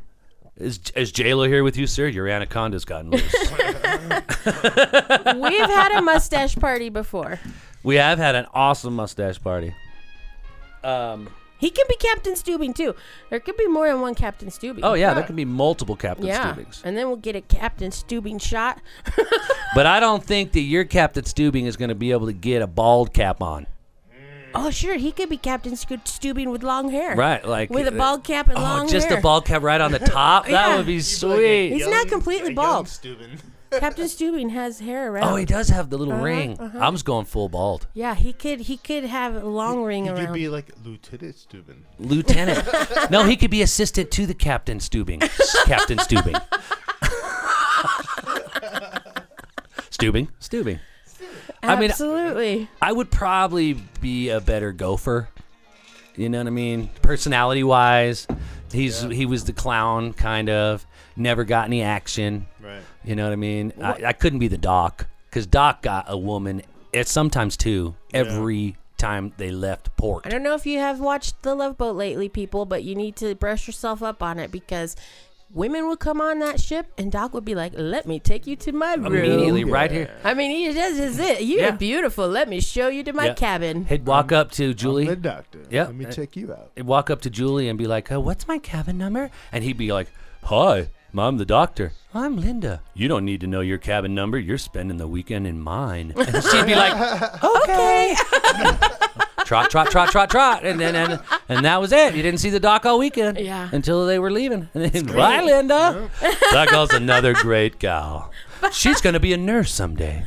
Is is JLo here with you, sir? Your anaconda's gotten loose.
We've had a mustache party before.
we have had an awesome mustache party. Um.
He can be Captain Stubing too. There could be more than one Captain Stubing.
Oh yeah, there can be multiple Captain
Yeah.
Stubings. Mm.
And then we'll get a Captain Stubing shot.
But I don't think that your Captain Stubing is going to be able to get a bald cap on.
oh, sure. He could be Captain Sco- Stubing with long hair.
Right, like
With a
uh,
bald cap and
Oh,
long
just
hair.
a bald cap right on the top. That
Yeah.
would be
Like a
sweet.
He's
young-
not completely
a young
bald.
Steuben.
Captain Stubing has hair around.
Oh, he does have the little ring. I'm just going full bald.
Yeah, he could he could have a long ring
He
around.
could be like Lieutenant Steuben.
Lieutenant. no, he could be assistant to the Captain Stubing. S- Captain Stubing. Stubing. Stubing. I mean,
Absolutely.
I would probably be a better gopher. You know what I mean? Personality wise, he's he was the clown kind of. Never got any action.
Right.
You know what I mean? I, I couldn't be the doc because doc got a woman.
eh,
It's sometimes two every time they left port.
I don't know if you have watched The Love Boat lately, people, but you need to brush yourself up on it because women would come on that ship and Doc would be like, "Let me take you to my room."
Immediately, right here.
I mean, he does is it. You're
Yeah.
beautiful. Let me show you to my
Yeah.
cabin.
He'd walk up to Julie.
The doctor.
Yep.
Let me check you out.
He'd walk up to Julie and be like, oh, "What's my cabin number?" And he'd be like,
Hi, I'm the doctor. I'm Linda. You don't need to know your cabin number. You're spending the weekend in mine. And she'd be like,
Okay.
trot, trot, trot, trot, trot. And then and, and that was it. You didn't see the doc all weekend.
Yeah.
Until they were leaving. And then, bye, Linda. That girl's another great gal. She's going to be a nurse someday.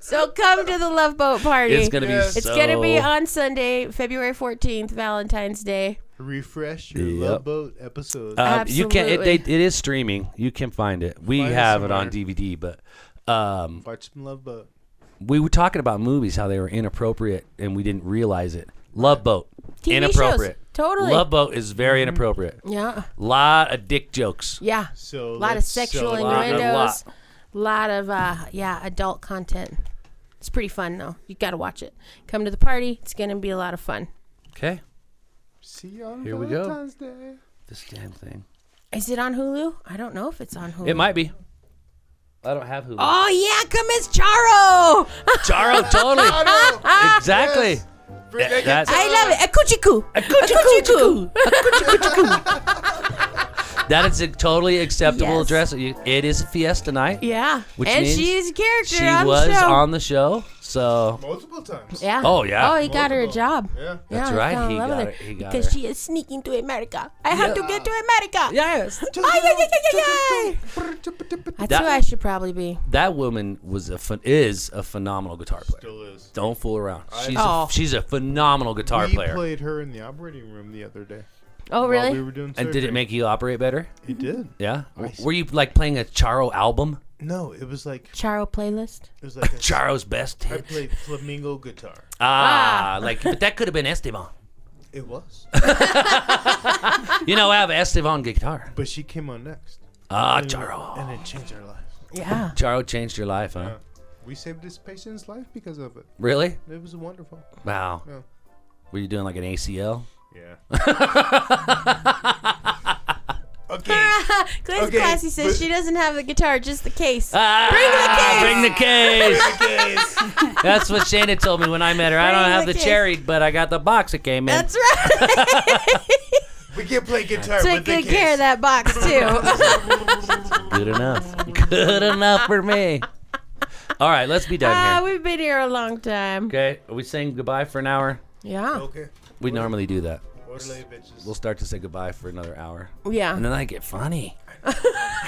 so come to the Love Boat party.
It's going to be so...
It's gonna be on Sunday, February fourteenth, Valentine's Day.
Refresh your
Yep.
Love Boat episode.
Uh,
Um, you can it, they,
Absolutely.
it is streaming. You can find it. We
Find it
have it on
somewhere.
DVD, but um,
Watch some Love Boat.
we were talking about movies how they were inappropriate and we didn't realize it. Love Boat,
TV
inappropriate.
shows, totally.
Love Boat is very inappropriate.
Yeah.
Lot of dick jokes.
Yeah.
So
a lot of
let's-
sexual
so
lot, a
innuendos.
lot.
A lot of uh yeah, adult content. It's pretty fun though. You gotta watch it. Come to the party. It's gonna be a lot of fun.
Okay,
See you on
Here we go.
Valentine's Day.
this damn thing.
Is it on Hulu? I don't know if it's on Hulu.
It might be. I don't have Hulu.
Oh yeah, come as Charo.
Charo, totally. exactly.
Yes. Forget
Yeah,
it.
that's-
I love it. Akuchiku. uh, Akuchiku.
that is a totally acceptable
Yes.
dress. You- It is fiesta night.
Yeah.
Which
and
means
she's a character
She
on
was
the show.
on the show, so
Multiple times.
yeah.
Oh, yeah.
Oh, he got her a
Multiple.
job.
Yeah.
That's
yeah, I
right,
fell in
he
love with
got
her
her- he got
because
her.
she is sneaking to America. I have to get to America.
yes,
Ay, ay, ay, ay, ay, ay. That's
That-
who I should probably be.
that woman was a phen- is a phenomenal guitar player.
Still is.
Don't fool around. She's
Oh.
a, she's a phenomenal guitar
we
player.
played her in the operating room the other day.
Oh, really?
While we were doing
And did
surgery.
it make you operate better?
It did.
Yeah. W- Were you like playing a Charo album?
No, it was like
Charo playlist.
it was like a,
Charo's best
I
hits.
played flamingo guitar.
Ah, like but that could have been Esteban.
It was.
You know, I have Esteban guitar.
But she came on next,
Ah,
and,
Charo.
and it changed our lives.
Yeah.
Charo changed your life, huh?
We saved this patient's life because of it.
Really?
It was wonderful.
Wow.
Yeah.
Were you doing like an ACL?
Yeah. okay.
Class
Okay,
Classy says
but-
she doesn't have the guitar, just the case.
Ah,
Bring
the case.
Guys,
That's what Shana told me when I met her. I don't
Bring
have
the
the
case.
cherry, but I got the box it came in.
That's right.
we can play guitar
Take
with the
good care of
kids.
that box too.
Good enough. Good enough for me. All right, let's be
Ah,
done here.
we've been here a long time.
Okay, are we saying goodbye for an hour?
Yeah.
Okay.
We normally do that.
Order lay, bitches.
We'll start to say goodbye for another hour.
Yeah.
And then I get funny. I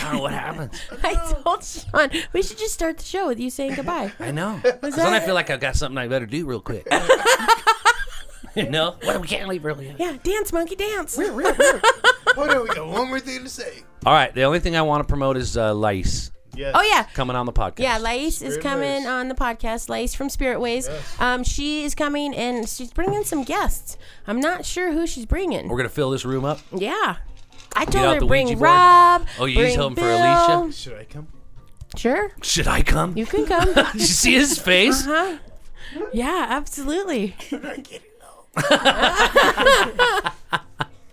don't know what happens.
I told Sean we should just start the show with you saying goodbye.
I know. 'Cause then I feel like I've got something I better do real quick. you know? What if we can't leave early?
yeah, dance monkey dance.
Hold on, we got one more thing to say.
All right, the only thing I want to promote is uh, Lice
Yes.
Oh yeah.
coming on the podcast.
Yeah, Lais is
Spirit
coming
Lace.
on the podcast. Lais from Spirit Ways.
Yes.
Um, she is coming and she's bringing some guests. I'm not sure who she's bringing.
We're going to fill this room up.
Yeah. I
out
told her
the
bring
Ouija board.
Rob.
Oh, you
bring
use him for
Bill.
Alicia?
Should I come?
Sure,
Should I come?
you can come.
Did you see his face?
huh? Yeah, absolutely.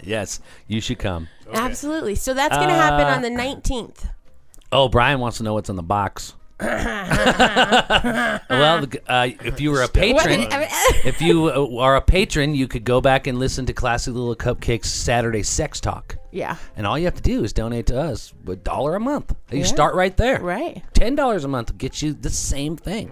Yes, you should come.
Absolutely. So that's going to happen on the
Uh,
19th.
Oh, Brian wants to know what's in the box. well, the- uh, if you were a patron, if you uh, are a patron, you could go back and listen to Classy Little Cupcakes Saturday Sex Talk.
yeah.
And all you have to do is donate to us a dollar a month. You start right there.
Right. Mm-hmm.
Ten dollars a month gets you the same thing,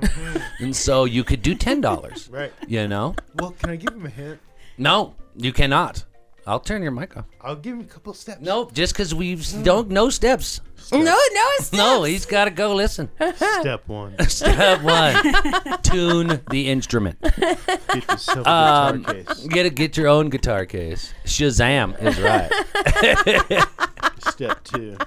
and so you could do ten dollars.
Right.
You know?
Well, can I give him a hint?
No, you cannot. I'll turn your mic off.
I'll give him a couple steps.
No, just because we've don't no steps.
Mm. No, no, it's
No, he's got to go listen.
Step one.
Step one: tune the instrument.
Get yourself a
Um,
guitar case.
You gotta get your own guitar case. Shazam is right.
Step two.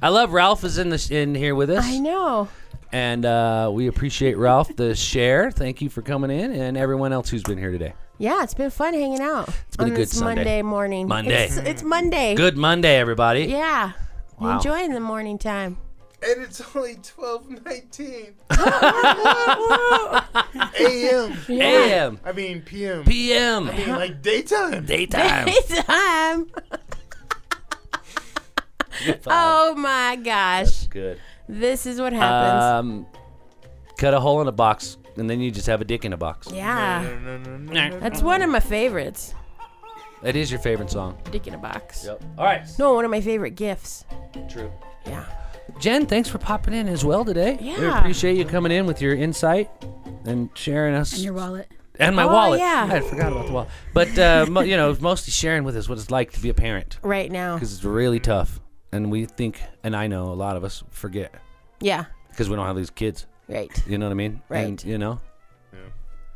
I love Ralph is in the in here with us,
I know.
and uh, we appreciate Ralph the share. Thank you for coming in, and everyone else who's been here today.
Yeah, it's been fun hanging out. It's
been a
on
good
this
Sunday.
Monday morning.
Monday.
It's, it's Monday.
Good Monday, everybody.
Yeah.
Wow.
Enjoying the morning time.
And it's only twelve nineteen a.m.
A.M.
I mean p.m.
P.M.
I mean, like daytime.
Daytime.
It's time. oh my gosh.
Good.
This is what happens.
Um, cut a hole in a box, and then you just have a dick in a box.
yeah.
No, no, no, no, no.
That's one of my favorites.
That is your favorite song.
Dick in a box.
Yep. All right.
No, one of my favorite gifts.
True.
Yeah.
Jen, thanks for popping in as well today. We
Yeah.
appreciate you coming in with your insight and sharing us
in your wallet.
and my
Oh,
wallet.
yeah.
I forgot about the wallet. But uh, mo- you know, mostly sharing with us what it's like to be a parent
Right now.
because it's really tough, and we think, and I know a lot of us forget
Yeah.
because we don't have these kids.
Right.
You know what I mean?
Right.
And, you know,
Yeah.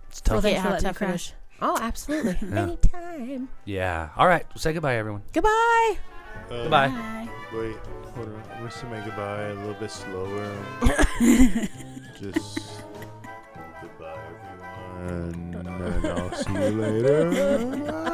it's tough.
Well, thanks
Yeah,
for
how
letting me
tough it is.
crash.
Oh, absolutely. Anytime.
yeah. All right. Say goodbye, everyone.
Goodbye.
Uh,
Goodbye.
Bye.
Wait, hold on. We should make goodbye a little bit slower. Just goodbye, everyone. And I'll see you later.